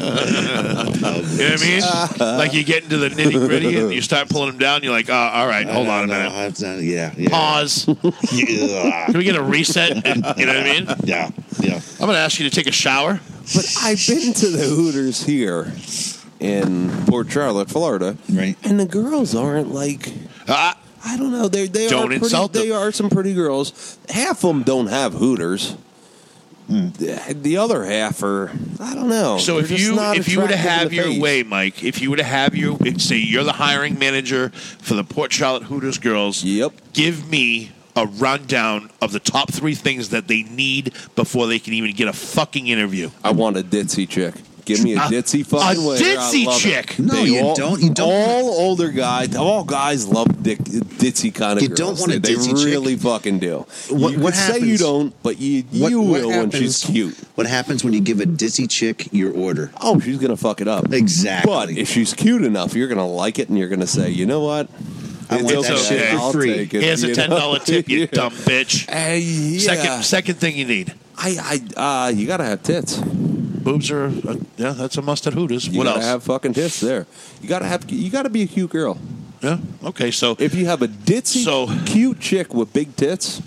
[SPEAKER 3] you know what I mean? Like you get into the nitty gritty and you start pulling them down. You're like, oh, all right, hold on a minute.
[SPEAKER 2] yeah,
[SPEAKER 4] <laughs>
[SPEAKER 3] Pause. Can we get a reset? And, you know what I mean?
[SPEAKER 2] Yeah, yeah.
[SPEAKER 3] I'm going to ask you to take a shower.
[SPEAKER 4] But I've been to the Hooters here in Port Charlotte, Florida. Right. And the girls aren't like Uh, I don't know. They they
[SPEAKER 3] Don't
[SPEAKER 4] are pretty,
[SPEAKER 3] insult them.
[SPEAKER 4] They are some pretty girls. Half of them don't have Hooters. The, the other half are I don't know.
[SPEAKER 3] So if
[SPEAKER 4] They're just
[SPEAKER 3] you
[SPEAKER 4] not
[SPEAKER 3] if you were to have
[SPEAKER 4] attractive in the
[SPEAKER 3] your
[SPEAKER 4] face.
[SPEAKER 3] way, Mike, if you were to have your say you're the hiring manager for the Port Charlotte Hooters girls,
[SPEAKER 4] yep.
[SPEAKER 3] Give me a rundown of the top three things that they need before they can even get a fucking interview.
[SPEAKER 4] I want a ditzy chick. Give me a ditzy fucking
[SPEAKER 3] a
[SPEAKER 4] waiter.
[SPEAKER 3] ditzy
[SPEAKER 4] I love it.
[SPEAKER 3] chick. No,
[SPEAKER 4] They
[SPEAKER 3] you don't- you don't-
[SPEAKER 4] All older guys, all guys love dick, ditzy kind of
[SPEAKER 2] You
[SPEAKER 4] girls.
[SPEAKER 2] don't want a
[SPEAKER 4] They
[SPEAKER 2] ditzy chick.
[SPEAKER 4] really fucking do.
[SPEAKER 2] What-
[SPEAKER 4] you
[SPEAKER 2] what
[SPEAKER 4] could say you
[SPEAKER 2] happens-
[SPEAKER 4] don't, but you you will when she's cute.
[SPEAKER 2] What happens when you give a dizzy chick your order?
[SPEAKER 4] Oh, she's gonna fuck it up.
[SPEAKER 2] Exactly.
[SPEAKER 4] But if she's cute enough, you're gonna like it, and you're gonna say, you know what?
[SPEAKER 2] I want that shit for
[SPEAKER 4] I'll
[SPEAKER 2] free.
[SPEAKER 4] take it,"
[SPEAKER 3] Here's a
[SPEAKER 4] you know?
[SPEAKER 3] ten dollar tip, you
[SPEAKER 4] <laughs> Yeah.
[SPEAKER 3] dumb bitch.
[SPEAKER 4] Hey, yeah.
[SPEAKER 3] Second second thing you need.
[SPEAKER 4] I I uh, you gotta have tits.
[SPEAKER 3] Boobs are uh, yeah, that's a must at Hooters.
[SPEAKER 4] You
[SPEAKER 3] what
[SPEAKER 4] gotta
[SPEAKER 3] else?
[SPEAKER 4] have fucking tits there. You gotta have. You gotta be a cute girl.
[SPEAKER 3] Yeah. Okay. So
[SPEAKER 4] if you have a ditzy, cute chick with big tits,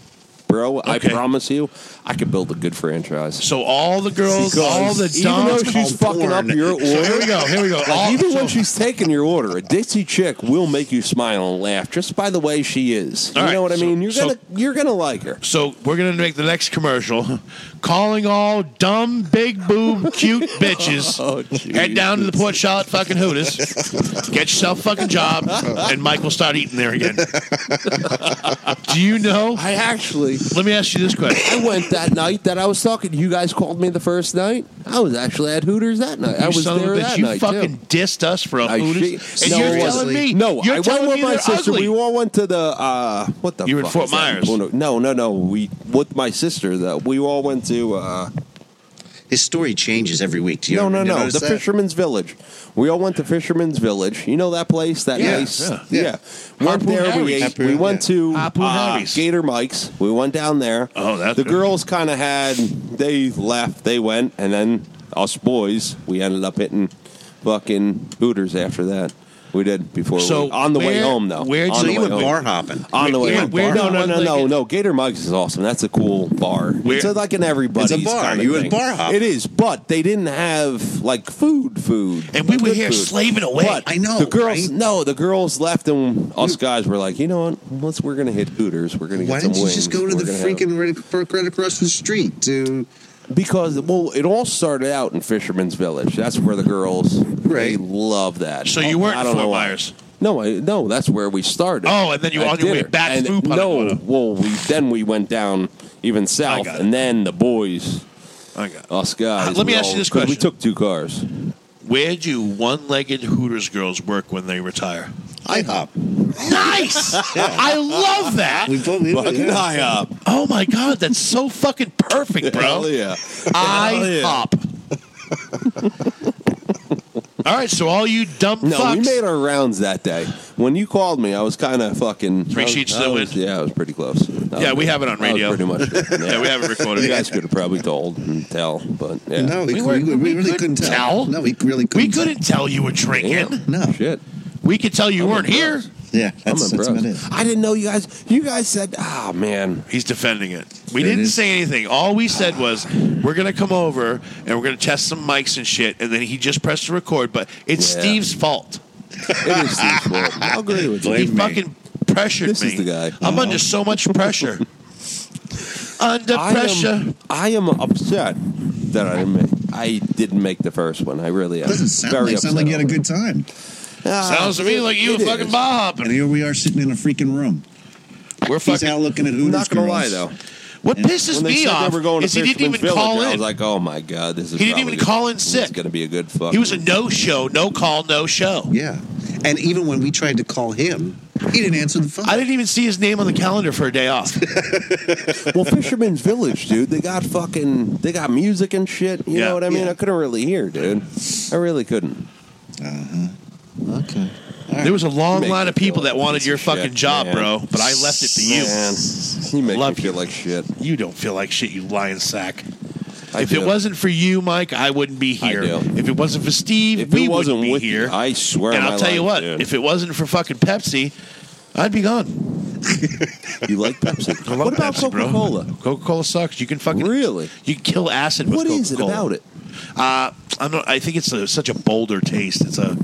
[SPEAKER 4] bro, I promise you, I could build a good franchise.
[SPEAKER 3] So all the girls, all the
[SPEAKER 4] even though
[SPEAKER 3] doms
[SPEAKER 4] she's
[SPEAKER 3] on
[SPEAKER 4] fucking
[SPEAKER 3] porn.
[SPEAKER 4] up your order,
[SPEAKER 3] So here we go. Here we go.
[SPEAKER 4] Like,
[SPEAKER 3] All-
[SPEAKER 4] even when she's taking your order, a ditzy chick will make you smile and laugh just by the way she is.
[SPEAKER 3] All
[SPEAKER 4] you
[SPEAKER 3] right,
[SPEAKER 4] know what I
[SPEAKER 3] so-
[SPEAKER 4] mean? You're
[SPEAKER 3] so-
[SPEAKER 4] gonna you're gonna like her.
[SPEAKER 3] So we're gonna make the next commercial, calling all dumb, big boob,
[SPEAKER 4] <laughs>
[SPEAKER 3] cute bitches.
[SPEAKER 4] Oh,
[SPEAKER 3] head down to the Port Charlotte fucking Hooters, get yourself a fucking job, and Mike will start eating there
[SPEAKER 4] <laughs>
[SPEAKER 3] again. Do you know?
[SPEAKER 4] I actually.
[SPEAKER 3] Let me ask you this question.
[SPEAKER 4] I went that night that I was talking. You guys called me the first night. I was actually at Hooters that night.
[SPEAKER 3] You
[SPEAKER 4] I was
[SPEAKER 3] son of a
[SPEAKER 4] there
[SPEAKER 3] bitch,
[SPEAKER 4] that
[SPEAKER 3] you
[SPEAKER 4] night
[SPEAKER 3] fucking
[SPEAKER 4] too.
[SPEAKER 3] dissed us for a
[SPEAKER 4] I
[SPEAKER 3] Hooters,
[SPEAKER 4] shit-
[SPEAKER 3] and
[SPEAKER 4] no,
[SPEAKER 3] you're
[SPEAKER 4] I wasn't.
[SPEAKER 3] telling me
[SPEAKER 4] no.
[SPEAKER 3] you're
[SPEAKER 4] I went
[SPEAKER 3] telling
[SPEAKER 4] with
[SPEAKER 3] me
[SPEAKER 4] my
[SPEAKER 3] they're
[SPEAKER 4] sister.
[SPEAKER 3] ugly.
[SPEAKER 4] We all went to the uh, what the
[SPEAKER 3] You were in
[SPEAKER 4] fuck
[SPEAKER 3] Fort
[SPEAKER 4] is that?
[SPEAKER 3] Myers.
[SPEAKER 4] No, no, no. We with my sister. That we all went to. Uh,
[SPEAKER 2] His story changes every week. Do you
[SPEAKER 4] no,
[SPEAKER 2] ever
[SPEAKER 4] no, no.
[SPEAKER 2] notice
[SPEAKER 4] The
[SPEAKER 2] that?
[SPEAKER 4] Fisherman's Village. We all went to Fisherman's Village. You know that place, that
[SPEAKER 2] Yeah,
[SPEAKER 4] nice.
[SPEAKER 2] yeah,
[SPEAKER 4] Yeah.
[SPEAKER 2] yeah.
[SPEAKER 4] Went
[SPEAKER 2] Harpoon
[SPEAKER 4] there. We,
[SPEAKER 2] Harry's.
[SPEAKER 4] ate, we went to
[SPEAKER 2] Harpoon
[SPEAKER 4] uh,
[SPEAKER 2] Harry's.
[SPEAKER 4] Gator Mike's. We went down there.
[SPEAKER 3] Oh, that's
[SPEAKER 4] the
[SPEAKER 3] good.
[SPEAKER 4] girls kind of had. They left. They went, and then us boys, we ended up hitting fucking Hooters after that. We did before.
[SPEAKER 2] So
[SPEAKER 4] we, on the way
[SPEAKER 2] where-
[SPEAKER 4] home though.
[SPEAKER 2] where-
[SPEAKER 4] on
[SPEAKER 2] so
[SPEAKER 4] the
[SPEAKER 2] you
[SPEAKER 4] way
[SPEAKER 2] went
[SPEAKER 4] home.
[SPEAKER 2] bar hopping.
[SPEAKER 4] on the
[SPEAKER 2] You
[SPEAKER 4] way.
[SPEAKER 2] went
[SPEAKER 4] home.
[SPEAKER 2] bar
[SPEAKER 4] No, no,
[SPEAKER 2] hopping.
[SPEAKER 4] no, no, no. Gator Mike's is awesome. That's a cool bar. It's a, like an everybody's
[SPEAKER 2] It's a bar.
[SPEAKER 4] kind of
[SPEAKER 2] You went
[SPEAKER 4] thing.
[SPEAKER 2] bar hopping.
[SPEAKER 4] It is, but they didn't have like food, food.
[SPEAKER 3] And we were
[SPEAKER 4] Good
[SPEAKER 3] here slaving away. I know,
[SPEAKER 4] the girls.
[SPEAKER 3] right?
[SPEAKER 4] No, the girls left, and us guys were like, you know what? Let's we're gonna hit Hooters. We're gonna get
[SPEAKER 2] Why
[SPEAKER 4] some
[SPEAKER 2] didn't you
[SPEAKER 4] wings.
[SPEAKER 2] just go to
[SPEAKER 4] We're
[SPEAKER 2] the
[SPEAKER 4] gonna have-"
[SPEAKER 2] freaking right, right across the street to?
[SPEAKER 4] Because well, it all started out in Fisherman's Village. That's where the girls they love that.
[SPEAKER 3] So you weren't
[SPEAKER 4] I
[SPEAKER 3] in
[SPEAKER 4] don't
[SPEAKER 3] Fort
[SPEAKER 4] know why.
[SPEAKER 3] Myers?
[SPEAKER 4] No, I, no, that's where we started.
[SPEAKER 3] Oh, and then you were
[SPEAKER 4] At
[SPEAKER 3] on your way
[SPEAKER 4] dinner.
[SPEAKER 3] back
[SPEAKER 4] and
[SPEAKER 3] through
[SPEAKER 4] No, well, we then we went down even south,
[SPEAKER 3] got
[SPEAKER 4] and then the boys,
[SPEAKER 3] I got
[SPEAKER 4] us guys.
[SPEAKER 3] Uh, let me
[SPEAKER 4] we
[SPEAKER 3] ask you this
[SPEAKER 4] 'cause We
[SPEAKER 3] question.
[SPEAKER 4] took
[SPEAKER 3] <laughs>
[SPEAKER 4] two cars.
[SPEAKER 3] Where do one-legged Hooters girls work when they retire?
[SPEAKER 2] IHOP.
[SPEAKER 4] <laughs>
[SPEAKER 3] Nice. I love that.
[SPEAKER 2] We both we-
[SPEAKER 4] Fucking
[SPEAKER 2] yeah.
[SPEAKER 4] IHOP.
[SPEAKER 3] Oh my god, that's so fucking perfect, bro. <laughs>
[SPEAKER 4] Hell yeah. Hell yeah.
[SPEAKER 3] IHOP. <laughs> all right, so all you dumb
[SPEAKER 4] No,
[SPEAKER 3] fucks.
[SPEAKER 4] we made our rounds that day. When you called me, I was kind of fucking
[SPEAKER 3] Three
[SPEAKER 4] I was-
[SPEAKER 3] sheets to
[SPEAKER 4] I
[SPEAKER 3] the
[SPEAKER 4] was-
[SPEAKER 3] wind.
[SPEAKER 4] Yeah, I was pretty close. That
[SPEAKER 3] Yeah,
[SPEAKER 4] was
[SPEAKER 3] we
[SPEAKER 4] it.
[SPEAKER 3] have it on
[SPEAKER 4] That was
[SPEAKER 3] radio.
[SPEAKER 4] pretty much.
[SPEAKER 3] <laughs>
[SPEAKER 4] it.
[SPEAKER 3] Yeah, we have it recorded.
[SPEAKER 4] You guys could have probably told and tell, but yeah.
[SPEAKER 2] No, we,
[SPEAKER 3] We
[SPEAKER 2] we,
[SPEAKER 3] weren't-
[SPEAKER 2] we
[SPEAKER 3] we
[SPEAKER 2] really couldn't
[SPEAKER 3] couldn't
[SPEAKER 2] tell.
[SPEAKER 3] tell.
[SPEAKER 2] No, we really couldn't.
[SPEAKER 3] we couldn't tell you were drinking.
[SPEAKER 2] No.
[SPEAKER 4] Shit.
[SPEAKER 3] We could tell you
[SPEAKER 4] Oh
[SPEAKER 3] weren't here.
[SPEAKER 2] Yeah,
[SPEAKER 4] I'm
[SPEAKER 2] that's, that's about it.
[SPEAKER 4] impressed. I didn't know you guys. You guys said, "Ah, man,
[SPEAKER 3] He's defending it. We
[SPEAKER 4] It
[SPEAKER 3] didn't
[SPEAKER 4] is-
[SPEAKER 3] say anything. All we said was we're gonna come over and we're gonna test some mics and shit. And then he just pressed the record. But it's
[SPEAKER 4] Yeah.
[SPEAKER 3] Steve's fault.
[SPEAKER 4] it is Steve's fault." <laughs> I'll agree with you.
[SPEAKER 3] he fucking pressured
[SPEAKER 4] This
[SPEAKER 3] me.
[SPEAKER 4] is the guy. Uh-huh.
[SPEAKER 3] I'm under so much pressure. under pressure.
[SPEAKER 4] I am, I am upset that I didn't make, I didn't make the first one. I really am.
[SPEAKER 2] Doesn't sound
[SPEAKER 4] Very
[SPEAKER 2] like,
[SPEAKER 4] upset. Ah,
[SPEAKER 2] sound like you had a good time.
[SPEAKER 3] Sounds to me like you were fucking bar hopping.
[SPEAKER 2] And here we are sitting in a freaking room.
[SPEAKER 3] We're
[SPEAKER 2] He's
[SPEAKER 3] fucking.
[SPEAKER 2] out looking at Hooters
[SPEAKER 4] I'm not gonna
[SPEAKER 2] girls.
[SPEAKER 4] lie though.
[SPEAKER 3] What pisses
[SPEAKER 4] When they
[SPEAKER 3] me
[SPEAKER 4] said
[SPEAKER 3] off
[SPEAKER 4] they were going to
[SPEAKER 3] is he didn't
[SPEAKER 4] Fisherman's
[SPEAKER 3] even
[SPEAKER 4] Village,
[SPEAKER 3] call
[SPEAKER 4] I
[SPEAKER 3] in.
[SPEAKER 4] was like, "Oh my god, this is."
[SPEAKER 3] He didn't even call in
[SPEAKER 4] It's
[SPEAKER 3] sick.
[SPEAKER 4] going to be a good fuck.
[SPEAKER 3] He was a no show, no call, no show.
[SPEAKER 2] Yeah, and even when we tried to call him, he didn't answer the phone.
[SPEAKER 3] I didn't even see his name on the calendar for a day
[SPEAKER 4] <laughs>
[SPEAKER 3] off.
[SPEAKER 4] well, Fisherman's Village, dude. They got fucking. They got music and shit. You
[SPEAKER 3] Yeah.
[SPEAKER 4] know what I mean?
[SPEAKER 3] Yeah.
[SPEAKER 4] I couldn't really hear, dude. I really couldn't.
[SPEAKER 2] Okay.
[SPEAKER 3] There was a long
[SPEAKER 4] Make
[SPEAKER 3] line
[SPEAKER 4] me
[SPEAKER 3] of people
[SPEAKER 4] feel like
[SPEAKER 3] that
[SPEAKER 4] a
[SPEAKER 3] wanted
[SPEAKER 4] piece
[SPEAKER 3] your
[SPEAKER 4] of
[SPEAKER 3] fucking
[SPEAKER 4] shit,
[SPEAKER 3] job,
[SPEAKER 4] man.
[SPEAKER 3] bro, but I left it to you.
[SPEAKER 4] Man, he makes
[SPEAKER 3] Love
[SPEAKER 4] me feel like shit.
[SPEAKER 3] You don't feel like shit, you lying sack.
[SPEAKER 4] I
[SPEAKER 3] if
[SPEAKER 4] do.
[SPEAKER 3] it wasn't for you, Mike, I wouldn't be here.
[SPEAKER 4] do.
[SPEAKER 3] If it wasn't for Steve,
[SPEAKER 4] If
[SPEAKER 3] we
[SPEAKER 4] it wasn't
[SPEAKER 3] wouldn't be
[SPEAKER 4] with
[SPEAKER 3] here.
[SPEAKER 4] you, I swear.
[SPEAKER 3] and
[SPEAKER 4] my
[SPEAKER 3] I'll tell you
[SPEAKER 4] life,
[SPEAKER 3] what,
[SPEAKER 4] dude.
[SPEAKER 3] if it wasn't for fucking Pepsi, I'd be gone.
[SPEAKER 4] you like Pepsi,
[SPEAKER 3] I love
[SPEAKER 4] what about
[SPEAKER 3] Pepsi, bro.
[SPEAKER 4] Coca Cola?
[SPEAKER 3] Coca Cola sucks. You can <laughs> fucking
[SPEAKER 4] Really?
[SPEAKER 3] you can kill acid with
[SPEAKER 4] What
[SPEAKER 3] Coca-Cola.
[SPEAKER 4] is it about it?
[SPEAKER 3] Uh, I'm not, I think it's a, such a bolder taste. It's a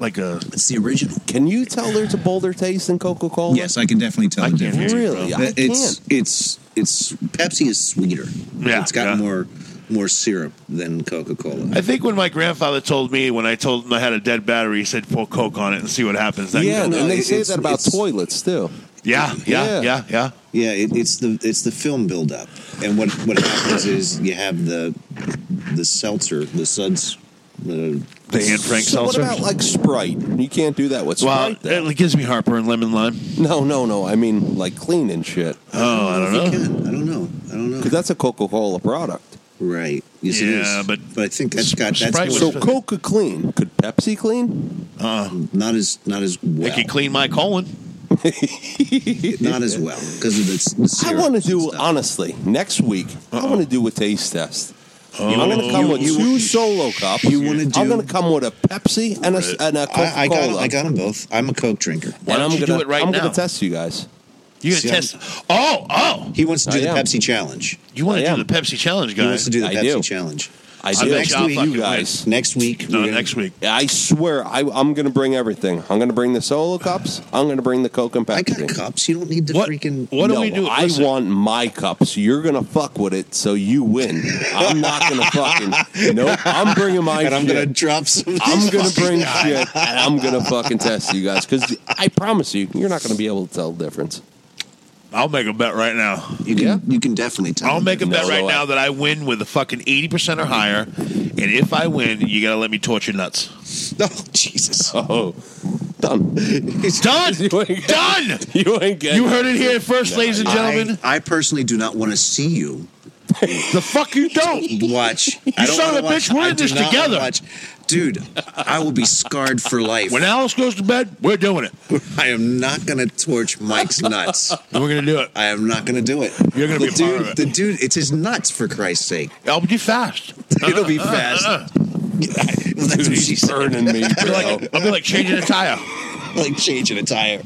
[SPEAKER 3] like a.
[SPEAKER 7] It's the original.
[SPEAKER 4] Can you tell there's a bolder taste in Coca Cola?
[SPEAKER 7] Yes, I can definitely tell the
[SPEAKER 4] can't
[SPEAKER 7] difference.
[SPEAKER 4] hear you, Really? bro. I
[SPEAKER 7] it's it's it's Pepsi is sweeter.
[SPEAKER 3] Yeah,
[SPEAKER 7] it's got more more syrup than Coca Cola.
[SPEAKER 3] I think when my grandfather told me when I told him I had a dead battery, he said pour Coke on it and see what happens. That-
[SPEAKER 4] yeah, and, and they say that about toilets too.
[SPEAKER 3] Yeah, yeah, yeah, yeah.
[SPEAKER 7] Yeah, it, it's the it's the film buildup, and what what happens is you have the the seltzer, the suds, the
[SPEAKER 3] The Anne Frank
[SPEAKER 4] So
[SPEAKER 3] seltzer?
[SPEAKER 4] What about like Sprite? You can't do that with
[SPEAKER 3] Well, uh,
[SPEAKER 4] Sprite. though.
[SPEAKER 3] it gives me heartburn, lemon lime.
[SPEAKER 4] No, no, no. I mean like clean and shit.
[SPEAKER 3] Oh, I don't know.
[SPEAKER 7] I don't know. I don't know.
[SPEAKER 4] Because that's a Coca Cola product.
[SPEAKER 7] Right. Yes, it is.
[SPEAKER 3] Yeah, but-
[SPEAKER 7] I think that's got that's
[SPEAKER 3] Sprite was-
[SPEAKER 7] more-
[SPEAKER 4] So Coca Clean. Could Pepsi clean?
[SPEAKER 3] Uh,
[SPEAKER 7] not as not as well.
[SPEAKER 3] It could clean my colon.
[SPEAKER 7] not as well because of its.
[SPEAKER 4] I want to do honestly next week. I want to do a taste test.
[SPEAKER 7] Oh.
[SPEAKER 4] I'm going to come
[SPEAKER 7] You-
[SPEAKER 4] with
[SPEAKER 7] you-
[SPEAKER 4] two solo cups.
[SPEAKER 7] you wanna
[SPEAKER 4] I'm
[SPEAKER 7] do-
[SPEAKER 4] going to come with a Pepsi and a, and a Coca
[SPEAKER 7] I, I got
[SPEAKER 4] Cola.
[SPEAKER 7] I got them both. I'm a Coke drinker.
[SPEAKER 3] Why
[SPEAKER 4] and
[SPEAKER 3] don't
[SPEAKER 4] I'm
[SPEAKER 3] you do
[SPEAKER 4] gonna,
[SPEAKER 3] it right
[SPEAKER 4] I'm
[SPEAKER 3] now?
[SPEAKER 4] going to test you guys.
[SPEAKER 3] You gonna
[SPEAKER 7] See,
[SPEAKER 3] test? Oh, oh!
[SPEAKER 7] He wants to do
[SPEAKER 4] I
[SPEAKER 7] the
[SPEAKER 4] am.
[SPEAKER 7] Pepsi challenge.
[SPEAKER 3] You want
[SPEAKER 4] I
[SPEAKER 3] to
[SPEAKER 4] am.
[SPEAKER 3] do the Pepsi challenge,
[SPEAKER 7] He wants
[SPEAKER 3] guys?
[SPEAKER 7] to do the
[SPEAKER 4] I
[SPEAKER 7] Pepsi
[SPEAKER 4] do.
[SPEAKER 7] challenge.
[SPEAKER 4] I
[SPEAKER 3] So
[SPEAKER 4] do.
[SPEAKER 3] next
[SPEAKER 4] Actually,
[SPEAKER 3] week-
[SPEAKER 4] you guys.
[SPEAKER 7] Next week.
[SPEAKER 3] No,
[SPEAKER 7] we're gonna-
[SPEAKER 3] uh, next week.
[SPEAKER 4] I swear, I, I'm going to bring everything. I'm going to bring the solo cups. I'm going to bring the Coke and Pepsi.
[SPEAKER 7] I got cups. You don't need to freaking.
[SPEAKER 3] What do
[SPEAKER 4] No,
[SPEAKER 3] we do?
[SPEAKER 4] I
[SPEAKER 3] Listen.
[SPEAKER 4] want my cups. You're gonna fuck with it, so you win. I'm not gonna
[SPEAKER 7] <laughs>
[SPEAKER 4] fucking. Nope. I'm bringing my.
[SPEAKER 7] And I'm
[SPEAKER 4] shit.
[SPEAKER 7] gonna drop some.
[SPEAKER 4] I'm
[SPEAKER 7] <laughs>
[SPEAKER 4] gonna
[SPEAKER 7] fucking-
[SPEAKER 4] bring shit, and I'm gonna fucking test you guys because I promise you, you're not gonna be able to tell the difference.
[SPEAKER 3] I'll make a bet right now.
[SPEAKER 7] You can you can definitely tell.
[SPEAKER 3] I'll make a
[SPEAKER 4] No,
[SPEAKER 3] bet right
[SPEAKER 4] no, I-
[SPEAKER 3] now that I win with a fucking eighty percent or higher, and if I win, you gotta let me torture nuts.
[SPEAKER 7] Oh Jesus!
[SPEAKER 4] Oh, done.
[SPEAKER 3] Done,
[SPEAKER 4] <laughs> You ain't
[SPEAKER 3] <laughs> done.
[SPEAKER 4] You ain't getting.
[SPEAKER 3] You heard it here first, ladies and gentlemen.
[SPEAKER 7] I, I personally do not want to see you
[SPEAKER 3] The fuck you don't.
[SPEAKER 7] watch. I
[SPEAKER 3] <laughs> You
[SPEAKER 7] don't
[SPEAKER 3] son of
[SPEAKER 7] wanna
[SPEAKER 3] a
[SPEAKER 7] watch-
[SPEAKER 3] bitch, we're
[SPEAKER 7] I
[SPEAKER 3] in
[SPEAKER 7] do
[SPEAKER 3] this
[SPEAKER 7] not wanna
[SPEAKER 3] together.
[SPEAKER 7] Watch. Dude, I will be scarred for life.
[SPEAKER 3] When Alice goes to bed, we're doing it.
[SPEAKER 7] I am not gonna torch Mike's nuts.
[SPEAKER 3] And we're gonna do it.
[SPEAKER 7] I am not gonna do it.
[SPEAKER 3] You're gonna
[SPEAKER 7] the
[SPEAKER 3] be a
[SPEAKER 7] dude,
[SPEAKER 3] part of it.
[SPEAKER 7] The dude, it's his nuts for Christ's
[SPEAKER 3] <laughs>
[SPEAKER 7] sake.
[SPEAKER 3] I'll be fast.
[SPEAKER 7] It'll
[SPEAKER 3] <laughs>
[SPEAKER 7] be fast. Well, that's what she
[SPEAKER 4] He's
[SPEAKER 7] said.
[SPEAKER 4] burning me,
[SPEAKER 3] I'll be
[SPEAKER 4] bro.
[SPEAKER 3] like, I'll be like changing a tire.
[SPEAKER 7] like changing a tire.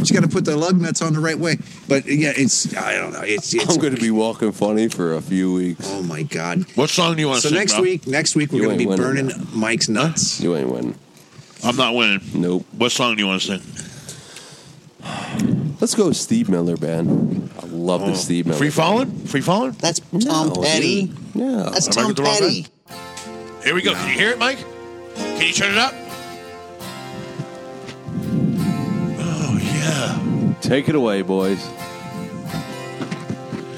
[SPEAKER 7] but you got to put the lug nuts on the right way. But yeah, it's I don't know. It's it's.
[SPEAKER 4] I'm gonna be walking funny for a few weeks.
[SPEAKER 7] oh my god.
[SPEAKER 3] What song do you want to
[SPEAKER 7] So
[SPEAKER 3] sing?
[SPEAKER 7] next
[SPEAKER 3] bro?
[SPEAKER 7] week, next week we're
[SPEAKER 4] You
[SPEAKER 7] going to
[SPEAKER 4] ain't
[SPEAKER 7] be
[SPEAKER 4] winning
[SPEAKER 7] burning Mike's nuts.
[SPEAKER 4] You ain't winning.
[SPEAKER 3] I'm not winning.
[SPEAKER 4] Nope.
[SPEAKER 3] What song do you want to sing?
[SPEAKER 4] Let's go, with Steve Miller band. I love the Steve Miller.
[SPEAKER 3] Oh. Free falling? Free falling?
[SPEAKER 7] That's
[SPEAKER 4] No, dude. No.
[SPEAKER 3] Am I Tom the wrong Petty. guy? Here we go. Can you hear it, <laughs> Mike? Can you turn it up? Oh yeah.
[SPEAKER 4] Take it away, boys.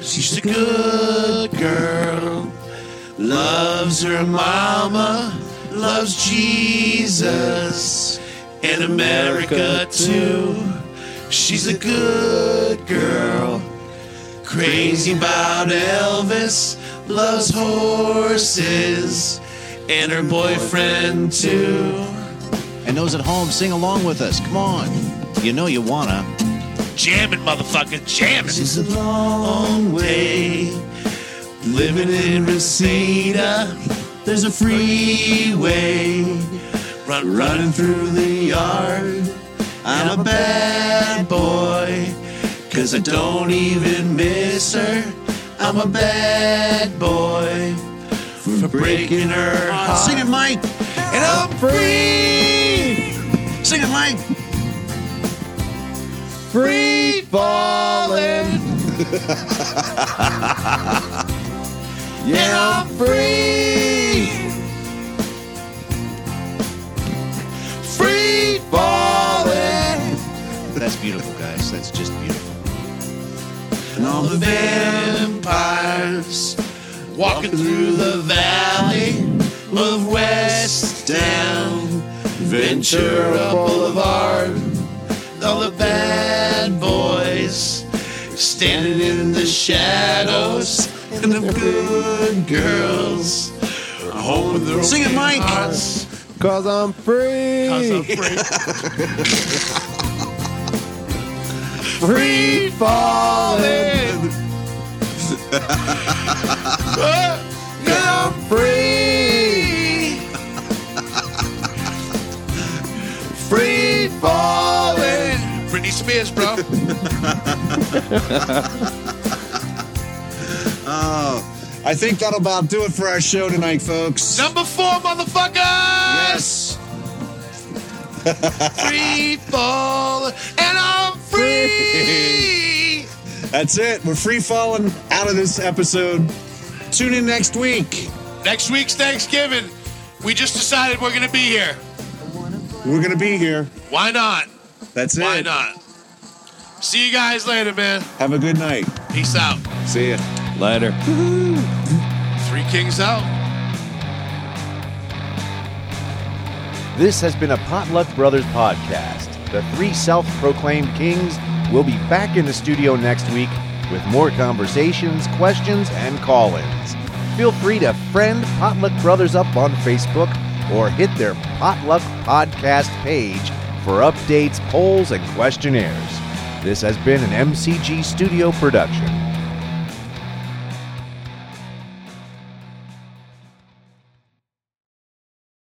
[SPEAKER 3] She's a good girl. Loves her mama. Loves Jesus and America too. She's a good girl. Crazy about Elvis. Loves horses and her boyfriend too.
[SPEAKER 2] And those at home, sing along with us. Come on. You know you wanna.
[SPEAKER 3] Jamming, motherfucker, jamming. She's a long way living in Reseda. There's a freeway run, running through the yard. I'm a bad boy, cause I don't even miss her. I'm a bad boy for breaking her heart.
[SPEAKER 7] Sing it, Mike.
[SPEAKER 3] And I'm free!
[SPEAKER 7] Sing it, Mike.
[SPEAKER 4] Free falling. yeah, I'm free. Free falling.
[SPEAKER 2] That's beautiful, guys. That's just beautiful.
[SPEAKER 3] And all the vampires walking through the valley of West Down Ventura Boulevard. All the bad boys standing in the shadows, and the good girls are home with their
[SPEAKER 7] Sing it,
[SPEAKER 3] open
[SPEAKER 7] Mike.
[SPEAKER 3] hearts.
[SPEAKER 4] Cause I'm free.
[SPEAKER 3] Cause I'm free.
[SPEAKER 4] free falling. yeah, I'm free. free falling.
[SPEAKER 3] Britney Spears, bro.
[SPEAKER 7] Oh,
[SPEAKER 16] I think that'll about do it for our show tonight, folks.
[SPEAKER 6] Number four, motherfuckers!
[SPEAKER 16] Yes!
[SPEAKER 6] free fall, and I'm free!
[SPEAKER 16] That's it. We're free falling out of this episode. Tune in next week.
[SPEAKER 6] Next week's Thanksgiving. We just decided we're going to be here.
[SPEAKER 16] We're going to be here.
[SPEAKER 6] Why not?
[SPEAKER 16] That's
[SPEAKER 6] Why
[SPEAKER 16] it.
[SPEAKER 6] not? See you guys later, man.
[SPEAKER 16] Have a good night.
[SPEAKER 6] Peace out.
[SPEAKER 16] See ya.
[SPEAKER 17] Later.
[SPEAKER 6] Three Kings out.
[SPEAKER 7] This has been a Potluck Brothers podcast. The three self proclaimed kings will be back in the studio next week with more conversations, questions, and call ins. Feel free to friend Potluck Brothers up on Facebook or hit their Potluck podcast page for updates, polls, and questionnaires. This has been an MCG studio production.